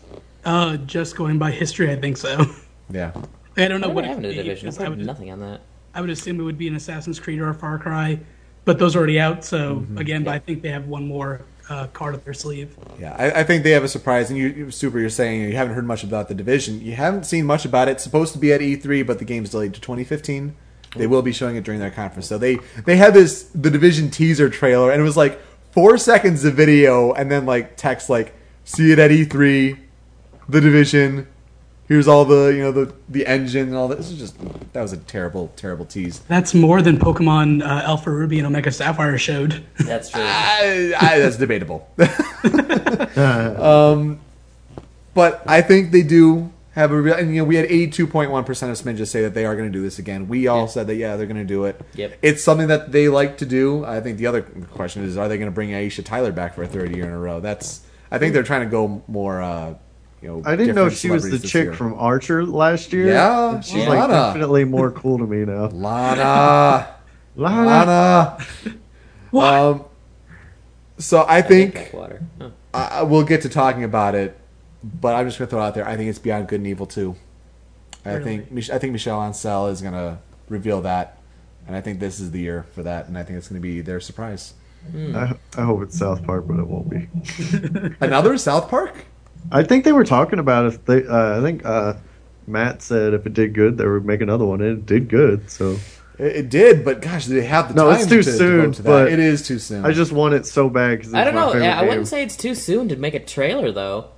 O: Uh, just going by history, I think so. (laughs)
A: Yeah.
O: I don't know
C: Why
O: what
C: do
O: it
C: we have
O: would
C: in a
O: be,
C: division.
O: because
C: We
O: I
C: have
O: would-
C: nothing on that.
O: I would assume it would be an Assassin's Creed or a Far Cry, but those are already out. So
C: Mm-hmm.
O: again, but I think they have one more uh, card up their sleeve.
A: Yeah, I, I think they have a surprise. And you, you- Super, you're saying you haven't heard much about the division. You haven't seen much about it. It's supposed to be at E3, but the game's delayed to 2015. They will be showing it during their conference. So they they had this the division teaser trailer, and it was like four seconds of video, and then like text like "See it at E3." The division. Here's all the you know the the engine and all that. This is just that was a terrible terrible tease.
O: That's more than Pokemon uh, Alpha Ruby and Omega Sapphire showed.
C: That's true.
A: (laughs) I, I, that's debatable. (laughs)
D: Uh.
A: um, but I think they do have a real. And you know, we had eighty-two point one percent of smidges say that they are going to do this again. We all said that yeah, they're going to do it.
C: Yep.
A: It's something that they like to do. I think the other question is, are they going to bring Aisha Tyler back for a third year in a row? That's. I think they're trying to go more. Uh, you know,
D: I didn't know
A: different
D: she was the
A: celebrities this
D: chick
A: year.
D: from Archer last year.
A: Yeah,
D: And she's
A: yeah.
D: like
A: Lana.
D: definitely more cool to me now. (laughs)
A: Lana.
D: Lana.
A: Lana. Um, so I think I, I- we'll get to talking about it, but I'm just going to throw it out there. I think it's Beyond Good and Evil too. I
O: Really?
A: think Mich- I think Michelle Ancel is going to reveal that, and I think this is the year for that, and I think it's going to be their surprise.
D: I, I hope it's South Park, but it won't be.
A: (laughs) Another South Park?
D: I think they were talking about if they. Uh, I think uh, Matt said if it did good, they would make another one, and it did good. So
A: It, it did, but gosh, do they have the
D: no,
A: time
D: it's too
A: to
D: soon.
A: devote to that?
D: But
A: it is too soon.
D: I just want it so bad because
C: I don't know. Yeah, I wouldn't say it's too soon to make a trailer, though.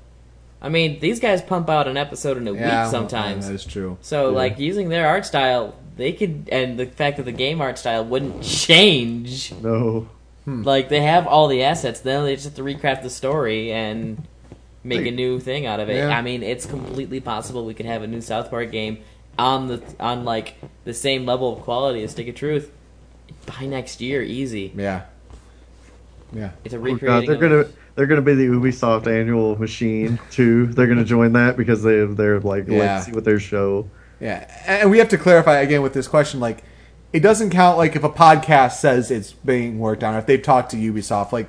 C: I mean, these guys pump out an episode in a
A: Yeah,
C: week sometimes.
A: that is true.
C: So,
A: Yeah.
C: like, using their art style, they could, and the fact that the game art style wouldn't (laughs) change.
D: No.
A: Hmm.
C: Like, they have all the assets, then they just have to recraft the story and make a new thing out of it.
O: Yeah.
C: I mean, it's completely possible we could have a new South Park game on the on like the same level of quality as Stick of Truth by next year, easy.
A: Yeah.
P: (laughs)
A: Yeah.
C: It's a
D: Oh,
C: recreating.
D: God, they're
C: of-
D: gonna they're gonna be the Ubisoft annual machine too. They're gonna join that because they they're like
A: Yeah.
D: let's see what their show.
A: Yeah, and we have to clarify again with this question. Like, it doesn't count. Like, if a podcast says it's being worked on, or if they've talked to Ubisoft, like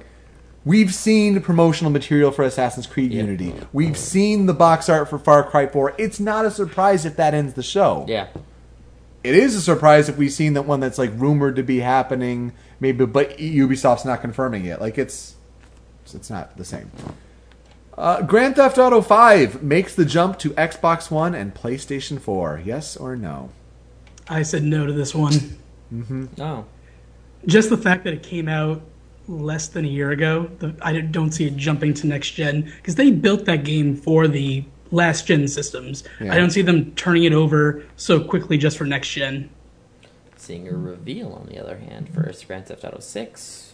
A: we've seen promotional material for Assassin's Creed Unity. We've seen the box art for Far Cry Four. It's not a surprise if that ends the show.
C: Yeah.
A: It is a surprise if we've seen that one that's like rumored to be happening, maybe, but Ubisoft's not confirming it. Like, it's it's not the same. Uh, Grand Theft Auto 5 makes the jump to Xbox One and PlayStation 4. Yes or no?
O: I said no to this one.
A: Mm-hmm.
C: No.
O: just the fact that it came out less than a year ago, the, I don't- don't see it jumping to next gen because they built that game for the last gen systems.
C: Yeah.
O: I don't see them turning it over so quickly just for next gen.
C: Seeing a reveal, on the other hand, for Grand Theft Auto 6.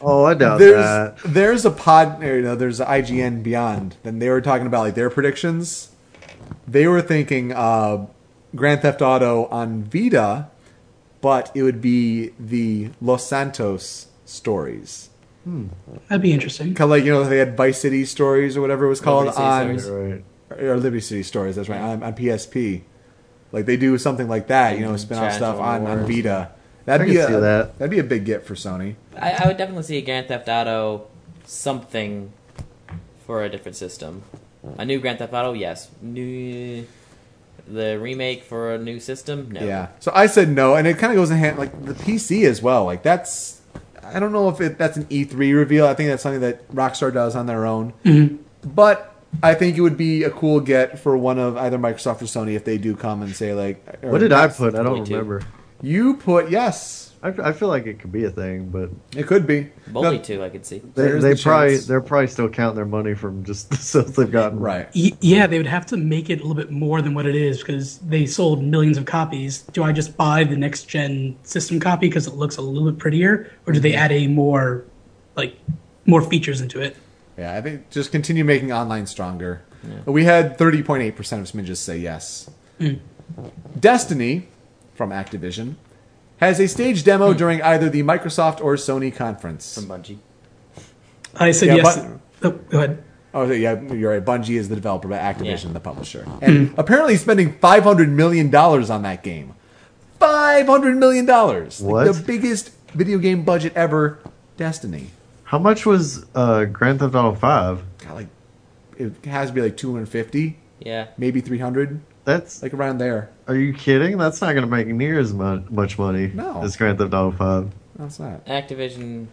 D: Oh, I doubt
A: there's,
D: that.
A: There's a pod, or, you know, there's IGN Beyond, and they were talking about like their predictions. They were thinking uh, Grand Theft Auto on Vita, but it would be the Los Santos stories. Hmm.
O: That'd be interesting.
A: Kind of like you know they had Vice City stories or whatever it was called
O: Liberty City
A: on
O: Stories. Right,
A: or Liberty City stories. That's right on, on PSP. Like they do something like that, you know, spin off stuff on, on
C: Transformers.
A: Vita. That'd
D: I
A: be
D: can
A: a
D: see that.
A: that'd be a big get for Sony.
C: I, I would definitely see a Grand Theft Auto something for a different system. A new Grand Theft Auto, yes. New the remake for a new system, no.
A: Yeah. So I said no, and it kind of goes in hand like the PC as well. Like that's I don't know if it, that's an E3 reveal. I think that's something that Rockstar does on their own.
B: Mm-hmm.
O: Mhm.
A: But I think it would be a cool get for one of either Microsoft or Sony if they do come and say like. or-
D: What did I put? I don't
A: 22.
D: remember.
A: You put yes.
D: I, I feel like it could be a thing, but
A: it could be.
C: Bully 2, I could see.
D: They,
A: There's
D: they
A: the
D: probably
A: chance.
D: they're probably still counting their money from just (laughs) the sales they've gotten.
A: Right.
O: Y- yeah, they would have to make it a little bit more than what it is because they sold millions of copies. Do I just buy the next gen system copy because it looks a little bit prettier, or do they add a more, like, more features into it?
A: Yeah, I think just continue making online stronger. We had 30.8% of smidges say yes.
O: Mm.
A: Destiny from Activision has a stage demo
O: Hmm.
A: during either the Microsoft or Sony conference. From
C: Bungie.
O: I said yes. oh, go ahead.
A: Oh, so yeah, you're right. Bungie is the developer, but Activision the publisher.
O: Mm.
A: And apparently spending $500 million on that game. $500 million! Like
D: What?
A: the biggest video game budget ever, Destiny.
D: How much was uh, Grand Theft Auto Five?
A: God, like it has to be like 250.
C: Yeah.
A: Maybe 300.
D: That's
A: like around there.
D: Are you kidding? That's not going to make near as much, much money
C: No.
D: as Grand Theft Auto Five.
A: That's not.
C: Activision.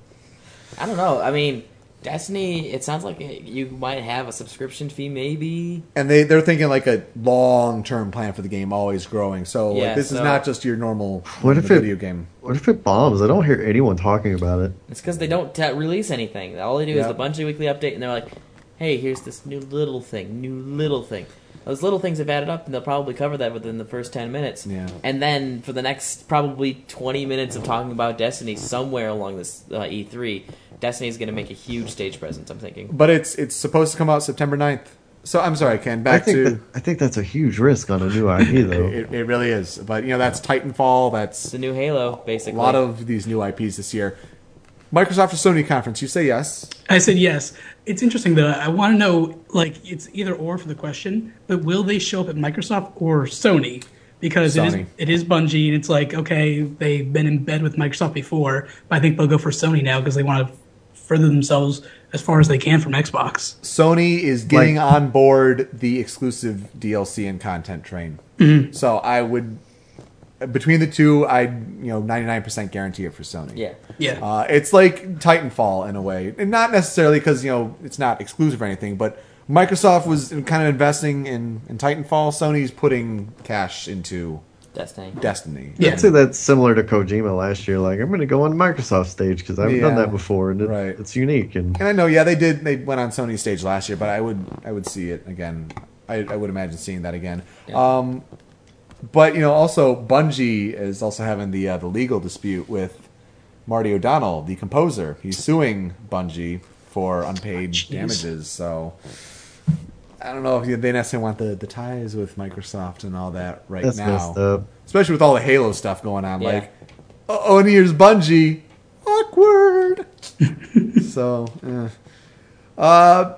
C: I don't know. I mean, Destiny. It sounds like it- you might have a subscription fee, maybe.
A: And they they're thinking like a long term plan for the game, always growing. So like,
C: Yeah,
A: this is
C: so-
A: not just your normal
D: What if it,
A: video game.
D: What if it bombs? I don't hear anyone talking about it.
C: It's because they don't t- release anything. All they do is
D: Yeah.
C: a bunch of weekly update, and they're like, "Hey, here's this new little thing, new little thing." Those little things have added up, and they'll probably cover that within the first ten minutes.
A: Yeah.
C: And then for the next probably twenty minutes of talking about Destiny, somewhere along this uh, E3, Destiny's going to make a huge stage presence. I'm thinking.
A: But it's it's supposed to come out September 9th. So I'm sorry, Ken. Back
D: I think
A: to
D: that, I think that's a huge risk on a new IP
A: (laughs)
D: though.
A: it, it really is. But you know that's Titanfall. That's the
C: new Halo, basically.
A: A lot of these new IPs this year. Microsoft or Sony conference? You say yes.
O: I said yes. It's interesting though. I want to know like it's either or for the question, but will they show up at Microsoft or Sony? Because it
A: Sony.
O: is it is Bungie, and it's like okay, they've been in bed with Microsoft before, but I think they'll go for Sony now because they want to further themselves as far as they can from Xbox.
A: Sony is getting on board the exclusive DLC and content train.
O: Mhm.
A: So I would between the two, I would you know 99% guarantee it for Sony.
C: Yeah.
O: Yeah.
A: Uh, it's like Titanfall in a way, and not necessarily because you know it's not exclusive or anything, but Microsoft was in- kind of investing in, in Titanfall. Sony's putting cash into
C: Destiny.
A: Destiny.
D: I'd say that's similar to Kojima last year. Like I'm going to go on Microsoft stage because I haven't done
A: Yeah.
D: that before, and it, it's unique. And
A: And I know, yeah, they did. They went on Sony's stage last year, but I would, I would see it again. I, I would imagine seeing that again. Um, but you know, also Bungie is also having the uh, the legal dispute with Marty O'Donnell, the composer. He's suing Bungie for unpaid damages. So I don't know if they necessarily want the, the ties with Microsoft and all that right
D: That's
A: now,
D: messed up.
A: especially with all the Halo stuff going on.
D: Yeah.
A: Like, oh, and here's Bungie.
O: (laughs)
A: Awkward. so, eh. uh,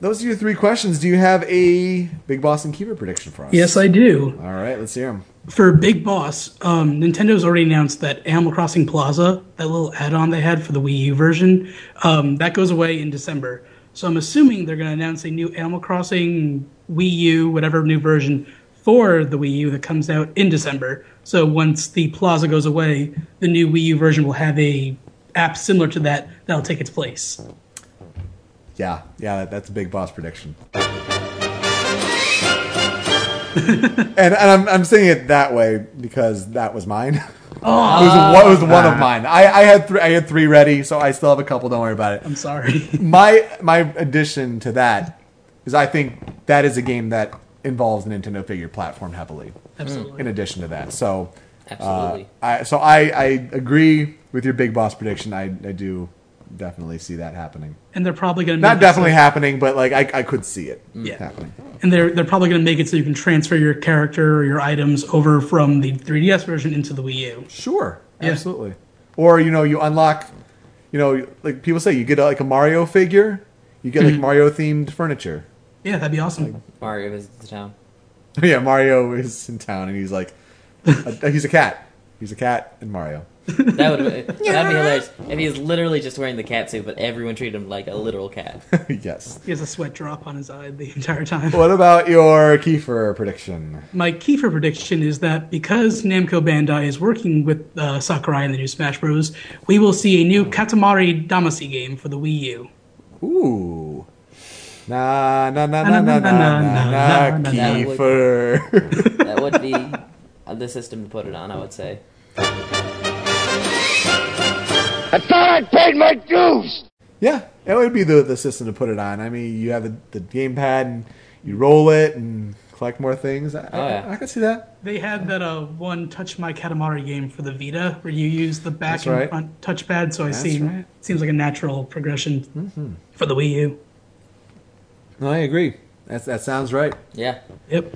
A: those are your three questions. Do you have a Big Boss and Keeper prediction for us?
O: Yes, I do.
A: All right, let's hear them.
O: For Big Boss, um, Nintendo's already announced that Animal Crossing Plaza, that little add-on they had for the Wii U version, um, that goes away in December. So I'm assuming they're going to announce a new Animal Crossing Wii U, whatever new version for the Wii U that comes out in December. So once the Plaza goes away, the new Wii U version will have a app similar to that that'll take its place.
A: Yeah, yeah, that, that's a Big
O: (laughs)
A: Boss prediction. and and I'm, I'm saying it that way because that was mine. (laughs)
O: Oh.
A: It was, one- it was one
O: Ah.
A: of mine. I, I had three. I had three ready, so I still have a couple. Don't worry about it.
O: I'm sorry. (laughs)
A: my my addition to that is I think that is a game that involves the Nintendo figure platform heavily.
O: Absolutely.
A: In addition to that, so uh,
O: Absolutely.
A: I, so I, I agree with your big boss prediction. I, I do definitely see that happening.
O: And they're probably gonna
A: not
O: make it so-
A: definitely happening, but like I, I could see it
O: Yeah.
A: happening.
O: And they're they're probably going to make it so you can transfer your character or your items over from the 3DS version into the Wii U.
A: Sure, absolutely. Or you know, you unlock, you know, like people say, you get uh, like a Mario figure, you get like
O: Mhm.
A: Mario themed furniture.
O: Yeah, that'd be awesome.
C: Mario visits the town.
A: yeah, Mario is in town and he's like, a, he's a cat. He's a cat and Mario.
C: That would that'd be hilarious if he's literally just wearing the cat suit, but everyone treated him like a literal cat.
A: (laughs) yes.
O: He has a sweat drop on his eye the entire time.
A: What about your Kiefer prediction?
O: My Kiefer prediction is that because Namco Bandai is working with uh, Sakurai in the new Smash Bros, we will see a new Katamari Damacy game for the Wii U.
A: Ooh. Na na na na na
O: Na, na,
A: na na
O: na,
A: na
O: na, na, na.
A: Kiefer.
C: that would be the system to put it on. I would say.
F: I thought I'd paid my dues!
A: Yeah, that would be the the system to put it on. I mean, you have the, the game pad and you roll it and collect more things. I,
O: Oh,
A: I- I could see that.
O: They had that uh, one Touch My Katamari game for the Vita, where you use the back
A: That's
O: and
A: right.
O: front touchpad. So I
A: That's
O: see
A: right.
O: seems like a natural progression for the Wii U.
A: No, I agree. That's, that sounds right.
C: Yeah.
O: Yep.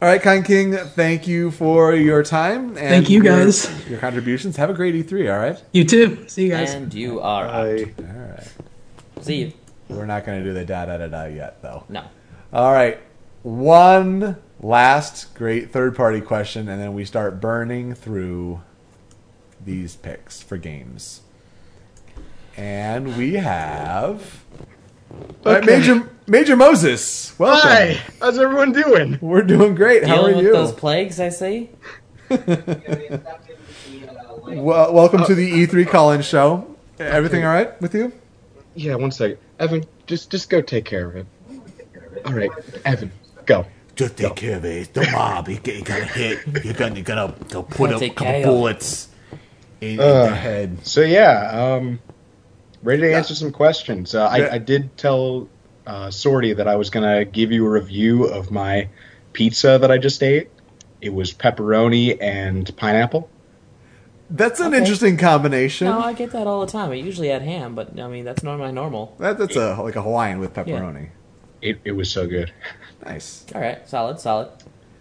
A: All right, Kind King, thank you for your time. And
O: Thank you,
A: your-
O: guys.
A: Your contributions. Have a great E3, all right?
O: You too. See you guys.
C: And you are
A: Bye. All right.
C: See you.
A: We're not going to do the da da da da yet, though.
C: No.
A: All right. One last great third party question, and then we start burning through these picks for games. And we have. All right,
Q: Okay.
A: Major, Major Moses. Welcome.
Q: Hi, how's everyone doing?
A: We're doing great. How
C: Dealing
A: are
C: with
A: you?
C: Those plagues, I see.
A: Well, welcome to the
R: Uh,
A: E3 Collins show. Everything
Q: Okay.
A: all right with you?
Q: Yeah, one second. Evan, just just go take care of it. All right, Evan, go.
R: Just take care of it. It's the mob. You're gonna hit. You're gonna, you're gonna, go put up
Q: Gonna
R: a
Q: take
R: couple
Q: care.
R: bullets in, in the
Q: Uh,
R: head.
Q: So yeah, um, ready to answer some questions. Uh,
R: Yeah.
Q: I, I did tell uh, Sorty that I was gonna give you a review of my pizza that I just ate. It was pepperoni and pineapple.
A: That's an interesting combination.
C: No, I get that all the time. I usually add ham, but I mean that's normally normal.
A: That, that's a like a Hawaiian with pepperoni.
Q: It, it was so good.
A: Nice.
C: All right, solid, solid.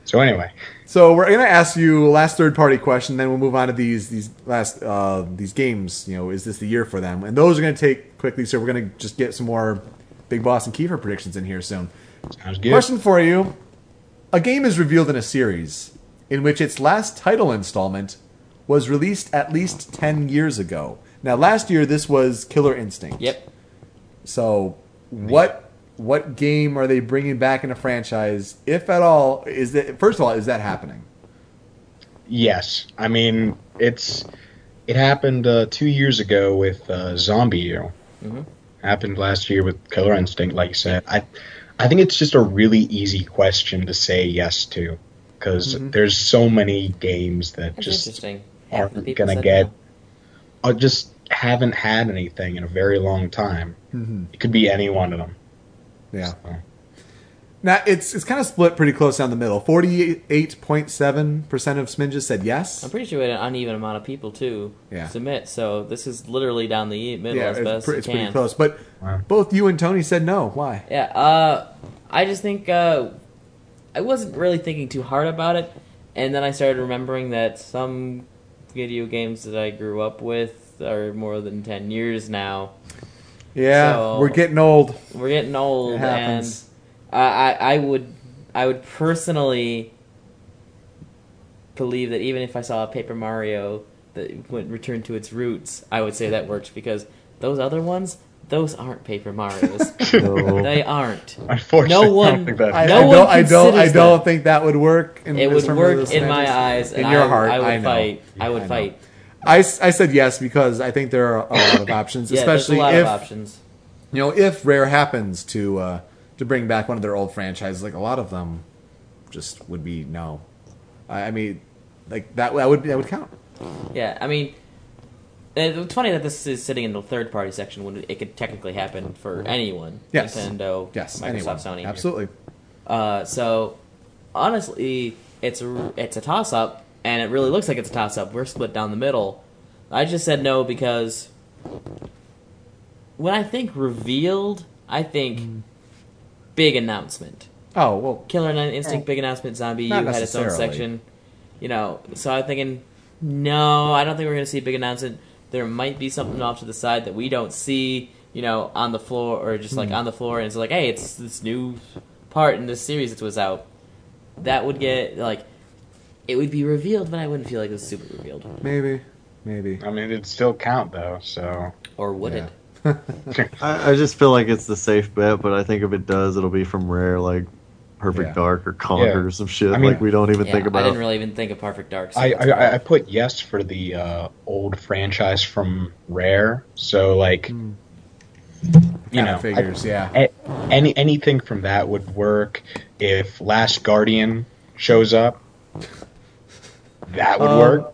Q: So anyway,
A: So we're gonna ask you last third party question, then we'll move on to these these last uh, these games. You know, is this the year for them? And those are gonna take quickly. So we're gonna just get some more Big Boss and Kiefer predictions in here soon.
Q: Sounds good.
A: Question for you: A game is revealed in a series in which its last title installment was released at least ten years ago. Now, last year this was Killer Instinct.
C: Yep.
A: So what? What game are they bringing back in a franchise, if at all? Is that first of all is that happening?
Q: yes, I mean it's it happened uh, two years ago with uh, Zombie U.
O: Mm-hmm.
C: Mhm.
Q: happened last year with Killer Instinct, like you said. I, I think it's just a really easy question to say yes to because
A: Mm-hmm.
C: Mhm.
Q: there's so many games that
C: That's
Q: just
C: interesting. Half the
Q: aren't
C: people
Q: gonna
C: said
Q: get, or just haven't had anything in a very long time.
A: Mhm.
Q: It could be any one of them.
A: Yeah. Now it's it's kind of split pretty close down the middle. Forty eight point seven percent of Sminges said yes.
C: I'm pretty sure we had an uneven amount of people to
A: Yeah.
C: submit, so this is literally down the e-, middle
A: yeah,
C: as
A: it's,
C: best
A: pre-
C: you
A: it's
C: can.
A: pretty close. But both you and Tony said no. Why?
C: Yeah, uh, I just think uh, I wasn't really thinking too hard about it, and then I started remembering that some video games that I grew up with are more than ten years now.
A: Yeah,
C: So-
A: we're getting old.
C: We're getting old,
A: It
C: and
A: happens.
C: I, I, I would, I would personally believe that even if I saw a Paper Mario that would return to its roots, I would say that works because those other ones, those aren't Paper Mario's.
A: (laughs) No.
C: They aren't.
A: Unfortunately,
C: no
A: I
C: one.
A: don't think that- I-
C: no
A: I
C: one
A: don't- I don't-
C: considers
A: I don't
C: that.
A: think that would work in-
C: it
A: in
C: would
A: terms of
C: work
A: those
C: in my
A: standards.
C: eyes.
A: In
C: and
A: your
C: I,
A: heart,
C: I would
A: I know.
C: fight. I would
A: I know.
C: fight.
A: I, s- I said yes because I think there are a lot
C: (coughs)
A: of options,
C: Yeah, there's
A: especially
C: a lot
A: if
C: of options.
A: you know if Rare happens to uh, to bring back one of their old franchises, like a lot of them just would be no. I, I mean, like that that would that would count.
C: Yeah, I mean, uh, it's funny that this is sitting in the third party section when it could technically happen for anyone.
A: Yes.
C: Nintendo,
A: Yes,
C: Microsoft,
A: anyone.
C: Sony.
A: Absolutely.
C: Uh, so, honestly, it's a, it's a toss up, and it really looks like it's a toss up. We're split down the middle. I just said no because when I think revealed, I think big announcement.
A: Hmm. Oh well,
C: Killer Instinct, big announcement. Zombie U
A: Not
C: had its own
A: necessarily.
C: section. You know, so I'm thinking, no, I don't think we're going to see a big announcement. There might be something off to the side that we don't see. You know, on the floor or just like
L: Hmm.
C: on the floor, and it's like, hey, it's this new part in this series that was out. That would get like, it would be revealed, but I wouldn't feel like it was super revealed.
A: Maybe. Maybe.
Q: I mean, it'd still count though. So.
C: Or would it?
D: I, I just feel like it's the safe bet, but I think if it does, it'll be from Rare, like Perfect
Q: Yeah.
D: Dark or Conquer
Q: Yeah.
D: or some shit.
Q: I mean-
D: like we don't even
C: Yeah,
D: think
C: I
D: about.
C: didn't really even think of Perfect Dark. so
Q: I,
C: that's
Q: I,
C: why.
Q: I- I put yes for the uh, old franchise from Rare. So like, you
A: Hmm. Kinda
Q: know,
A: figures, yeah.
Q: a- any anything from that would work. If Last Guardian shows up, that would
A: Um,
Q: work.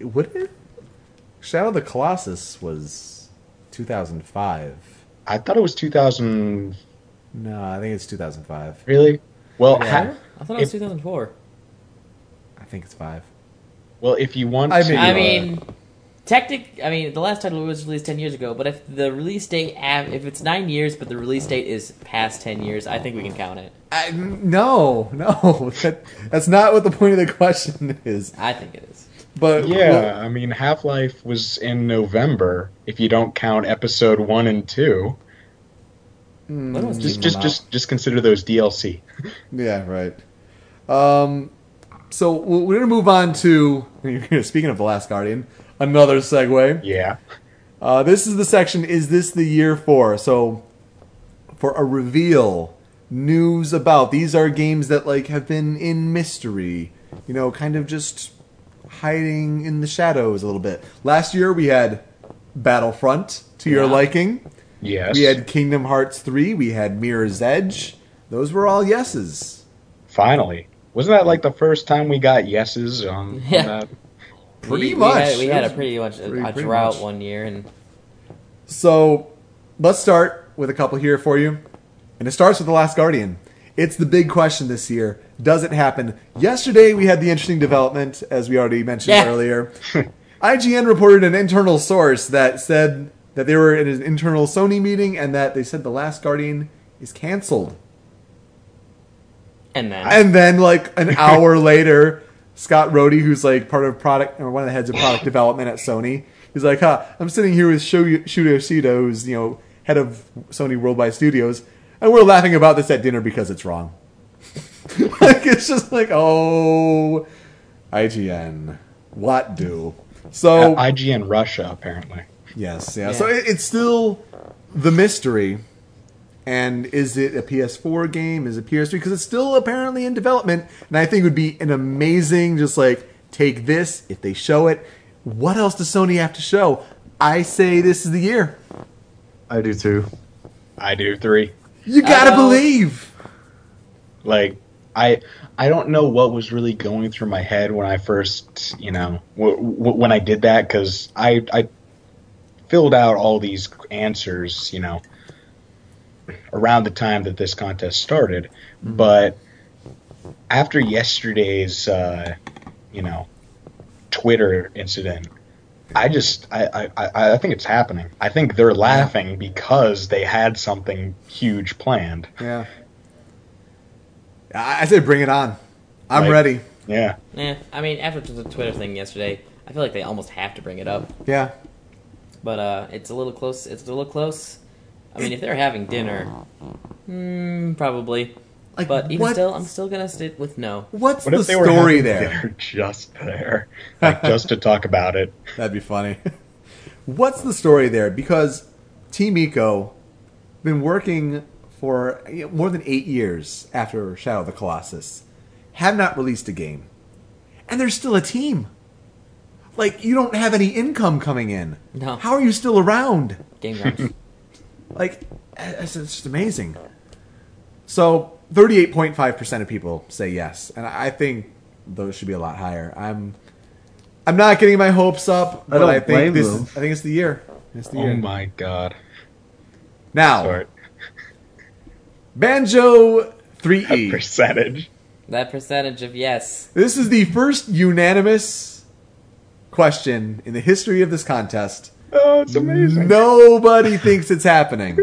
A: Would it? Shadow of the Colossus was 2005.
Q: I thought it was 2000.
A: No, I think it's 2005.
Q: Really? Well,
A: Yeah.
Q: ha-
C: I thought it was
Q: if-
C: 2004.
A: I think it's five.
Q: well, if you want,
C: I
Q: to,
C: mean,
Q: uh,
C: I mean, technic. I mean, the last title was released ten years ago. But if the release date, av- if it's nine years, but the release date is past ten years, I think we can count it.
A: I, no, no, (laughs) that, that's not what the point of the question is.
C: I think it is.
A: But
Q: yeah, I mean, Half Life was in November. If you don't count Episode One and Two,
A: Mm,
Q: just just just just consider those DLC.
A: Yeah, right. Um, so w- we're going to move on to (laughs) speaking of the Last Guardian, another segue.
Q: Yeah.
A: Uh, this is the section. Is this the year for? So for a reveal, news about these are games that like have been in mystery. You know, kind of just hiding in the shadows a little bit. Last year we had Battlefront to your
Q: Yeah.
A: liking.
Q: Yes.
A: We had Kingdom Hearts 3, we had Mirror's Edge. Those were all yeses.
Q: Finally. Wasn't that like the first time we got yeses on,
C: Yeah.
Q: on that?
A: Pretty
C: we,
A: much.
C: We had, we had
A: It
C: a
A: was
C: pretty much
A: pretty-
C: a
A: pretty
C: drought
A: much.
C: one year, and
A: So let's start with a couple here for you. And it starts with The Last Guardian. It's the big question this year. Does it happen? Yesterday we had the interesting development, as we already mentioned
I: Yeah.
A: earlier. IGN reported an internal source that said that they were in an internal Sony meeting and that they said The Last Guardian is canceled.
C: and then
A: And then like an hour later, Scott Rohde, who's like part of product or one of the heads of product development at Sony, he's like, "Huh, I'm sitting here with Sho- Shudo Yoshida, who's you know head of Sony Worldwide Studios, and we're laughing about this at dinner because it's wrong." (laughs) like it's just like, oh, IGN, what do? So
Q: Uh, IGN Russia apparently.
A: Yes, yeah. So it, it's still the mystery. And is it a PS4 game? Is it PS3? Because it's still apparently in development. And I think it would be an amazing, just like, take this if they show it. What else does Sony have to show? I say this is the year.
D: I do too.
Q: I do three.
A: You gotta
Q: Uh-oh.
A: believe.
Q: Like I I don't know what was really going through my head when I first you know w- w- when I did that because I I filled out all these answers you know around the time that this contest started,
A: Mm-hmm.
Q: but after yesterday's uh, you know Twitter incident. I just I, I- I I think it's happening. I think they're laughing because they had something huge planned.
A: Yeah. I, I say bring it on. I'm
Q: Like,
A: ready.
Q: Yeah.
C: yeah. I mean, after the Twitter thing yesterday, I feel like they almost have to bring it up.
A: Yeah.
C: But uh, it's a little close. It's a little close. I mean, if they're having dinner, mm, probably. but even
A: what-
C: still, I'm still gonna stick with no.
A: What's
Q: What if they were having dinner just there, like just to talk about it.
A: (laughs) That'd be funny. What's the story there? Because Team Eco been working for you know, more than eight years after Shadow of the Colossus, have not released a game, and they're still a team. Like you don't have any income coming in.
C: No.
A: How are you still around?
C: Game
Q: (laughs)
C: Grumps.
A: like it's it's just amazing. So thirty-eight point five percent of people say yes, and I think those should be a lot higher. I'm I'm not getting my hopes up,
Q: I
A: but
Q: don't
A: I, think
Q: blame
A: this
Q: them.
A: is, I think it's the year. It's the
Q: Oh
A: year.
Q: my god.
A: Now, Banjo 3E.
Q: percentage.
C: That percentage of yes.
A: This is the first unanimous question in the history of this contest.
Q: Oh, it's amazing.
A: Nobody thinks it's
Q: (laughs)
A: happening.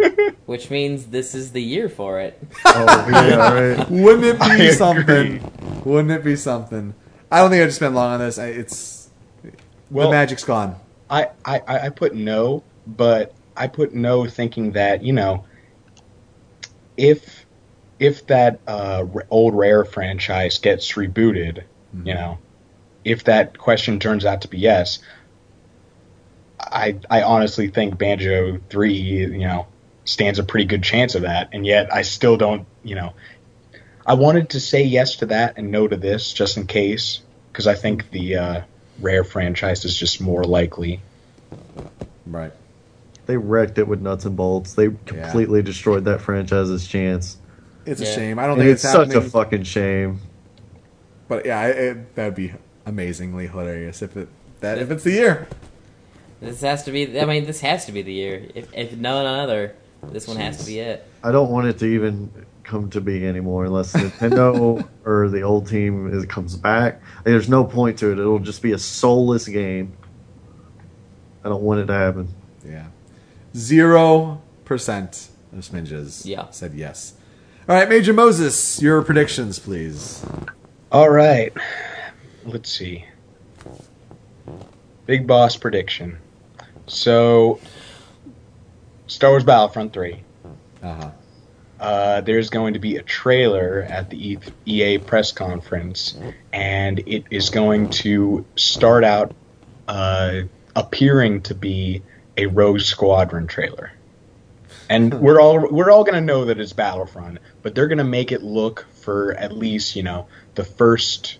C: Which means this is the year for it.
A: (laughs) Wouldn't it be
C: Oh, I agree.
A: something? Wouldn't it be something? I don't think I'd spend long on this. I, it's
Q: Well-
A: the magic's gone.
Q: I, I, I- I put no, but I put no thinking that, you know, if if that uh, r- old Rare franchise gets rebooted,
A: Hmm.
Q: you know, if that question turns out to be yes, I I honestly think Banjo 3, you know, stands a pretty good chance of that. And yet I still don't, you know, I wanted to say yes to that and no to this just in case, because I think the uh, Rare franchise is just more likely.
A: Right.
D: They wrecked it with nuts and bolts. They completely destroyed that franchise's chance.
A: It's a
D: Yeah.
A: shame. I don't
D: And
A: think it's,
D: such
A: happening.
D: a fucking shame.
A: but yeah, it, it, that'd be amazingly hilarious if it that if it's the year.
C: This has to be. I mean, this has to be the year. If, if no one other, this one has to be it.
D: I don't want it to even come to be anymore unless Nintendo or the old team is, comes back. Like, there's no point to it. It'll just be a soulless game. I don't want it to happen.
A: Yeah. Zero percent of Sminges yeah. said yes. All right, Major Moses, your (laughs) predictions, please.
Q: All right. Let's see. Big boss prediction. So, Star Wars Battlefront 3.
A: Uh-huh.
Q: Uh, there's going to be a trailer at the E- EA press conference, and it is going to start out uh, appearing to be a Rogue Squadron trailer. And we're all we're all gonna know that it's Battlefront, but they're gonna make it look for at least you know the first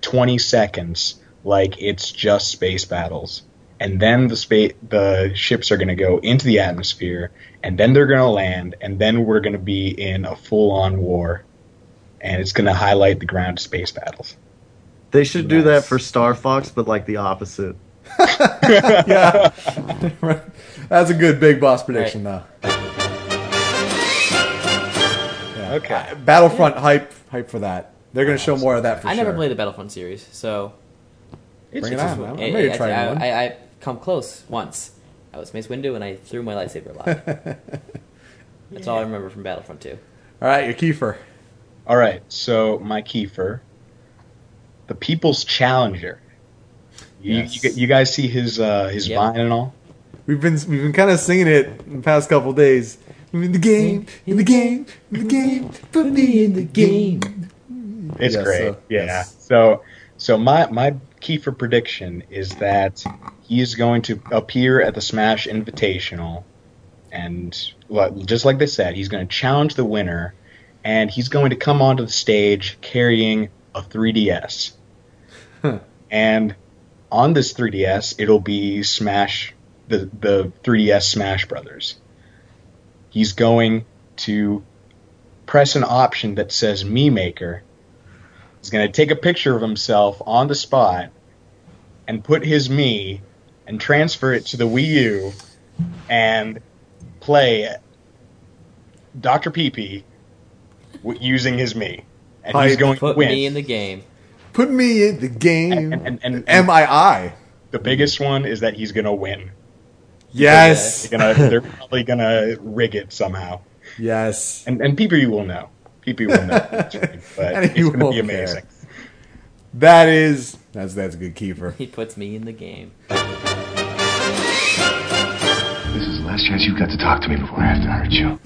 Q: twenty seconds like it's just space battles, and then the space the ships are gonna go into the atmosphere, and then they're gonna land, and then we're gonna be in a full on war, and it's gonna highlight the ground space battles.
D: They should do that for Star Fox, but like the opposite.
A: (laughs) yeah. That's a good big boss prediction, though.
Q: Okay.
A: Battlefront hype hype for that. They're going to show more of that for
C: I
A: sure.
C: never played the Battlefront series, so
A: It's- Bring it it's- on. I'm- I'm
C: I-
A: ready to
C: I-
A: try
C: I,
A: one.
C: I, I come close once. I was Mace Windu and I threw my
A: (laughs)
C: lightsaber a lot. That's all I remember from Battlefront 2.
A: All right, your Kiefer.
Q: All right, so my Kiefer, the People's Challenger. You, you, you guys see his uh, his vine and all.
A: We've been we've been kind of singing it in the past couple days. I'm in the game, in the game, in the game, put me in the game.
Q: It's
A: Yeah,
Q: great.
A: so-
Q: yeah. So so my my Kiefer prediction is that he is going to appear at the Smash Invitational, and well, just like they said, he's going to challenge the winner, and he's going to come onto the stage carrying a 3DS, and on this 3DS it'll be Smash the the 3DS Smash Brothers. He's going to press an option that says Me Maker. He's going to take a picture of himself on the spot and put his me and transfer it to the Wii U and play Dr. Peepee w- using his me. And he's
A: Hype.
Q: going
A: Put
Q: to win.
A: me
C: In the game.
A: Put me in the game.
Q: And, and,
A: and MII.
Q: The biggest one is that he's going to win.
A: Yes.
Q: They're, gonna, they're probably going to rig it somehow.
A: Yes.
Q: And, and Peepee will know. Peepee will
A: (laughs)
Q: know. but
A: And
Q: it's
A: he
Q: going to
A: won't
Q: be
A: care.
Q: amazing.
A: That is that's that's a good Kiefer.
C: He puts me in the game.
F: This is the last chance you've got to talk to me before I have to hurt you.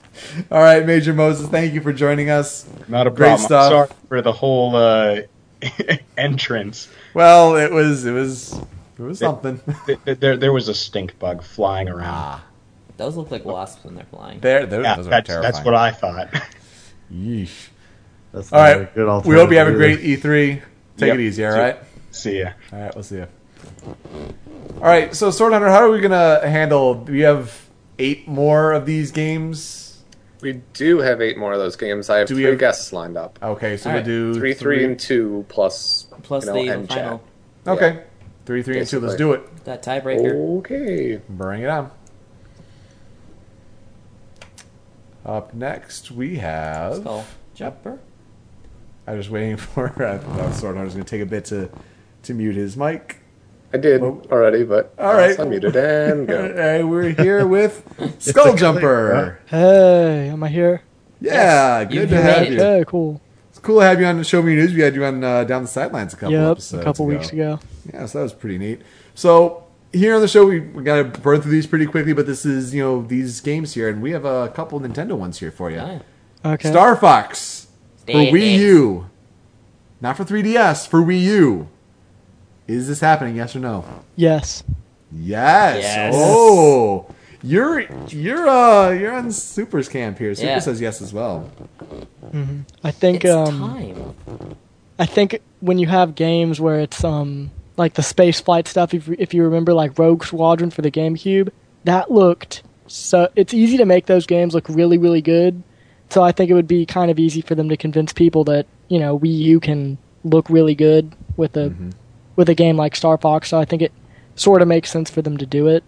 A: (laughs) All right, Major Moses, thank you for joining us.
Q: Not a
A: Great
Q: problem. I'm
A: stuff.
Q: Sorry for the whole uh, (laughs) entrance.
A: Well, it was it was it was something. Ah.
Q: Th- th- There, there was a stink bug flying around.
C: Those look like wasps when they're flying.
A: There, there- those are
Q: that's,
A: terrifying.
Q: that's what I thought.
A: Yeesh.
D: That's
A: All
D: not a
A: right.
D: good
A: we hope you have a
D: alternative
A: great
D: either.
A: E3. Take
D: Yep.
A: it easy, all
D: See-
A: right?
Q: See ya.
A: All right, we'll see ya. All right, so Sword Hunter, how are we gonna handle? We have eight more of these games.
P: We do have eight more of those games. I have three guests lined up.
A: Okay, so
P: we
A: we'll do
P: three, three,
A: three-
P: and two plus
C: Plus
P: you know,
C: the
P: end
C: final.
P: chat.
A: Okay. Three, three, and two. Let's do it.
C: That tiebreaker.
A: Okay. Bring it on. Up next, we have.
C: Jumper.
A: I was waiting (laughs) for. I thought Sword Hunter's going to take a bit to, to mute his mic. Oh.
P: I did already, but
A: All right.
P: I muted and go.
A: (laughs) Hey, we're here with
S: (laughs)
A: Skull Jumper.
S: Hey, am I here?
A: Yeah, good to have you.
S: Yeah, cool.
A: It's cool to have you on Show Me Your News. We had you on uh, Down the Sidelines a couple
S: Yep, a
A: episodes
S: couple weeks ago.
A: Yeah, so that was pretty neat. So here on the show, we, we got to burn through these pretty quickly, but this is you know these games here, and we have a couple Nintendo ones here for you.
S: Okay.
A: Star Fox for
S: Stay
A: Wii
S: next.
A: U, not for 3DS, for Wii U. Is this happening? Yes or no?
S: Yes.
A: Yes.
S: Yes.
A: Oh, you're you're uh you're on Super's camp here. Super
S: Yeah.
A: says yes as well.
S: hmm I think
A: It's
S: um, I think when you have games where it's um like the space flight stuff, if if you remember like Rogue Squadron for the GameCube, that looked so. It's easy to make those games look really really good. So I think it would be kind of easy for them to convince people that you know Wii U can look really good with a with a game like Star Fox. So I think it sort of makes sense for them to do it.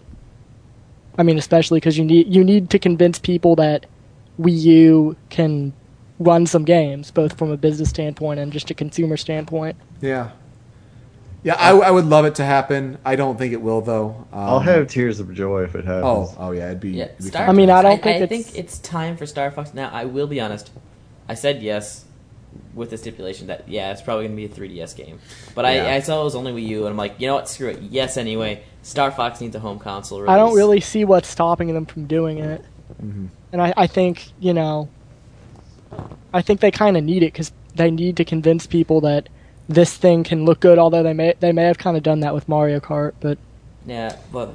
S: I mean, especially because you need you need to convince people that Wii U can run some games, both from a business standpoint and just a consumer standpoint.
A: Yeah. Yeah, I, I would love it to happen. I don't think it will though. Um,
D: I'll have tears of joy if it happens.
A: Oh, oh yeah, it'd be.
C: Yeah,
A: it'd be
C: Star
A: fun.
S: I don't
C: I,
S: think
C: I
S: it's-
C: think it's time for Star Fox. Now, I will be honest. I said yes with the stipulation that, yeah, it's probably going to be a 3DS game. But
S: Yeah.
C: I, I saw it was only Wii U, and I'm like, you know what? Screw it. Yes, anyway. Star Fox needs a home console release.
S: I don't really see what's stopping them from doing it, and I, I think you know, I think they kind of need it because they need to convince people that this thing can look good. Although they may they may have kind of done that with Mario Kart, but
C: Yeah, but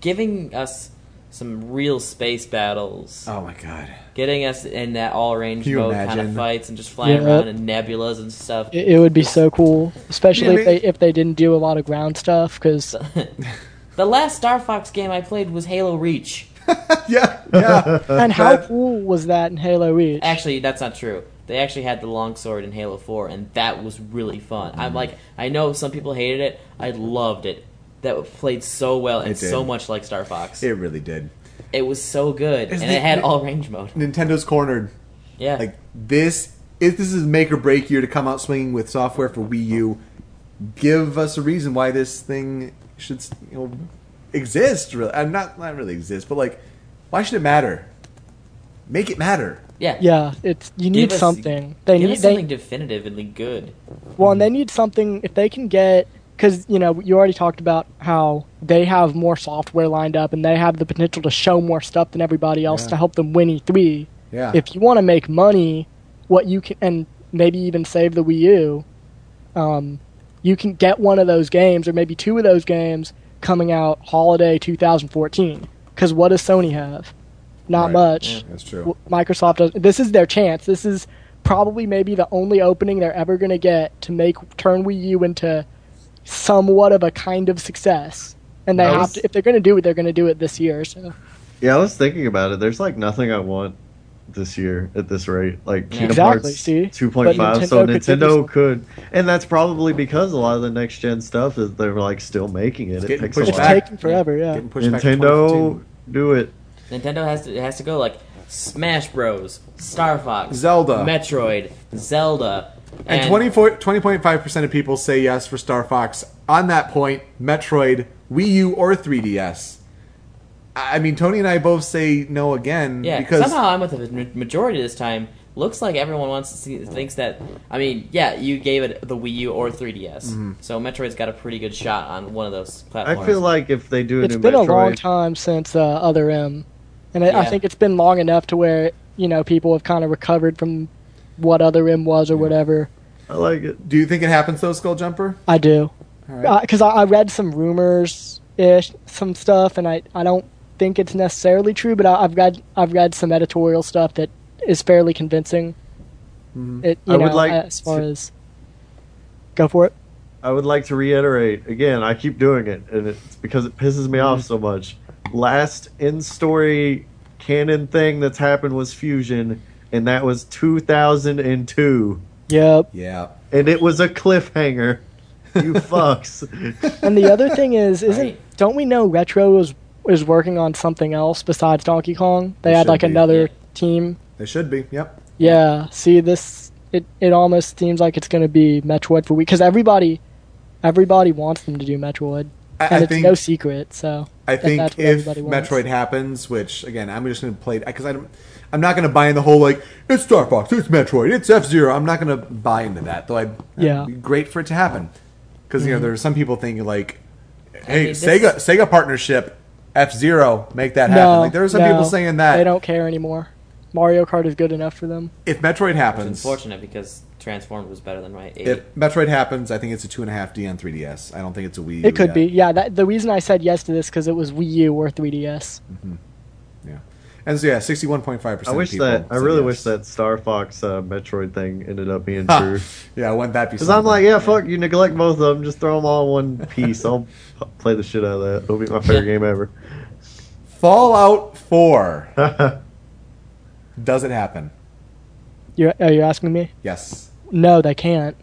C: giving us some real space battles.
A: Oh my god.
C: Getting us in that all range
S: Can you
C: mode kind
S: imagine?
C: of fights and just flying
S: Yeah.
C: around in nebulas and stuff.
S: it, it would be so cool, especially
C: Yeah,
S: if they if they didn't do a lot of ground stuff because.
C: The last Star Fox game I played was Halo Reach.
S: (laughs) and how cool was that in Halo E? Reach?
C: Actually, that's not true. They actually had the longsword in Halo 4, and that was really fun.
A: Mm.
C: I'm like, I know some people hated it. I loved it. That played so well and
A: It did.
C: so much like Star Fox.
A: It really did.
C: It was so good,
A: It's
C: and
A: the-
C: it had all range mode.
A: Nintendo's cornered.
C: Yeah.
A: Like this, if this is make or break year to come out swinging with software for Wii U, give us a reason why this thing should you know exist. Really, and not not really exist, but like, why should it matter? Make it matter.
C: Yeah.
S: Yeah, it's you
C: Give
S: need
C: us-
S: something. They
C: give
S: need
C: us
S: they
C: something definitively good.
S: Well,
A: Mm-hmm.
S: and they need something if they can get because you know you already talked about how they have more software lined up and they have the potential to show more stuff than everybody else
O: Yeah.
S: to help them win E3.
O: Yeah.
S: If you want to make money, what you can and maybe even save the Wii U, um, you can get one of those games or maybe two of those games coming out holiday 2014. Because what does Sony have? Not
A: Right.
S: much.
A: Yeah, that's true.
S: W- Microsoft does. This is their chance. This is probably maybe the only opening they're ever going to get to make turn Wii U into somewhat of a kind of success. And they
D: Nice.
S: have to, if they're going to do it, they're going to do it this year. So
D: Yeah, I was thinking about it. There's like nothing I want this year at this rate. Like Kingdom
S: Exactly,
D: Hearts
S: see?
D: 2.5.
S: But Nintendo
D: so
S: could give
D: Nintendo
S: us-
D: could, and that's probably because a lot of the next gen stuff is they're like still making it. it
A: getting
D: takes a
A: pushed
D: while.
A: back.
S: taking forever. Yeah.
A: Getting pushed back to
D: Nintendo, do it.
C: Nintendo has to it has to go like Smash Bros, Star Fox,
A: Zelda.
C: Metroid, Zelda,
A: And 20.5 percent of people say yes for Star Fox. On that point, Metroid, Wii U, or 3DS. I I mean, Tony and I both say no again
C: Yeah,
A: because
C: somehow I'm with the ma- majority this time. Looks like everyone wants to see thinks that. I mean, yeah, you gave it the Wii U or 3DS,
A: Mm-hmm.
D: Mhm.
C: so Metroid's got a pretty good shot on one of those platforms.
D: I feel like if they do a
S: it's
D: new
S: been
D: Metroid,
S: a long time since uh, Other M, and I I
C: Yeah.
S: think it's been long enough to where you know people have kind of recovered from what Other M was or whatever.
D: I like it.
A: Do you think it happens though, Skull Jumper?
S: I do.
A: Alright.
S: Because Uh, I, I read some rumors ish, some stuff, and I, I don't think it's necessarily true, but I, I've read I've read some editorial stuff that is fairly convincing.
A: Mm-hmm.
S: It, you
D: I would
S: know, uh,
D: like
S: as far
D: to-
S: as go for it.
D: I would like to reiterate again. I keep doing it, and it's because it pisses me off so much. Last in-story canon thing that's happened was Fusion, and that was 2002,
S: Yep.
A: Yeah.
D: and it was a cliffhanger. you fucks.
S: And the other thing
A: (laughs)
S: is, isn't
D: Right.
S: don't we know Retro is is working on something else besides Donkey Kong? They
A: They
S: had
A: should
S: like
A: be.
S: another team.
A: They should be. Yep.
S: Yeah. See this. It, it almost seems like it's going to be Metroid for week because everybody everybody wants them to do Metroid,
A: I-
S: and
A: I
S: it's
A: think-
S: no secret. So
A: I
S: that
A: think
S: that's what
A: if
S: everybody wants.
A: Metroid happens, which again I'm just going to play because I don't, I'm not going to buy in the whole like it's Star Fox, it's Metroid, it's F Zero. I'm not going to buy into that. Though I
S: Yeah.
A: would be great for it to happen because you know
S: Mhm.
A: there are some people thinking like,
S: I
A: hey,
S: mean, this-
A: Sega Sega partnership, F Zero, make that happen.
S: no,
A: like there are some
S: no,
A: people saying that
S: they don't care anymore. Mario Kart is good enough for them.
A: if Metroid
C: It's
A: happens,
C: unfortunate because Transformed was better than my eight.
A: if Metroid happens, I think it's a two and a half D on 3DS. I don't think it's a Wii. U
S: It could
A: yet.
S: be. Yeah. That, the reason I said yes to this because it was Wii U or 3DS.
A: And so yeah, sixty-one point five
D: I
A: percent.
D: wish that I really wish that Star Fox uh, Metroid thing ended up being
A: Ha.
D: true.
A: yeah, wouldn't that be?
D: Because I'm like, yeah, fuck, you neglect both of them, just throw them all in one piece. I'll (laughs) p- play the shit out of that. It'll be my favorite game ever.
A: Fallout
D: (laughs)
A: Four. Does it happen?
S: You are you asking me?
A: Yes.
S: No, they can't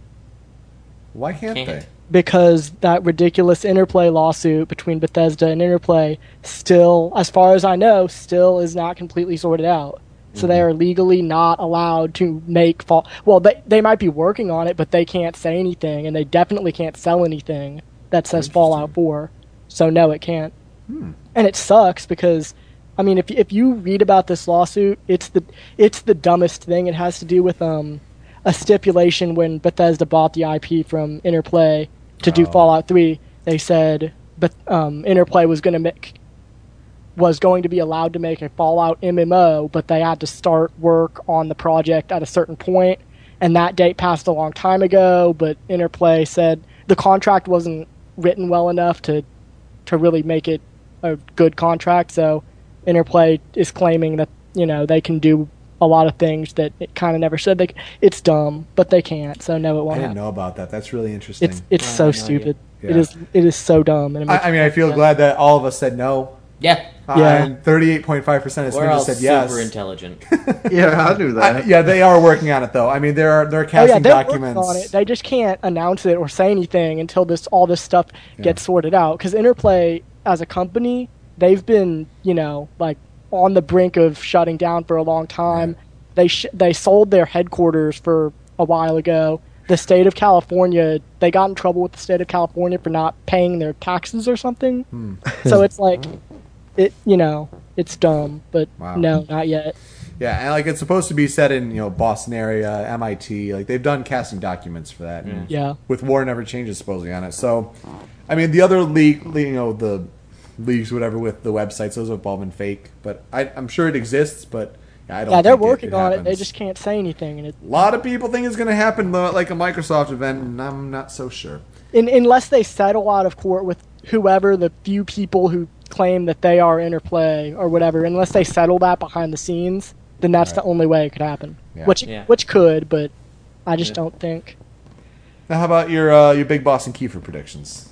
A: Why can't, they?
S: because that ridiculous Interplay lawsuit between Bethesda and Interplay still, as far as I know, still is not completely sorted out. So they are legally not allowed to make fall. Well, they they might be working on it, but they can't say anything, and they definitely can't sell anything that says Fallout Four. So no, it can't.
A: Hmm.
S: and it sucks because I mean if if you read about this lawsuit, it's the it's the dumbest thing. It has to do with um a stipulation when Bethesda bought the IP from Interplay to do Fallout 3. They said but um, Interplay was going to make was going to be allowed to make a Fallout MMO, but they had to start work on the project at a certain point, and that date passed a long time ago. But Interplay said the contract wasn't written well enough to to really make it a good contract. So Interplay is claiming that you know they can do a lot of things that it kind of never should. They, c- it's dumb, but they can't. So no, it
A: I
S: won't
A: didn't
S: happen.
A: know about that. That's really interesting.
S: It's it's so stupid. It is it is so dumb. And it
A: I,
S: makes
A: I mean, I feel glad that all of us said no. Uh,
C: Yeah.
S: Yeah.
A: And thirty-eight point five percent of
C: We're
A: Smidges
C: all
A: said
C: super
A: yes. (laughs)
C: intelligent.
D: yeah, I knew
A: that. yeah, they are working on it though. I mean, there are there are
S: Oh
A: casting
S: yeah, they're
A: documents.
S: working on it. They just can't announce it or say anything until this all this stuff gets sorted out. Because Interplay, as a company, they've been you know like on the brink of shutting down for a long time. They sh- they sold their headquarters for a while ago. The state of California, they got in trouble with the state of California for not paying their taxes or
A: (laughs)
S: something.
A: Hmm.
S: so it's like, it you know, it's dumb, but
A: Wow.
S: no, not yet.
A: Yeah, and like it's supposed to be set in you know Boston area, MIT. Like they've done casting documents for that. and
S: Yeah.
A: With War Never Changes supposedly on it. So, I mean, the other league, you know, the leagues, whatever, with the websites, those have all been fake. But I, I'm sure it exists. But I don't.
S: Yeah, they're
A: think it-
S: working
A: it
S: on it. They
A: happens.
S: just can't say anything, and it
A: A lot of people think it's going to happen though, at like a Microsoft event, and I'm not so sure.
S: In, unless they settle out of court with whoever the few people who claim that they are interplay or whatever, unless they settle that behind the scenes, then that's the only way it could happen.
A: Yeah.
S: Which
A: Yeah.
S: which could, but I just
A: Yeah.
S: don't think.
A: Now, how about your uh, your big boss and Kiefer predictions?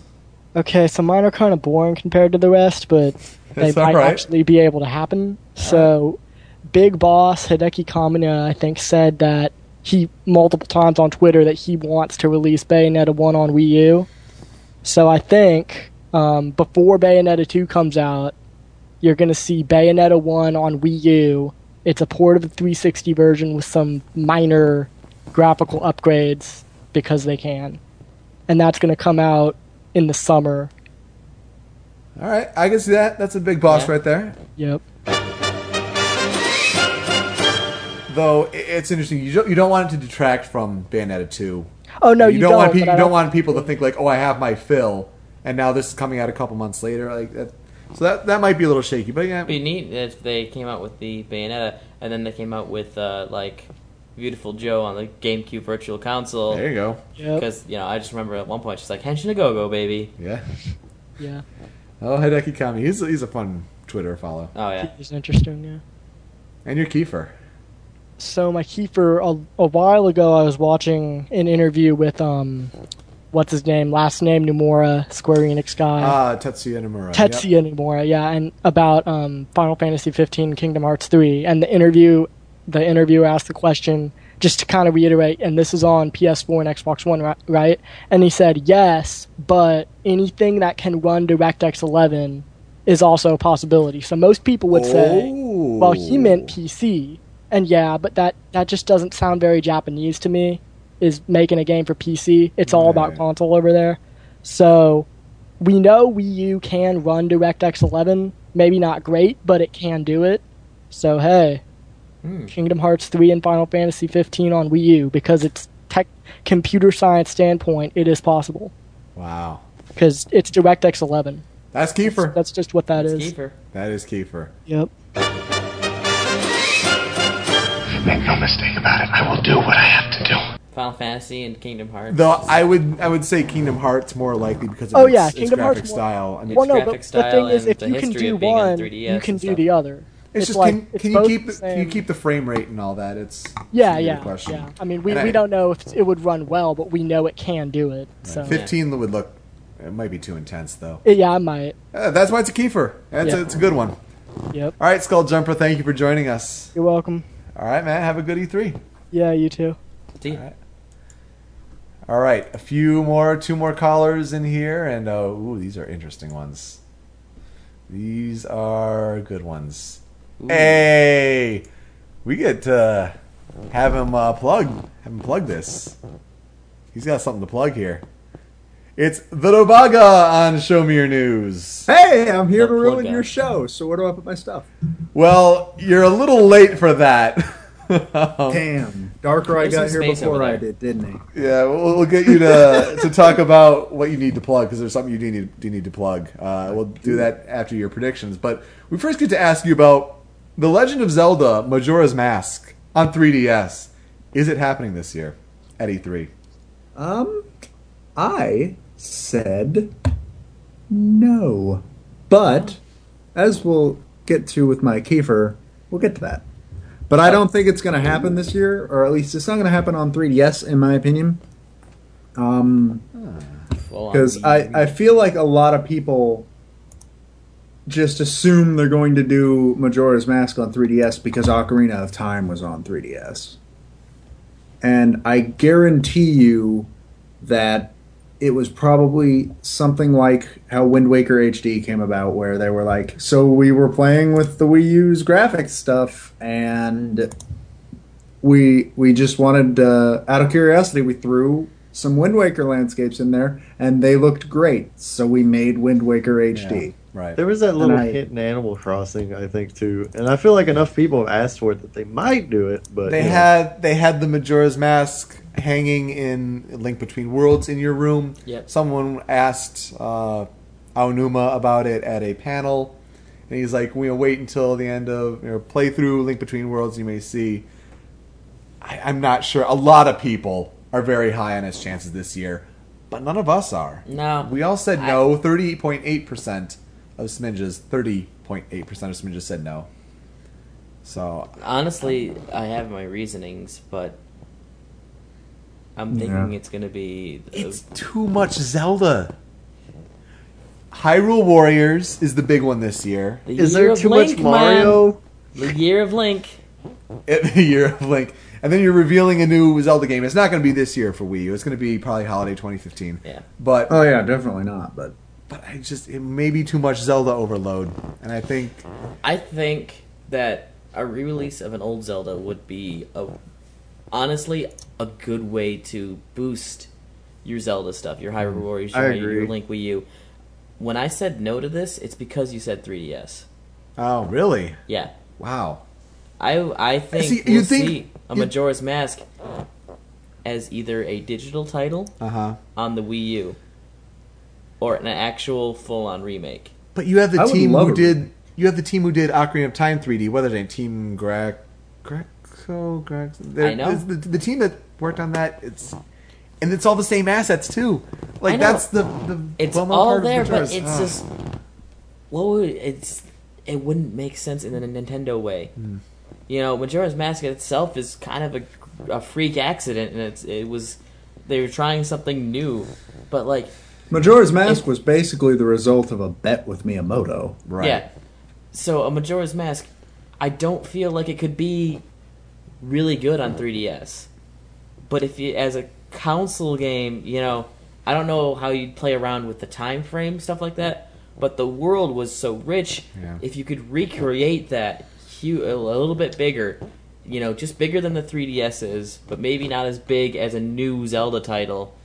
S: Okay, so mine are kind of boring compared to the rest, but they
A: That's all
S: might
A: right.
S: actually be able to happen. So, Big Boss Hideki Kamina, I think, said that he multiple times on Twitter that he wants to release Bayonetta 1 on Wii U. So, I think um, before Bayonetta 2 comes out, you're going to see Bayonetta 1 on Wii U. It's a port of the 360 version with some minor graphical upgrades because they can. And that's going to come out in the summer.
A: All right, I can see that. That's a big boss right there.
S: Yep.
A: Though i- it's interesting, you don't, you don't want it to detract from Bayonetta two.
S: Oh, no, you
A: want
S: don't,
A: pe- you
S: but I
A: don't
S: don't-
A: want people to think like, oh, I have my fill, and now this is coming out a couple months later. Like that, so that that might be a little shaky, but yeah,
C: It'd be neat if they came out with the Bayonetta and then they came out with uh, like Beautiful Joe on the GameCube Virtual Console.
A: There you go.
S: Yep.
C: Because you know, I just remember at one point she's like, "Henshin a go go, baby."
A: Yeah.
S: Yeah.
A: Oh, Hideki Kami, he's he's a fun Twitter follow.
C: Oh yeah.
S: It's interesting, yeah.
A: And your Kiefer.
S: So my Kiefer, a, a while ago, I was watching an interview with um, what's his name, last name Nomura, Square Enix guy.
A: Ah, Tetsuya Nomura. yep.
S: Uh, Tetsuya Nomura, yeah, and about um, Final Fantasy 15, Kingdom Hearts 3, and the interview, the interviewer asked the question, just to kind of reiterate, and this is on PS4 and Xbox One, ri- right? And he said, yes, but anything that can run DirectX 11 is also a possibility. So most people would say,
A: Oh.
S: well, he meant PC. And yeah, but that, that just doesn't sound very Japanese to me, is making a game for PC. It's all about console over there. So we know Wii U can run DirectX 11. Maybe not great, but it can do it. So hey, Kingdom Hearts 3 and Final Fantasy 15 on Wii U because it's tech computer science standpoint, it is possible
A: Wow.
S: because it's DirectX 11.
A: That's Kiefer.
S: That's just what that is.
A: That is Kiefer.
S: Yep.
F: Make no mistake about it. I will do what I have to do.
C: Final Fantasy and Kingdom Hearts.
A: Though I would I would say Kingdom Hearts more likely because of
S: Oh
A: its,
S: yeah,
A: its
S: Kingdom
A: graphic
S: Hearts more-
A: style. I mean,
S: well, no, but the thing is, if you can do one, you can do the other.
A: It's, just
S: like,
A: can,
S: it's
A: can you
S: both
A: keep
S: the
A: the, can you
S: same.
A: keep the frame rate and all that? It's
S: Yeah,
A: it's a good
S: yeah,
A: question.
S: yeah. I mean, we,
A: And
S: we don't know if it would run well, but we know it can do it. So Eh,
A: Fifteen would look. It might be too intense though.
S: Yeah, I might.
A: Uh, that's why it's a Kiefer. That's a,
S: Yeah.
A: it's a good one.
S: Yep.
A: All right, Skull Jumper. Thank you for joining us.
S: You're welcome.
A: All right, man. Have a good E E3.
S: Yeah, you too.
A: All right, a few more, two more callers in here, and uh, ooh, these are interesting ones. These are good ones. Hey, we get to have him uh, plug, have him plug this. He's got something to plug here. It's the Dobaga on Show Me Your News.
T: Hey, I'm here to ruin your show. So where do I put my stuff?
A: Well, you're a little late for that. (laughs) Um,
T: Damn, Darkrai
A: There's some
T: got here
A: space
T: before
A: over
T: I
A: there.
T: did, didn't he?
A: Yeah, we'll, we'll get you to to talk about what you need to plug because there's something you do need do need to plug. Uh, we'll do that after your predictions, but we first get to ask you about the Legend of Zelda: Majora's Mask on 3DS. Is it happening this year at E E3?
T: Um, I said no, but as we'll get to with my Kiefer, we'll get to that. But I don't think it's going to happen this year, or at least it's not going to happen on 3DS, in my opinion. Um, because I, I feel like a lot of people just assume they're going to do Majora's Mask on 3DS because Ocarina of Time was on 3DS. And I guarantee you that it was probably something like how Wind Waker HD came about, where they were like, so we were playing with the Wii U's graphics stuff, and we we just wanted uh, out of curiosity we threw some Wind Waker landscapes in there and they looked great so we made Wind Waker HD
A: right
D: There was that little
T: And I-
D: hint in Animal Crossing, I think, too, and I feel like enough people have asked for it that they might do it, but
A: They
D: you know.
A: had they had the Majora's Mask hanging in Link Between Worlds in your room.
D: Yep.
A: Someone asked uh, Aonuma about it at a panel, and he's like, "We'll wait until the end of you know, playthrough Link Between Worlds. You may see." I, I'm not sure. A lot of people are very high on its chances this year, but none of us are.
C: No.
A: we all said no. Thirty-eight point eight percent of smidges. Thirty point eight percent of smidges said no. So
C: (laughs) Honestly, I have my reasonings, but I'm thinking it's going to be. It's
A: too much Zelda. Hyrule Warriors is the big one this year.
C: The Is there year of too much Link, Mario? The year of Link.
A: (laughs) the year of Link. And then you're revealing a new Zelda game. It's not going to be this year for Wii U. It's going to be probably holiday 2015.
C: Yeah.
A: But
T: oh yeah definitely not but
A: but I just it may be too much Zelda overload, and I think
C: I think that a re-release of an old Zelda would be a honestly a good way to boost your Zelda stuff, your Hyrule Warriors, your,
D: I
C: Mario,
D: agree.
C: your Link Wii U. When I said no to this, it's because you said 3DS.
A: Oh, really?
C: Yeah.
A: Wow.
C: I I think
A: See,
C: we'll
A: you think-
C: see a
A: you-
C: Majora's Mask as either a digital title
A: Uh-huh.
C: on the Wii U or an actual full-on remake.
A: But you have the
C: I would
A: team
C: love
A: who
C: a-
A: did you have the team who did Ocarina of Time 3D. What are they? Team Greg, Greco, Greg.
C: I know.
A: The, the team that worked on that. It's and it's all the same assets too.
C: I
A: Like
C: know.
A: that's the the
C: it's
A: well-known
C: all
A: part of
C: there, but
A: Majora's-
C: it's
A: Ah.
C: just what would it's it wouldn't make sense in a Nintendo way.
A: Hmm.
C: You know, Majora's Mask itself is kind of a, a freak accident, and it's it was they were trying something new, but like
T: Majora's Mask was basically the result of a bet with Miyamoto
C: yeah. So a Majora's Mask, I don't feel like it could be really good on 3DS. But if you, as a console game, you know, I don't know how you'd play around with the time frame stuff like that. But the world was so rich.
Q: Yeah.
C: If you could recreate that hu- a little bit bigger, you know, just bigger than the 3DS is, but maybe not as big as a new Zelda title.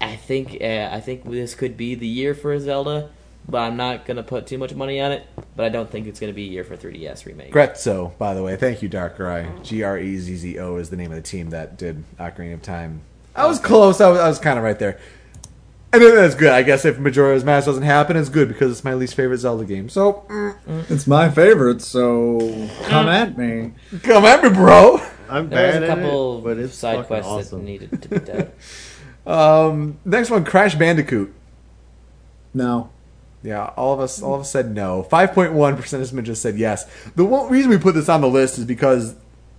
C: I think uh, I think this could be the year for a Zelda, but I'm not gonna put too much money on it. But I don't think it's gonna be a year for a 3DS remake.
A: Grezzo, Oh. by the way. Thank you, Dark Eye. G R E Z Z O is the name of the team that did Ocarina of Time. I was close. I was, I was kind of right there. And then that's good. I guess if Majora's Mask doesn't happen, it's good because it's my least favorite Zelda game. So
C: Uh,
A: mm,
T: It's my favorite, so come at me.
A: Come at me, bro.
D: I'm
C: There was a couple side quests that needed to
D: (laughs)
C: be done.
A: um, next one, Crash Bandicoot.
T: No.
A: Yeah, all of us, all of us said no. Five point one percent of us just said yes. The one reason we put this on the list is because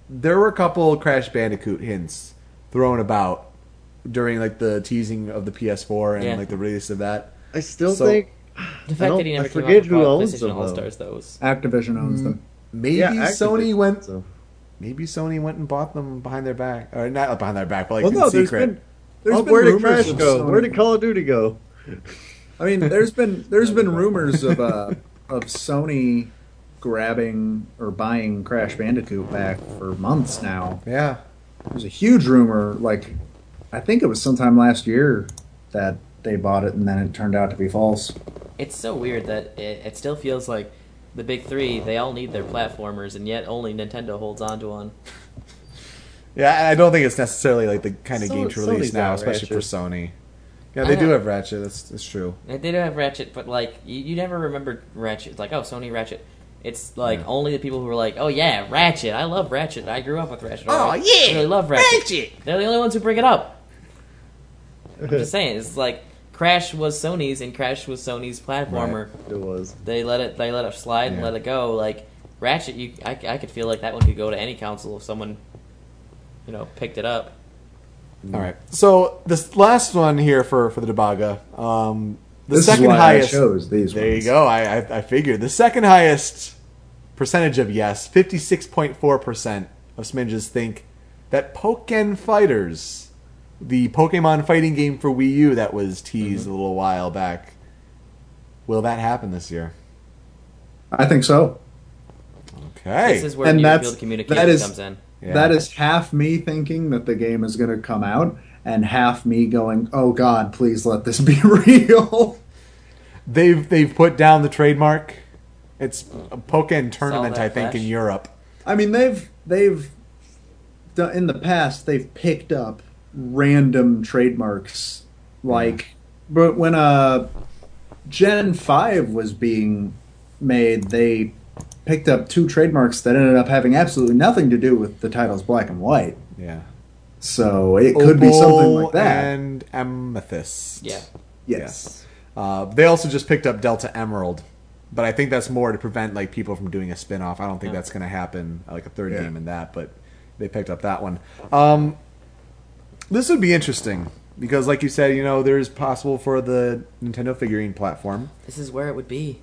A: there were a couple Crash Bandicoot hints thrown about during like the teasing of the PS4 and
C: Yeah.
A: like the release of that.
D: I still
A: So- (sighs)
D: think
C: The
D: I
C: fact
D: don't-
C: that he
D: I
C: never came out
D: forget
C: with
D: who
C: Pro-
D: owns
C: PlayStation
D: them, though.
C: All Stars though was
T: Activision owns them.
A: Hmm. Maybe
T: Yeah,
A: Sony
T: Activision,
A: went. Maybe Sony went and bought them behind their back, or not behind their back, but like
T: Well,
A: in
T: no, there's
A: secret.
T: been- there's
D: Oh,
T: been
D: where did
T: rumors
D: Crash
T: of
D: go?
T: Sony.
D: Where did Call of Duty go?
T: I mean, there's been there's been rumors of uh, of Sony grabbing or buying Crash Bandicoot back for months now.
A: Yeah,
T: there's a huge rumor. Like, I think it was sometime last year that they bought it, and then it turned out to be false.
C: It's so weird that it, it still feels like the big three. They all need their platformers, and yet only Nintendo holds on to one.
A: Yeah, and I don't think it's necessarily like the kind of
C: So-
A: game to
C: Sony's
A: release now,
C: got
A: especially for
C: Ratchet.
A: Sony. Yeah,
C: I
A: they do
C: know.
A: have Ratchet. That's that's true.
C: They do have Ratchet, but like you, you never remember Ratchet. It's like oh, Sony Ratchet. It's like only the people who are like, oh yeah, Ratchet. I love Ratchet. I grew up with Ratchet.
I: Oh,
C: I
I: yeah,
C: really love Ratchet.
I: Ratchet.
C: They're the only ones who bring
D: (laughs)
C: it up. I'm just saying, it's like Crash was Sony's, and Crash was Sony's platformer.
D: It was.
C: They let it. They let it slide and
D: Yeah.
C: let it go. Like Ratchet, you, I, I could feel like that one could go to any console if someone, you know, picked it up.
A: All right. Mm. So this last one here for for the Debaga, um, the
T: This is
A: second
T: why I
A: highest.
T: chose these
A: There you go. I, I I figured the second highest percentage of yes, fifty six point four percent of Sminges think that Pokken Fighters, the Pokemon fighting game for Wii U that was
T: Mm-hmm.
A: teased a little while back, will that happen this year?
T: I think so.
A: Okay.
C: This is where New Field Communication
T: that is-
C: comes in.
A: Yeah.
T: That is half me thinking that the game is going to come out, and half me going, "Oh God, please let this be (laughs) real."
A: They've they've put down the trademark. It's
C: Uh,
A: a Pokken tournament, I think, in Europe.
T: I mean, they've they've done, in the past they've picked up random trademarks, like but when uh Gen Five was being made, they picked up two trademarks that ended up having absolutely nothing to do with the titles Black and White.
A: Yeah.
T: So it could be something
A: Opal
T: like that.
A: And Amethyst.
C: Yeah.
T: Yes.
A: Uh, they also just picked up Delta Emerald, but I think that's more to prevent like people from doing a spin off. I don't think
T: Yeah.
A: that's going to happen, like a third
T: Yeah.
A: game in that, but they picked up that one. Um, this would be interesting because, like you said, you know, there's possible for the Nintendo figurine platform.
C: This is where it would be.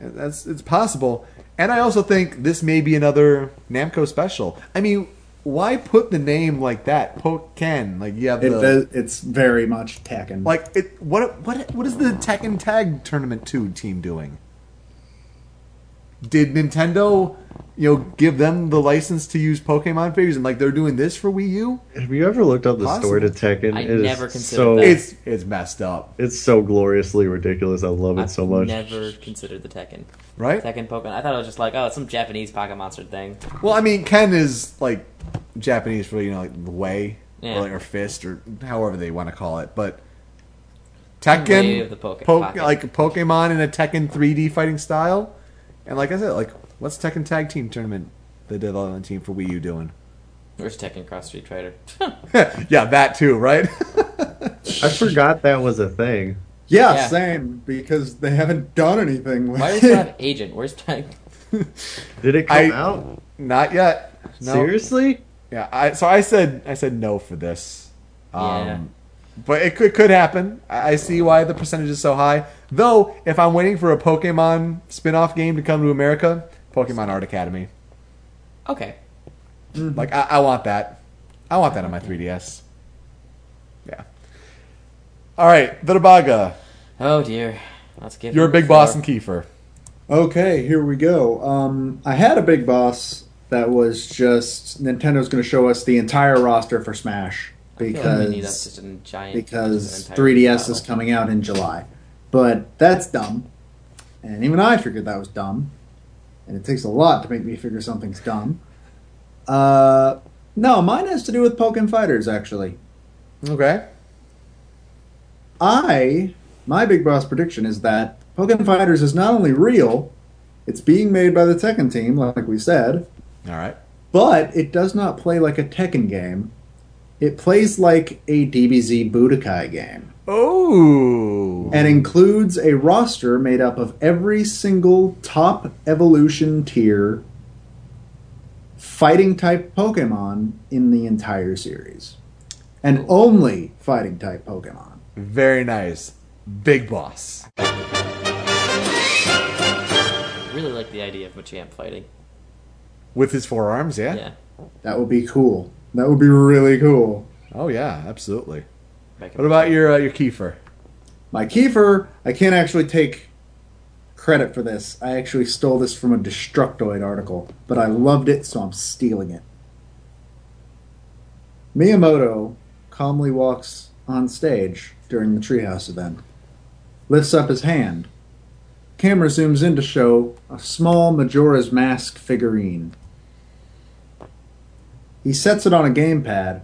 A: That's it's possible, and I also think this may be another Namco special. I mean, why put the name like that, Pokken? Like you have
T: It
A: the,
T: does, it's very much Tekken.
A: like it. What what what is the Tekken Tag Tournament Two team doing? Did Nintendo, you know, give them the license to use Pokemon figures, and like they're doing this for Wii U?
D: Have you ever looked up the story to Tekken?
A: I
D: It is
A: never considered
D: so,
A: that. It's- it's messed up.
D: It's so gloriously ridiculous. I love it so much.
C: Never considered the Tekken.
A: Right?
C: Tekken Pokemon. I thought it was just like, oh, it's some Japanese pocket monster thing.
A: Well, I mean, Ken is like Japanese for you know like the way
C: Yeah.
A: or like or fist or however they want to call it, but
C: Way of
A: Tekken,
C: the poke-
A: po-
C: pocket.
A: like Pokemon in a Tekken 3D fighting style, and like I said, like what's Tekken Tag Team Tournament, the development team for Wii U doing? (laughs)
C: Where's Tekken Cross Street Fighter? (laughs)
A: yeah, that too, right? (laughs)
D: I forgot that was a thing.
T: yeah,
C: Yeah.
T: same because they haven't done anything with
C: Why does
T: it.
C: it have Agent? Where's Tekken?
D: Did it
A: I-
D: come out?
A: Not yet. No.
D: Seriously?
A: Yeah. I, so I said I said no for this. Um,
D: Yeah.
A: But it could could happen. I I see why the percentage is so high. Though, if I'm waiting for a Pokemon spin-off game to come to America, Pokemon Art Academy.
C: Okay.
D: Mm-hmm.
A: Like I, I want that. I want that on my 3DS. Yeah. All right, Vitabaga.
C: Oh dear, let's get.
A: You're a big boss in Kiefer.
T: Okay, here we go. Um, I had a big boss that was just Nintendo's going to show us the entire roster for Smash
C: I feel
T: because
C: like we need that's just a giant
T: because
C: an entire
T: 3DS is coming out in July. But that's dumb. And even I figured that was dumb. And it takes a lot to make me figure something's dumb. Uh, no, mine has to do with Pokemon Fighters, actually.
A: Okay.
T: I, my big boss prediction is that Pokemon Fighters is not only real, it's being made by the Tekken team, like we said.
A: All right.
T: But it does not play like a Tekken game. It plays like a DBZ Budokai game.
A: Oh.
T: And includes a roster made up of every single top evolution tier fighting type Pokemon in the entire series. And only fighting type Pokemon.
A: Very nice. Big boss.
C: I really like the idea of Machamp fighting.
A: With his forearms, yeah?
C: Yeah.
T: That would be cool. That would be really cool.
A: Oh, yeah, absolutely.
C: Back
A: What about your uh, your Kiefer?
T: My Kiefer, I can't actually take credit for this. I actually stole this from a Destructoid article, but I loved it, so I'm stealing it. Miyamoto calmly walks on stage during the Treehouse event, lifts up his hand. Camera zooms in to show a small Majora's Mask figurine. He sets it on a gamepad,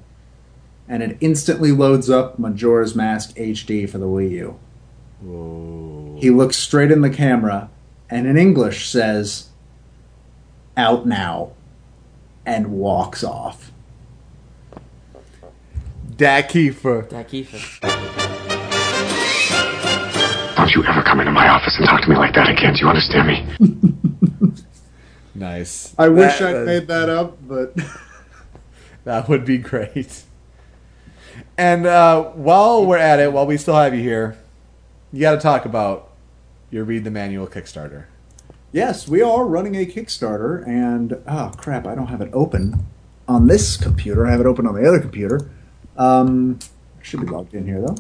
T: and it instantly loads up Majora's Mask HD for the Wii U. He looks straight in the camera and in English says, Out now, and walks off.
A: Dak Kiefer.
C: Dak Kiefer.
F: Don't you ever come into my office and talk to me like that again. Do you understand me?
A: (laughs) Nice.
T: I wish
A: That-
T: I'd
A: that-
T: made that up, but (laughs)
A: That would be great. And uh, while we're at it, while we still have you here, you got to talk about your Read the Manual Kickstarter.
T: yes, we are running a Kickstarter, and oh crap, I don't have it open on this computer. I have it open on the other computer. Um, should be logged in here though.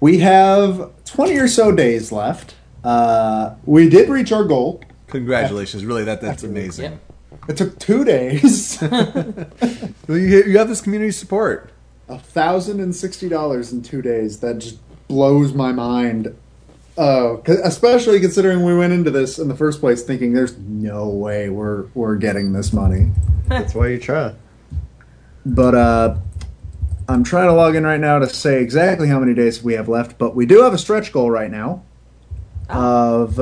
T: We have 20 or so days left. Uh, we did reach our goal.
A: Congratulations. Really, that that's amazing.
T: It took two (laughs) days.
A: Well, you, you have this community support.
T: A thousand and sixty dollars in two days. That just blows my mind. Uh, c- especially considering we went into this in the first place thinking there's no way we're we're getting this money.
D: That's why you try.
T: But uh, I'm trying to log in right now to say exactly how many days we have left. But we do have a stretch goal right now of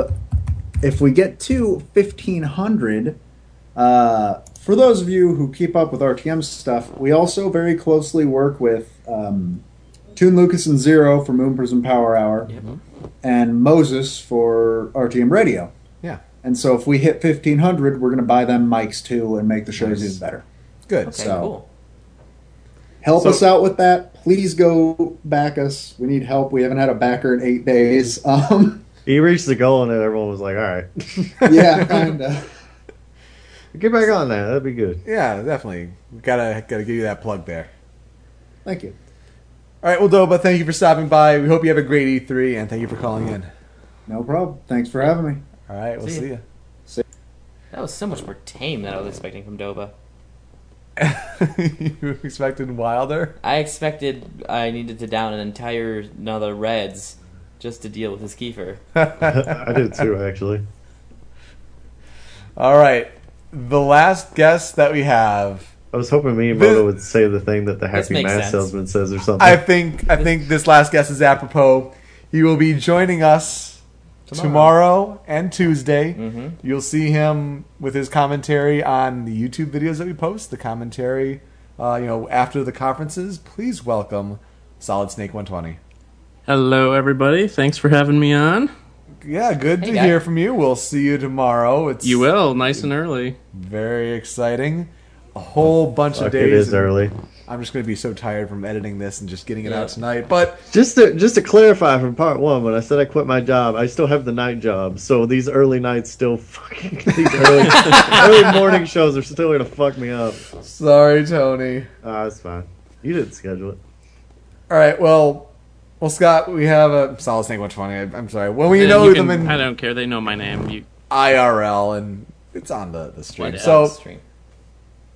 T: if we get to 1500. Uh, for those of you who keep up with RTM stuff, we also very closely work with um, Toon Lucas and Zero for Moon Prism Power Hour and Moses for RTM Radio.
A: Yeah.
T: And so if we hit 1500, we're going to buy them mics too and make the shows even better.
A: Good.
T: Okay, So- cool. Help us out with that. Please go back us. We need help. We haven't had a backer in eight days. (laughs) Um,
D: He reached the goal and then everyone was like,
A: (laughs)
D: all right.
T: yeah, kind of.
D: (laughs) Get back on that. That'd be good.
A: Yeah, definitely. We gotta gotta give you that plug there.
T: Thank you.
A: All right, well, Doba, thank you for stopping by. We hope you have a great E3, and thank you for calling in. (laughs)
T: No problem. Thanks for having me.
A: All right, we'll
C: See ya.
A: see you.
C: That was so much more tame than I was expecting from Doba.
A: you expected
D: (laughs)
A: Wilder? (laughs)
C: I expected I needed to down an entire another Reds just to deal with his Kiefer.
D: I did too, actually.
A: All right, the last guest that we have.
D: I was hoping Miyamoto would say the thing that the happy
A: makes
D: mass
A: sense.
D: salesman says or something.
A: I think I think this last guest is apropos. He will be joining us tomorrow,
R: Tomorrow.
A: and Tuesday. You'll see him with his commentary on the YouTube videos that we post. The commentary, uh, you know, after the conferences. Please welcome Solid Snake One Twenty.
B: Hello, everybody. Thanks for having me on.
A: Yeah, good
B: Hey,
A: to
B: guy.
A: hear from you. We'll see you tomorrow. It's
B: You will, nice and early.
A: Very exciting. a whole bunch of
D: Fuck, it
A: days.
D: is
A: and
D: early.
A: I'm just going to be so tired from editing this and just getting it
D: Yeah.
A: out tonight. But
D: Just to just to clarify from part one, when I said I quit my job, I still have the night job. So these early nights still fucking (laughs) these early, early morning shows are still gonna fuck me up.
A: Sorry, Tony.
D: Ah, it's fine. You didn't schedule it.
A: all right, well, well, Scott, we have a solid snake. What's funny? I'm sorry. When we
B: And
A: know
B: Uh, you
A: them
B: can-
A: in
B: I don't care. They know my name. You
A: IRL, and it's on the, the stream.
B: What
A: So,
B: else?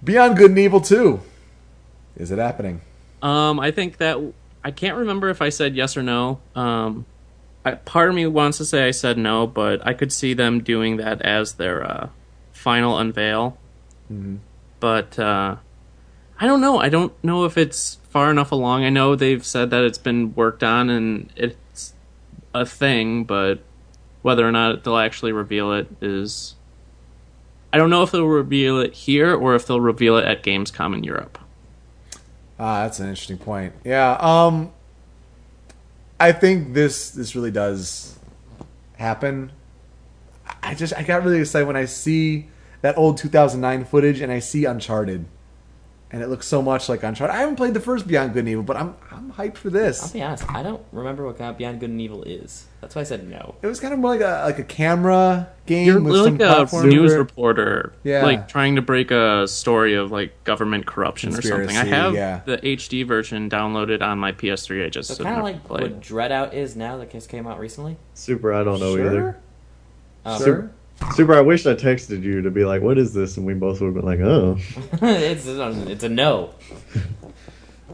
A: Beyond Good and Evil 2. Is it happening?
B: Um, I think that I can't remember if I said yes or no. Um, I, part of me wants to say I said no, but I could see them doing that as their uh, final unveil.
A: Mhm.
B: But uh, I don't know. I don't know if it's far enough along. I know they've said that it's been worked on and it's a thing, but whether or not they'll actually reveal it is. I don't know if they'll reveal it here or if they'll reveal it at Gamescom in Europe.
A: Ah, that's an interesting point. Yeah. Um, I think this this really does happen. I- I just I got really excited when I see that old 2009 footage and I see Uncharted, and it looks so much like Uncharted. I haven't played the first Beyond Good and Evil, but I'm I'm hyped for this.
C: I'll be honest. I don't remember what God Beyond Good and Evil is. That's why I said no.
A: It was kind of more like a like a camera game
B: You're
A: with some
B: like a
A: platform.
B: news reporter,
A: Yeah.
B: like trying to break a story of like government corruption or something. I
A: Conspiracy,
B: have
A: yeah.
B: the HD version downloaded on my PS3. I just
C: So
B: so
C: kind
B: never
C: of like
B: played.
C: what Dread Out is now that just came out recently. (laughs)
D: Super, I don't know
C: Sure?
D: either.
C: Um,
D: Super, Super, I wish I texted you to be like, "What is this?" and we both would have been like, "Oh."
C: it's, it's a no.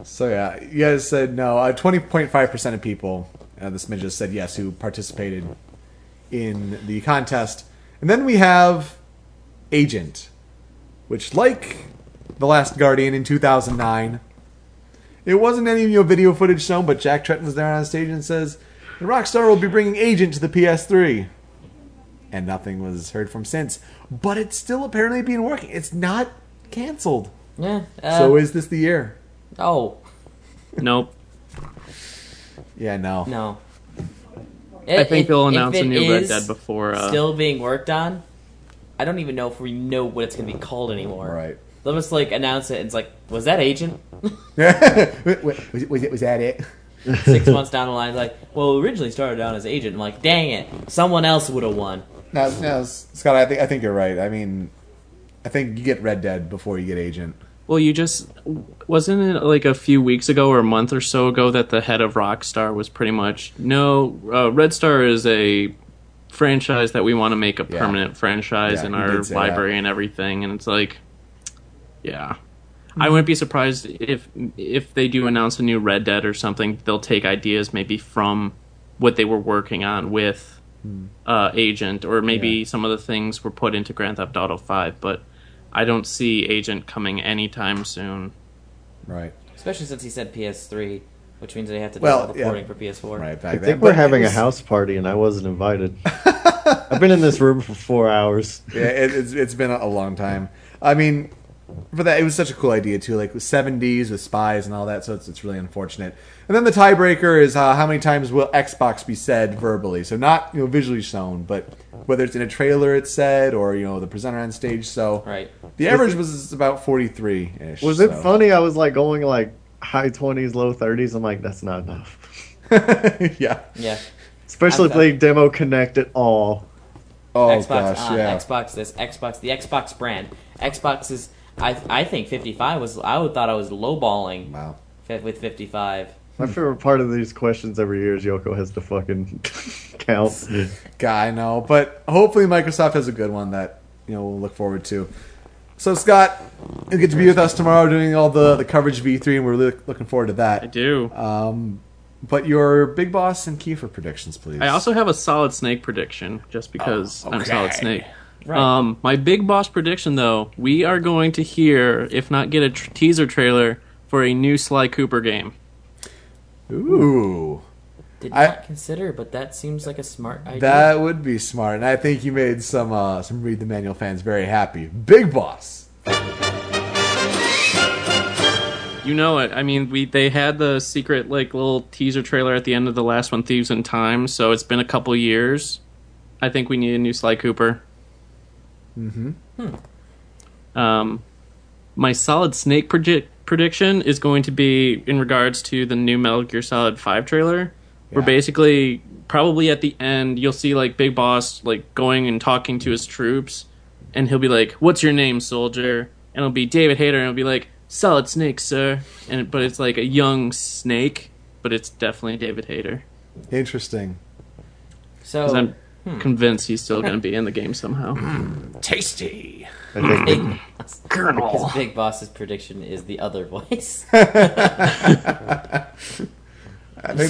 A: So yeah, you guys said no. Uh, Twenty point five percent of people, uh, the smidges said yes, who participated in the contest. And then we have Agent, which, like the Last Guardian in two thousand nine, it wasn't any of your video footage shown, but Jack Tretton was there on stage and says, "And Rockstar will be bringing Agent to the PS3." And nothing was heard from since, but it's still apparently being working. It's not canceled.
C: Yeah.
A: so
C: uh,
A: is this the year?
C: Oh
B: Nope.
A: Yeah, no.
C: No.
B: I think they'll announce
C: if
B: a
C: it
B: new Red
C: is
B: Dead before, uh,
C: still being worked on. I don't even know if we know what it's going to be called anymore. Right. They'll just like announce it. and It's like, was that
B: (laughs)
C: Agent?
A: (laughs) was, it, was, it, was that it?
C: Six months down the line, like, well, originally started out as Agent. I'm like, dang it, someone else would have won.
A: No, no, S- Scott. I think I think you're right. I mean, I think you get Red Dead before you get Agent.
B: Well, you just wasn't it like a few weeks ago or a month or so ago that the head of Rockstar was pretty much no. Uh, Red Star is a franchise that we want to make a permanent franchise
L: Yeah,
B: in
L: he
B: our
L: did say that.
B: library and everything, and it's like, yeah. I wouldn't be surprised if if they do announce a new Red Dead or something. They'll take ideas maybe from what they were working on with
L: Hmm.
B: uh, Agent, or maybe some of the things were put into Grand Theft Auto Five. But I don't see Agent coming anytime soon.
A: Right.
C: Especially since he said PS3, which means they have to do
B: Well,
C: all the
B: yeah.
C: porting for PS4.
A: Right.
D: I think we're having a house party, and I wasn't invited. I've been in this room for four hours.
A: Yeah, it, it's it's been a long time. I mean, for that, it was such a cool idea too, like with 70s with spies and all that. So it's it's really unfortunate. And then the tiebreaker is uh, how many times will Xbox be said verbally? So not you know visually shown, but whether it's in a trailer it's said or you know the presenter on stage. So
C: right.
A: The average was about 43 ish.
D: Was it funny? I was like going like high twenties, low thirties. I'm like, that's not enough. (laughs)
A: yeah.
C: Yeah.
D: Especially
C: I'm-
D: playing demo connect at all.
A: Oh,
C: Xbox on, Xbox this, Xbox the Xbox brand. Xbox is I I think 55 was I would thought I was lowballing.
A: Wow.
C: With 55.
D: My favorite part of these questions every year is Yoko has to fucking (laughs) count.
A: (laughs) God, I know, but hopefully Microsoft has a good one that you know we'll look forward to. So Scott, you get to be with us tomorrow doing all the, the coverage V three, and we're really looking forward to that. I
B: do.
A: Um, but your big boss and Kiefer predictions, please. Oh,
B: I also have a solid snake prediction, just because I'm
A: okay.
B: solid snake.
A: Right.
B: Um, my big boss prediction, though, we are going to hear, if not get a tr- teaser trailer for a new Sly Cooper game.
A: Ooh,
C: Did
A: I-
C: not consider, but that seems like a smart idea.
A: that would be smart, and I think you made some uh, some read the manual fans very happy. Big boss.
B: You know it. I mean, we they had the secret like little teaser trailer at the end of the last one, Thieves in Time. So it's been a couple years. I think we need a new Sly Cooper.
A: Mm-hmm.
B: Um, my Solid Snake predict- prediction is going to be in regards to the new Metal Gear Solid Five trailer. Where basically, probably at the end, you'll see like Big Boss like going and talking to his troops, and he'll be like, "What's your name, soldier?" And it'll be David Hayter, and it'll be like, "Solid Snake, sir." And but it's like a young snake, but it's definitely David Hayter.
A: Interesting.
B: Because
C: So
B: I'm
C: hmm.
B: convinced he's still going to be in the game somehow.
C: (clears throat) tasty.
B: I think-
C: (clears throat) Big,
B: Colonel.
C: Big Boss's prediction is the
A: (laughs)
C: other voice. (laughs)
A: think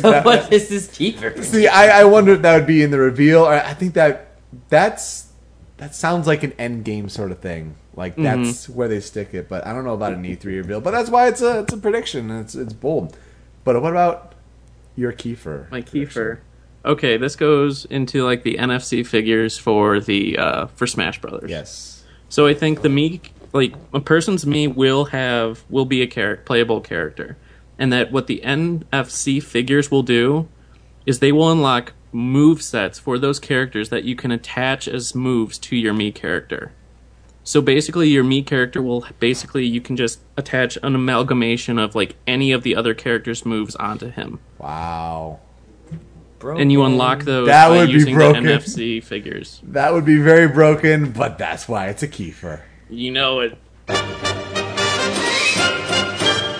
C: so
A: that-
C: what is this keeper?
A: See, I, I wonder if that would be in the reveal. I I think that that's that sounds like an end game sort of thing. Like
B: Mhm.
A: that's where they stick it. But I don't know about an E three reveal. But that's why it's a it's a prediction. and It's it's bold. But what about your Kiefer?
B: My Kiefer. Okay, this goes into like the NFC figures for the uh, for Smash Brothers.
A: Yes.
B: So I think the me like a person's me will have will be a char- playable character, and that what the NFC figures will do is they will unlock move sets for those characters that you can attach as moves to your me character. So basically, your me character will basically you can just attach an amalgamation of like any of the other characters' moves onto him.
A: Wow.
B: And you unlock those
A: That
B: by
A: would be
B: using
A: broken.
B: the NFC figures.
A: That would be very broken, but that's why it's a Kiefer.
B: You know it.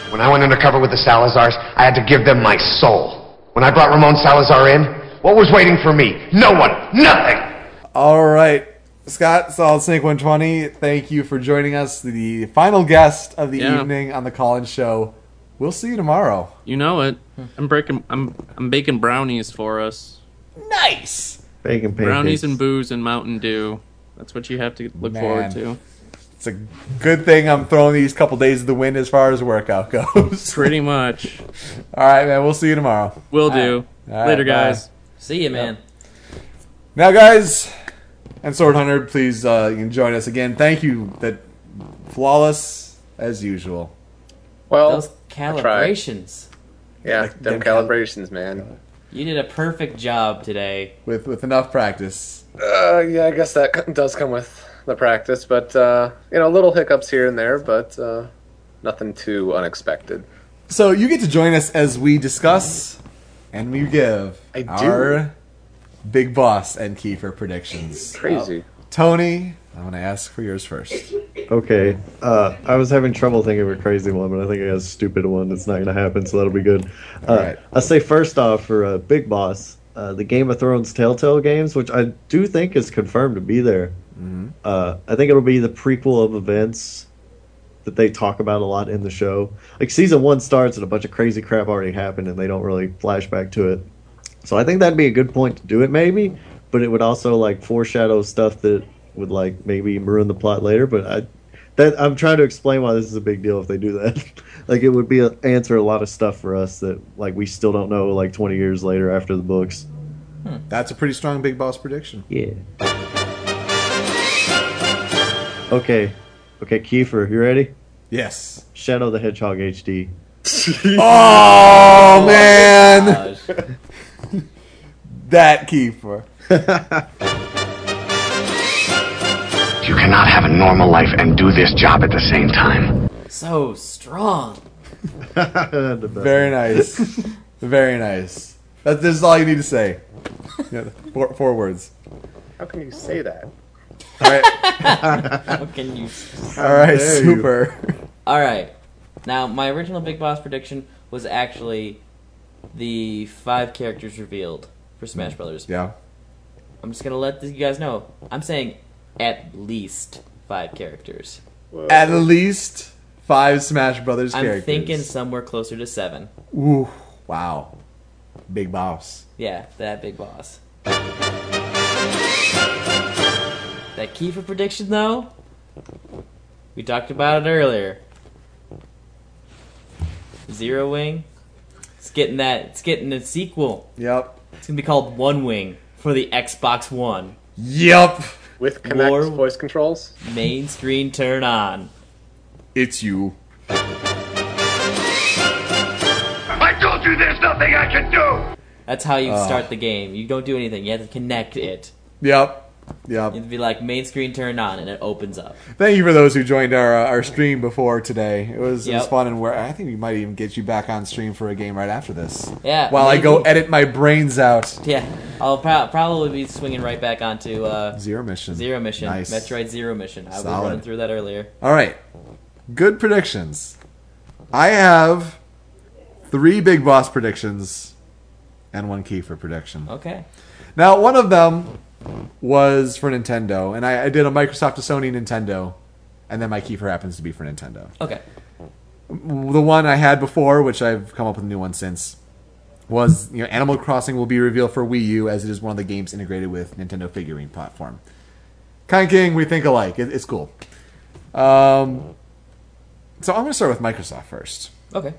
F: When I went undercover with the Salazars, I had to give them my soul. When I brought Ramon Salazar in, what was waiting for me? No one, nothing.
A: All right. Scott, Solid Snake 120, thank you for joining us, the final guest of the
B: Yeah.
A: evening on the Call In Show. We'll see you tomorrow.
B: You know it. I'm breaking. I'm I'm baking brownies for us.
A: Nice.
D: Bacon pancakes.
B: Brownies and booze and Mountain Dew. That's what you have to look forward
A: Man.
B: to.
A: It's a good thing I'm throwing these couple days of the wind as far as workout goes. (laughs)
B: Pretty much.
A: All right, man. We'll see you tomorrow.
B: Will do.
A: All right,
B: Later,
A: bye.
B: guys.
C: See you, man.
A: Now, guys, and Sword Hunter, please uh, you can join us again. Thank you. That flawless as usual.
P: Well,
C: Those calibrations.
P: Yeah, them calibrations, man.
C: You did a perfect job today.
A: With with enough practice.
P: Uh, yeah, I guess that co- does come with the practice, but uh, you know, little hiccups here and there, but uh, nothing too unexpected.
A: So you get to join us as we discuss and we give
P: I do.
A: our big boss and Kiefer predictions.
P: Crazy.
A: Tony, I'm going to ask for yours first.
D: Okay. Uh, I was having trouble thinking of a crazy one, but I think I got a stupid one that's not going to happen, so that'll be good. Uh,
A: Alright.
D: I'll say first off for uh, Big Boss, uh, the Game of Thrones Telltale games, which I do think is confirmed to be there.
A: Mm-hmm.
D: Uh, I think it'll be the prequel of events that they talk about a lot in the show. Like season one starts and a bunch of crazy crap already happened, and they don't really flash back to it. So I think that'd be a good point to do it, maybe. But it would also like foreshadow stuff that would like maybe ruin the plot later. But I, that I'm trying to explain why this is a big deal if they do that. (laughs) like it would be a, answer a lot of stuff for us that like we still don't know like 20 years later after the books.
A: That's a pretty strong big boss prediction.
D: Yeah. Okay, okay, Kiefer, you ready?
A: Yes.
D: Shadow the Hedgehog HD.
A: (laughs) Oh, (laughs)
C: (laughs)
A: man.
F: (laughs)
A: that Kiefer.
F: You cannot have a normal life and do this job at the same time.
C: So strong.
A: Very nice. Very nice. That, this is all you need to say. Yeah, four, four words.
P: How can you
C: (laughs)
P: say that?
A: All right.
C: How can you?
A: All right, How dare you. super.
C: All right. Now, my original Big Boss prediction was actually the five characters revealed for Smash Brothers.
A: Mm, Yeah.
C: I'm just gonna let this, you guys know. I'm saying at least five characters.
A: At least five Smash Brothers
C: I'm
A: characters.
C: thinking somewhere closer to seven.
A: Ooh, wow. Big boss.
C: Yeah, that big boss. That key for prediction, though, we talked about it earlier. Zero Wing. It's getting that. It's getting a sequel.
A: Yep.
C: It's gonna be called One Wing for the Xbox One.
A: Yep.
P: With Kinect's voice controls.
C: Main screen turn on.
A: It's you.
F: I told you there's nothing I can do!
C: That's how you
F: Ugh.
C: start the game. You don't do anything. You have to connect it.
A: Yep. Yeah.
C: It'd be like main screen turned on and it opens up.
A: Thank you for those who joined our uh, our stream before today. It was, it was
C: Yep.
A: fun, and where I think we might even get you back on stream for a game right after this.
C: Yeah,
A: While I go
C: maybe.
A: edit my brains out.
C: Yeah, I'll pro- probably be swinging right back onto uh,
A: Zero Mission.
C: Zero Mission.
A: Nice.
C: Metroid Zero Mission. I
A: Solid.
C: was running through that earlier.
A: All right. Good predictions. I have three big boss predictions and one key for prediction.
C: Okay.
A: Now, one of them was for Nintendo, and I, I did a Microsoft to Sony Nintendo, and then my keeper happens to be for Nintendo.
C: Okay.
A: The one I had before, which I've come up with a new one since, was you know Animal Crossing will be revealed for Wii U as it is one of the games integrated with Nintendo figurine platform. Kind King, we think alike. It, it's cool. Um, so I'm going to start with Microsoft first.
C: Okay.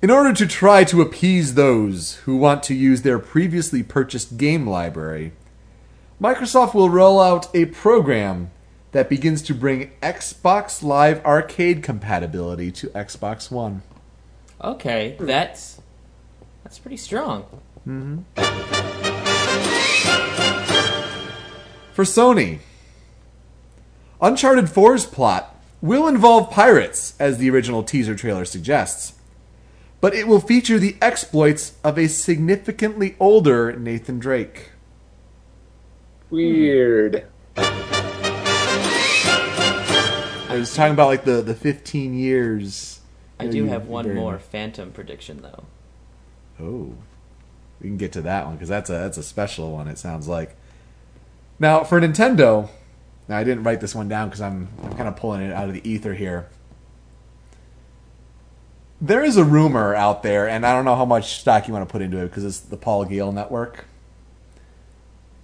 A: In order to try to appease those who want to use their previously purchased game library, Microsoft will roll out a program that begins to bring Xbox Live Arcade compatibility to Xbox One.
C: Okay, that's that's pretty strong.
A: Mm-hmm. For Sony, Uncharted 4's plot will involve pirates, as the original teaser trailer suggests, but it will feature the exploits of a significantly older Nathan Drake.
P: Weird.
A: I was talking about like the, the 15 years.
C: I
A: you know,
C: do
A: you-
C: have one
A: very-
C: more Phantom prediction though.
A: Oh, we can get to that one because that's a that's a special one. It sounds like. Now for Nintendo, now I didn't write this one down because I'm I'm kind of pulling it out of the ether here. There is a rumor out there, and I don't know how much stock you want to put into it because it's the Paul Gale network.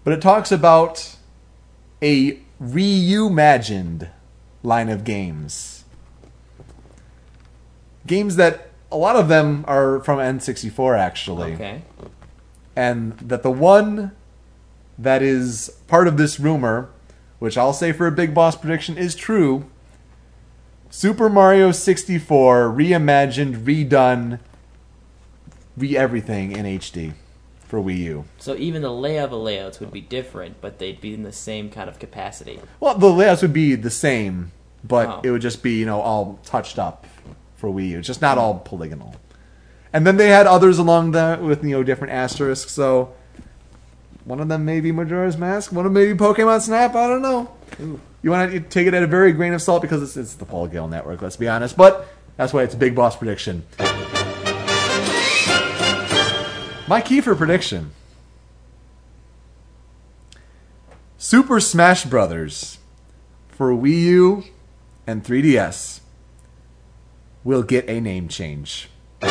A: But it talks about a reimagined line of games games that a lot of them are from N64 actually.
C: Okay.
A: And that the one that is part of this rumor, which I'll say for a big boss prediction is true, Super Mario 64 reimagined, redone, re everything in HD for Wii U.
C: So even the layout of the layouts would be different, but they'd be in the same kind of capacity.
A: Well, the layouts would be the same, but
C: Oh.
A: it would just be you know all touched up for Wii U, just not all polygonal. And then they had others along the with you know different asterisks. So one of them may be Majora's Mask, one of them may be Pokemon Snap. I don't know. You want to take it at a very grain of salt because it's, it's the Paul Gale Network. Let's be honest, but that's why it's a big boss prediction. My Kiefer prediction. Super Smash Brothers for Wii U and 3DS will get a name change.
F: My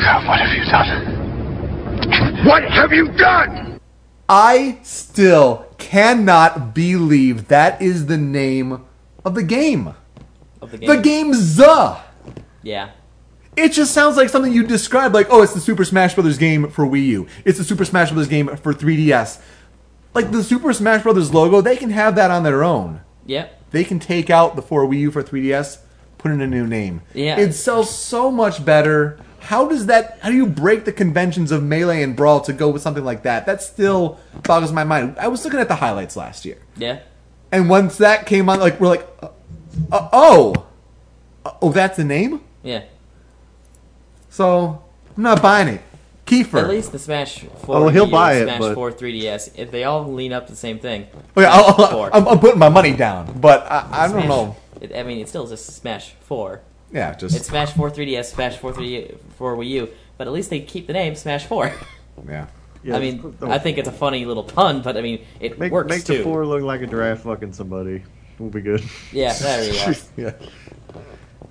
F: God, what have you done? What have you done?
A: I still cannot believe that is the name of the game.
C: Of the game.
A: The game Zuh.
C: Yeah.
A: It just sounds like something you describe, like, oh, it's the Super Smash Brothers game for Wii U. It's the Super Smash Brothers game for 3DS. Like the Super Smash Brothers logo, they can have that on their own.
C: Yep.
A: They can take out the for Wii U for 3DS, put in a new name.
C: Yeah.
A: It sells so much better. How does that? How do you break the conventions of melee and brawl to go with something like that? That still boggles my mind. I was looking at the highlights last year,
C: Yeah.
A: and once that came on, like we're like, uh, uh, oh, Uh, oh, that's the name.
C: Yeah.
A: So I'm not buying it. Kiefer.
C: At least the Smash 4
A: Oh, he'll
C: Wii U,
A: buy it,
C: Smash
A: but-
C: 4 3DS, if they all lean up to the same thing.
A: Okay,
C: Smash
A: I'll, I'll-
C: 4.
A: I'm, I'm putting my money down, but I, I don't
C: Smash-
A: know.
C: It, I mean, it's still just Smash 4.
A: Yeah, just-
C: It's Smash 4 3DS, Smash 4 3 4 Wii U, but at least they keep the name Smash 4.
A: Yeah.
C: I mean, I think it's a funny little pun, but I mean, it
D: Make,
C: works
D: make
C: too.
D: the four look like a giraffe fucking somebody. We'll be good.
C: Yeah, there we
D: (laughs)
C: go.
A: yeah.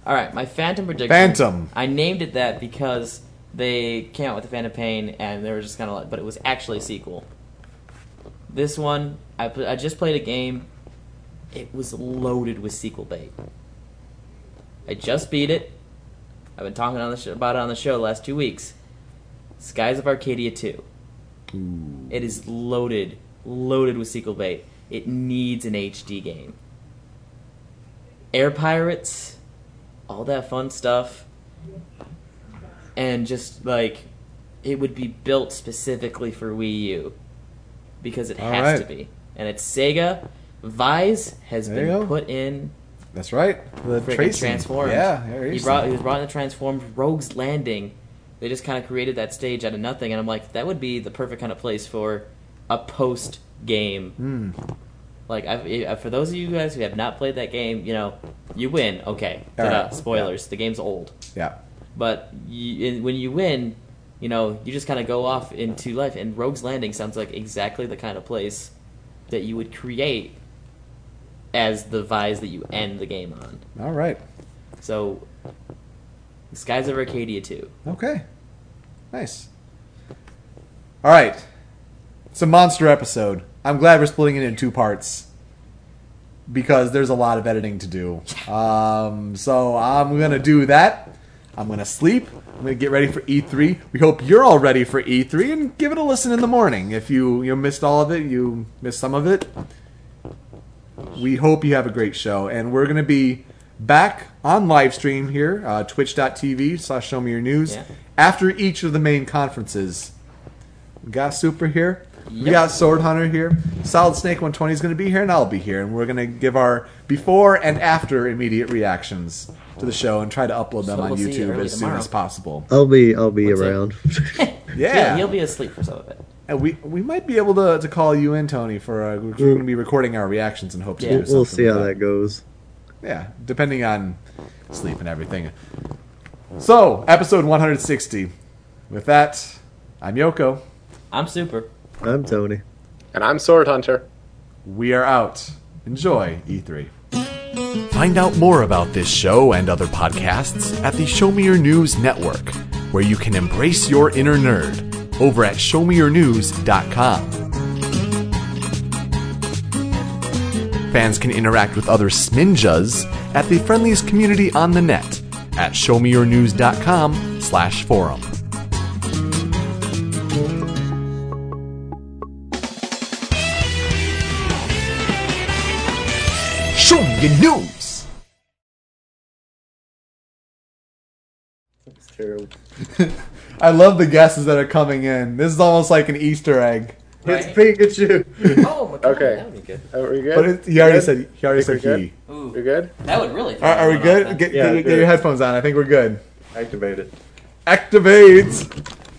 C: All right, my Phantom prediction.
D: Phantom.
C: I named it that because they came out with the Phantom Pain, and they were just kind of like, but it was actually a sequel. This one, I pl- I just played a game. It was loaded with sequel bait. I just beat it. I've been talking on the sh- about it on the show the last two weeks. Skies of Arcadia Two. It is loaded, loaded with sequel bait. It needs an HD game. Air Pirates, all that fun stuff, and just like it would be built specifically for Wii U because it
A: All
C: has
A: right.
C: to be, and it's Sega. Vise has
A: There you go.
C: been put in
A: That's right. The
C: freaking
A: tracing.
C: transformed.
A: Yeah, there
C: he
A: is
C: brought
A: some.
C: he was brought in the transformed Rogues Landing. They just kind of created that stage out of nothing, and I'm like, that would be the perfect kind of place for a post game.
A: Hmm.
C: Like, I've, eh, uh, for those of you guys who have not played that game, you know, you win. Okay,
A: All
C: Ta-da.
A: right.
C: spoilers. The game's old,
A: Yeah.
C: but you, when you win, you know, you just kind of go off into life. And Rogues Landing sounds like exactly the kind of place that you would create as the vise that you end the game on.
A: All right.
C: So, Skies of Arcadia 2.
A: Okay. Nice. All right. It's a monster episode. I'm glad we're splitting it into two parts because there's a lot of editing to do. Um, so I'm going to do that. I'm going to sleep. I'm going to get ready for E3. We hope you're all ready for E3 and give it a listen in the morning. If you, you missed all of it, you missed some of it. We hope you have a great show. And we're going to be back on live stream here, uh, twitch.tv slash show me your news,
R: Yeah.
A: after each of the main conferences. We got Super here. We
R: Yep.
A: got Sword Hunter here. Solid Snake 120 is going to be here, and I'll be here. And we're going to give our before and after immediate reactions to the show and try to upload them
C: So
A: on
C: we'll see you
A: YouTube
C: early
A: as soon
C: tomorrow.
A: as possible.
D: I'll be I'll be around.
A: Yeah.
C: He'll, he'll be asleep for some of it.
A: And we we might be able to, to call you in, Tony, for uh, we're going to be recording our reactions and hope to do
D: We'll,
A: something.
D: we'll see
A: with
D: how that goes.
A: Yeah, depending on sleep and everything. So, episode 160. With that, I'm Yoko.
C: I'm Super.
D: I'm Tony.
P: And I'm Sword Hunter.
A: We are out. Enjoy E3.
H: E Find out more about this show and other podcasts at the Show Me Your News Network, where you can embrace your inner nerd over at showmeyournews.com. Fans can interact with other Sminjas at the friendliest community on the net at showmeyournews.com slash forum. Show me your news!
A: It's terrible. I love the guesses that are coming in. This is almost like an Easter egg.
N: It's Pikachu.
C: oh my
N: god. Okay.
C: That would be good.
P: Are we good?
A: (laughs) But it, he already
P: Good?
A: said he already
P: Think
A: said
P: we're
A: he.
C: Ooh.
P: You're good?
C: That would really
A: Are, are we good? Get,
D: Yeah,
A: get, get
D: sure.
A: your headphones on. I think we're good.
D: Activate it.
A: Activate.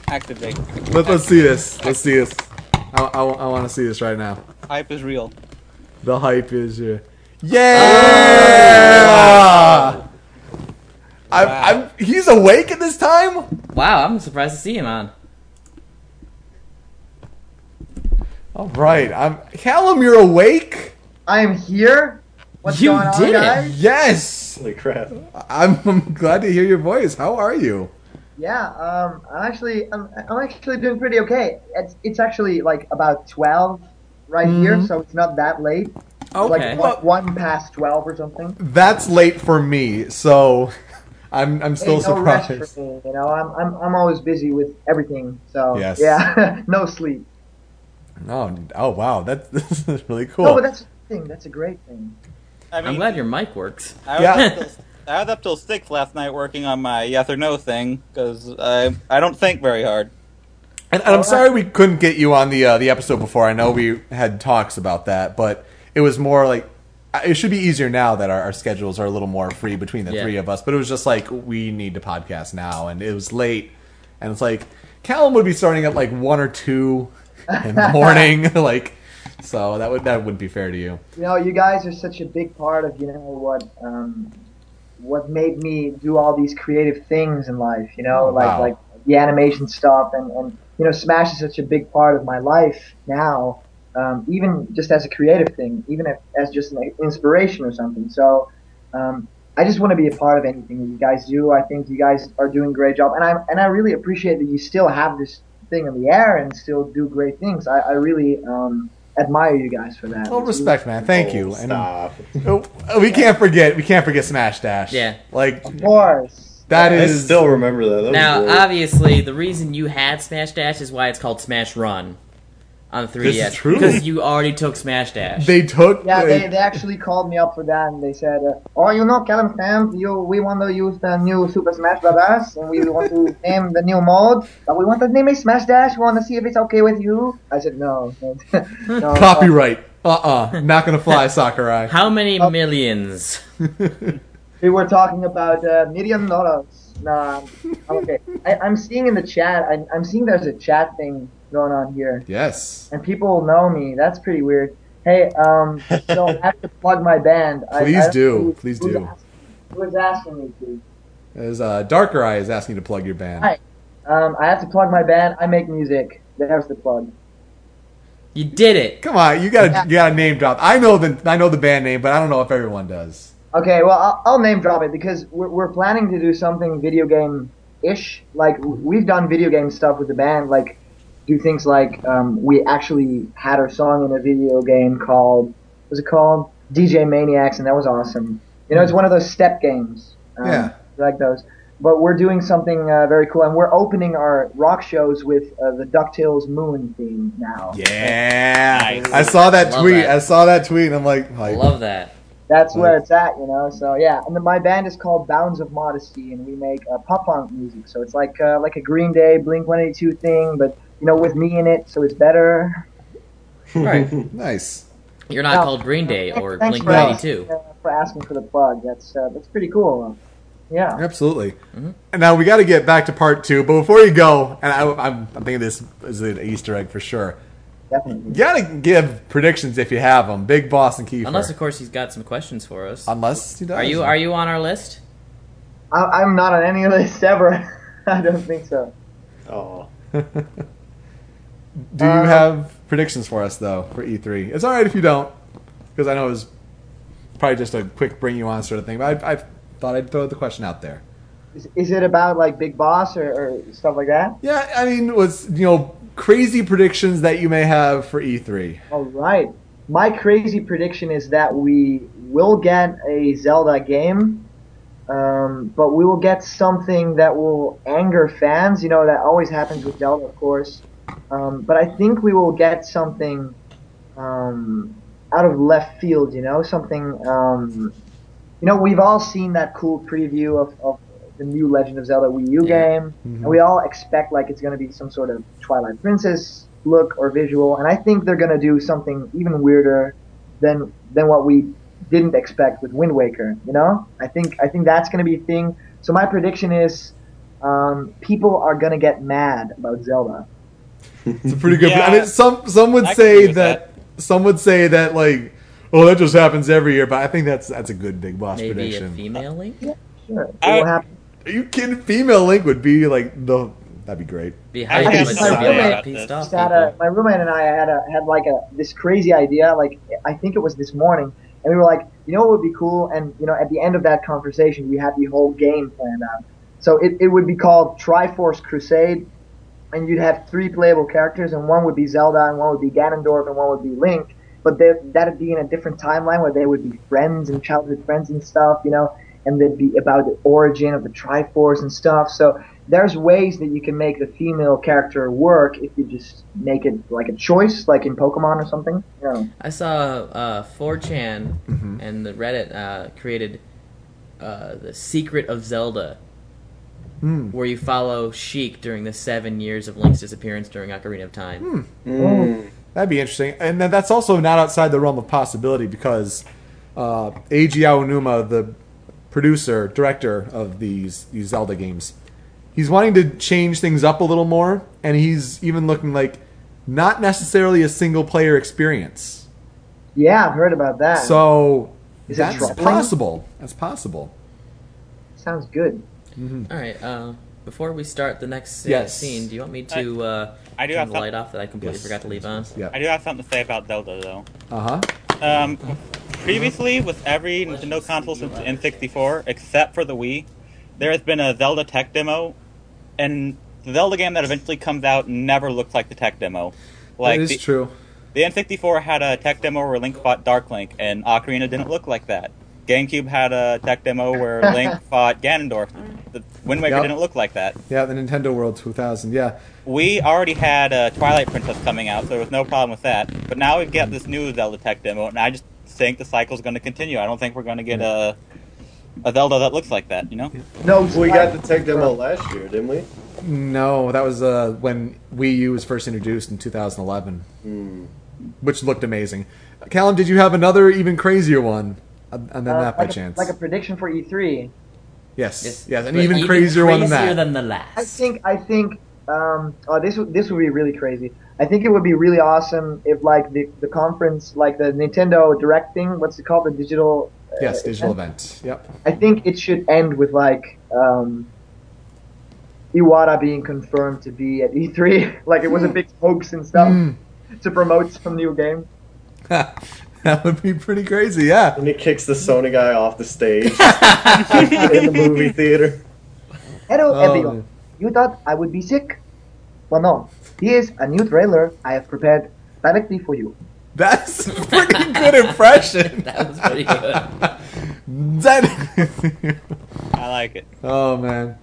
E: Activate.
A: Let, let's see this. Let's see this. I, I, want to see this right now.
E: Hype is real.
A: The hype is
C: Oh.
A: here. Yeah. Ah. I'm, I'm, he's awake at this time.
C: Wow, I'm surprised to see him on.
A: All right. I'm Callum. You're awake. I am here.
U: What's You going on, did it. guys?
A: Yes. Holy crap. I'm, I'm glad to hear your voice. How are you?
U: Yeah, um, I'm actually I'm, I'm actually doing pretty okay. It's it's actually like about twelve right here,
A: Mhm.
U: so it's not that late. It's
A: Okay.
U: like one, one past twelve or something.
A: That's late for me, so I'm I'm still
U: Ain't no rest
A: surprised.
U: for me, you know, I'm, I'm I'm always busy with everything, so
A: Yes.
U: yeah, (laughs) no sleep.
A: No, oh wow, (laughs) that this is really cool.
U: No, but that's a thing. That's a great thing.
E: I mean,
C: I'm glad your mic works.
E: I was, up till, I was up till six last night working on my yes or no thing because I I don't think very hard.
A: And, and I'm sorry we couldn't get you on the uh, the episode before. I know we had talks about that, but it was more like I- it should be easier now that our, our schedules are a little more free between the
R: Yeah.
A: three of us. But it was just like we need to podcast now, and it was late, and it's like Callum would be starting at like one or two in the
C: (laughs)
A: morning, (laughs) like so that would that wouldn't be fair to you.
U: You know, you guys are such a big part of you know what um, what made me do all these creative things in life. You know,
A: Oh,
U: like
A: wow.
U: like the animation stuff, and, and you know, Smash is such a big part of my life now. Um, even just as a creative thing, even if, as just like inspiration or something. So um, I just want to be a part of anything that you guys do. I think you guys are doing a great job, and I and I really appreciate that you still have this thing in the air and still do great things. I, I really um, admire you guys for that.
A: Well,
U: It's
A: respect, man. Thank you. And
U: stop.
A: Oh, we can't forget. We can't forget Smash Dash.
C: Yeah.
A: like
U: Of course.
A: that
D: I
A: is.
D: still remember that. that was
C: Now,
D: great.
C: obviously, the reason you had Smash Dash is why it's called Smash Run. on the 3DS.
A: This is true?
C: Because you already took Smash Dash.
A: They took.
U: Yeah,
A: they-
U: they, they actually called me up for that, and they said, uh, "Oh, you know, Callum Stamp, you we want to use the new Super Smash Bros. and we want
A: (laughs)
U: to name the new mode, but we want to name it Smash Dash. We want to see if it's okay with you." I said, "No, (laughs) no, no,
A: Copyright. Uh uh Not going to fly, Sakurai.
C: How many millions?
U: We were talking about uh, million dollars. Nah, I'm okay. I, I'm seeing in the chat. I, I'm seeing there's a chat thing going on here,
A: Yes.
U: and people know me. That's pretty weird. Hey, um, so I have to plug my band. I-
A: Please
U: I-
A: do. Please do.
U: Who was asking me to?
A: As uh, Darker Eye is asking you to plug your band.
U: Hi. Um, I have to plug my band. I make music. There's the plug.
C: You did it.
A: Come on, you got to you got a name drop. I know the I know the band name, but I don't know if everyone does.
U: Okay, well, I'll, I'll name drop it because we're, we're planning to do something video game ish. Like, w- we've done video game stuff with the band. Like, do things like um, we actually had our song in a video game called, was it called? DJ Maniacs, and that was awesome. You know, it's one of those step games. Um,
A: Yeah.
U: Like those. But we're doing something uh, very cool, and we're opening our rock shows with uh, the DuckTales Moon theme now.
A: Yeah, I saw that
U: Love
A: tweet.
U: that.
A: I saw that tweet, and I'm like, like
C: love that.
U: that's where it's at, you know. So yeah, and then my band is called Bounds of Modesty, and we make uh, pop punk music. So it's like uh, like a Green Day, Blink One Eighty Two thing, but you know, with me in it, so it's better.
C: Right.
A: nice.
C: You're not
U: No.
C: called Green Day or
U: Thanks
C: Blink
U: for, asking,
C: 182.
U: uh, for asking for the plug. That's uh, that's pretty cool. Yeah.
A: Absolutely.
C: Mm-hmm.
A: And now we got to get back to part two, but before you go, and I, I'm, I'm thinking this is an Easter egg for sure.
U: Definitely.
A: You got to give predictions if you have them. Big Boss and Kiefer.
C: Unless, of course, he's got some questions for us.
A: Unless he does.
C: Are you are you on our list?
U: I, I'm not on any (laughs) list ever. I don't think so.
A: Oh. Do you
U: Uh,
A: have predictions for us though for E3? It's all right if you don't, because I know it was probably just a quick bring you on sort of thing. But I, I thought I'd throw the question out there.
U: Is, is it about like Big Boss or, or stuff like that?
A: Yeah, I mean, was you know crazy predictions that you may have for E E3?
U: All right. My crazy prediction is that we will get a Zelda game, um, but we will get something that will anger fans. You know, that always happens with Zelda, of course. Um, but I think we will get something um, out of left field, you know, something. Um, you know, we've all seen that cool preview of, of the new Legend of Zelda Wii U game, and we all expect like it's going to be some sort of Twilight Princess look or visual, and I think they're going to do something even weirder than than what we didn't expect with Wind Waker. You know, I think I think that's going to be a thing. So my prediction is, um, people are going to get mad about Zelda.
A: It's a pretty good.
U: Yeah.
A: I mean, some some would
U: I can
A: say
U: agree
A: that,
U: with
A: some would say that like, oh, that just happens every year. But I think that's that's a good big boss
C: Maybe a
A: prediction.
C: female link?
U: Sure.
A: Are you kidding? Female Link would be like the that'd be great.
C: Be
U: I
C: hyped,
U: just-
C: but
U: my
C: not
U: roommate
C: pissed
U: just
C: off.
U: had a, my roommate and I had a, had like a this crazy idea. Like I think it was this morning, and we were like, you know what would be cool? And you know, at the end of that conversation, we had the whole game planned out. So it, it would be called Triforce Crusade, and you'd have three playable characters, and one would be Zelda, and one would be Ganondorf, and one would be Link. But they, that'd be in a different timeline where they would be friends and childhood friends and stuff, you know. And they'd be about the origin of the Triforce and stuff. So there's ways that you can make the female character work if you just make it like a choice, like in Pokemon or something. You know.
C: I saw uh, 4chan
A: Mm-hmm.
C: and the Reddit uh, created uh, the Secret of Zelda,
A: Hmm.
C: where you follow Sheik during the seven years of Link's disappearance during Ocarina of Time.
A: Hmm.
U: Mm.
A: Oh, that'd be interesting. And then that's also not outside the realm of possibility because uh, Eiji Aonuma, the producer, director of these these Zelda games, he's wanting to change things up a little more, and he's even looking like not necessarily a single player experience.
U: Yeah, I've heard about that.
A: So
U: Is it
A: that's
U: troubling?
A: possible. That's possible.
U: sounds good. Mm-hmm.
C: All right. Uh, before we start the next uh,
A: Yes.
C: scene, do you want me to uh,
E: I do
C: turn
E: have
C: the
E: some-
C: light off that I completely
E: Yes.
C: forgot to leave on?
E: I do have something to say about Zelda, though.
A: Uh huh.
E: Um, previously, with every Nintendo console since the N64, except for the Wii, there has been a Zelda tech demo, and the Zelda game that eventually comes out never looks like the tech demo. Like
A: that is
E: the,
A: true.
E: the N64 had a tech demo where Link fought Dark Link, and Ocarina didn't look like that. GameCube had a tech demo where Link fought Ganondorf. The Wind Waker
A: Yep.
E: didn't look like that.
A: Yeah, the Nintendo World 2000. Yeah,
E: We already had uh, Twilight Princess coming out, so there was no problem with that. But now we've got this new Zelda tech demo, and I just think the cycle's going to continue. I don't think we're going to get a a Zelda that looks like that. You know?
A: No,
N: we got the tech demo last year, didn't we?
A: no, that was uh, when Wii U was first introduced in 2011, which looked amazing. Callum, did you have another even crazier one? Uh, And then
U: Uh,
A: that by
U: like a-
A: chance.
U: like a prediction for E E3.
A: yes,
U: Yes.
A: yes, an
U: But
A: even,
U: even
A: crazier, one than that.
U: (laughs) crazier than
C: the last.
U: I think I think um, oh this would- this would be really crazy. I think it would be really awesome if like the, the conference like the Nintendo Direct thing. What's it called? The digital. uh,
A: yes, digital event. Yep.
U: I think it should end with like um, Iwata being confirmed to be at E3. (laughs) like it was
A: Hmm.
U: a big hoax and stuff to promote some new game.
A: (laughs) that would be pretty crazy, yeah.
N: When he kicks the Sony guy off the
A: (laughs)
N: stage in the movie theater.
U: Hello
A: Um,
N: Oh,
U: everyone.
N: man.
U: You thought I would be sick? Well, no. Here's a new trailer I have prepared directly for you.
A: That's (laughs) a pretty good
U: (laughs)
A: impression.
C: (laughs) that was
A: (laughs)
C: pretty good.
A: That-
E: I like it.
A: Oh man.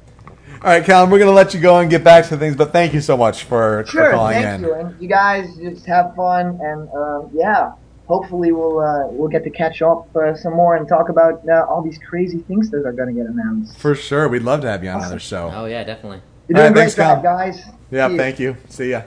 A: All right, Callum, we're gonna let you go and get back to things, but thank you so much for,
U: Sure,
A: for calling
U: thank
A: in.
U: you. And you guys just have fun, and um, yeah, hopefully we'll uh, we'll get to catch up uh, some more and talk about uh, all these crazy things that are going to get announced.
A: For sure, we'd love to have you on another show.
C: Oh yeah, definitely.
U: You're doing
A: All right,
U: a great
A: thanks,
U: job,
A: Cal.
U: guys.
A: Yeah,
U: See you.
A: thank you. See ya.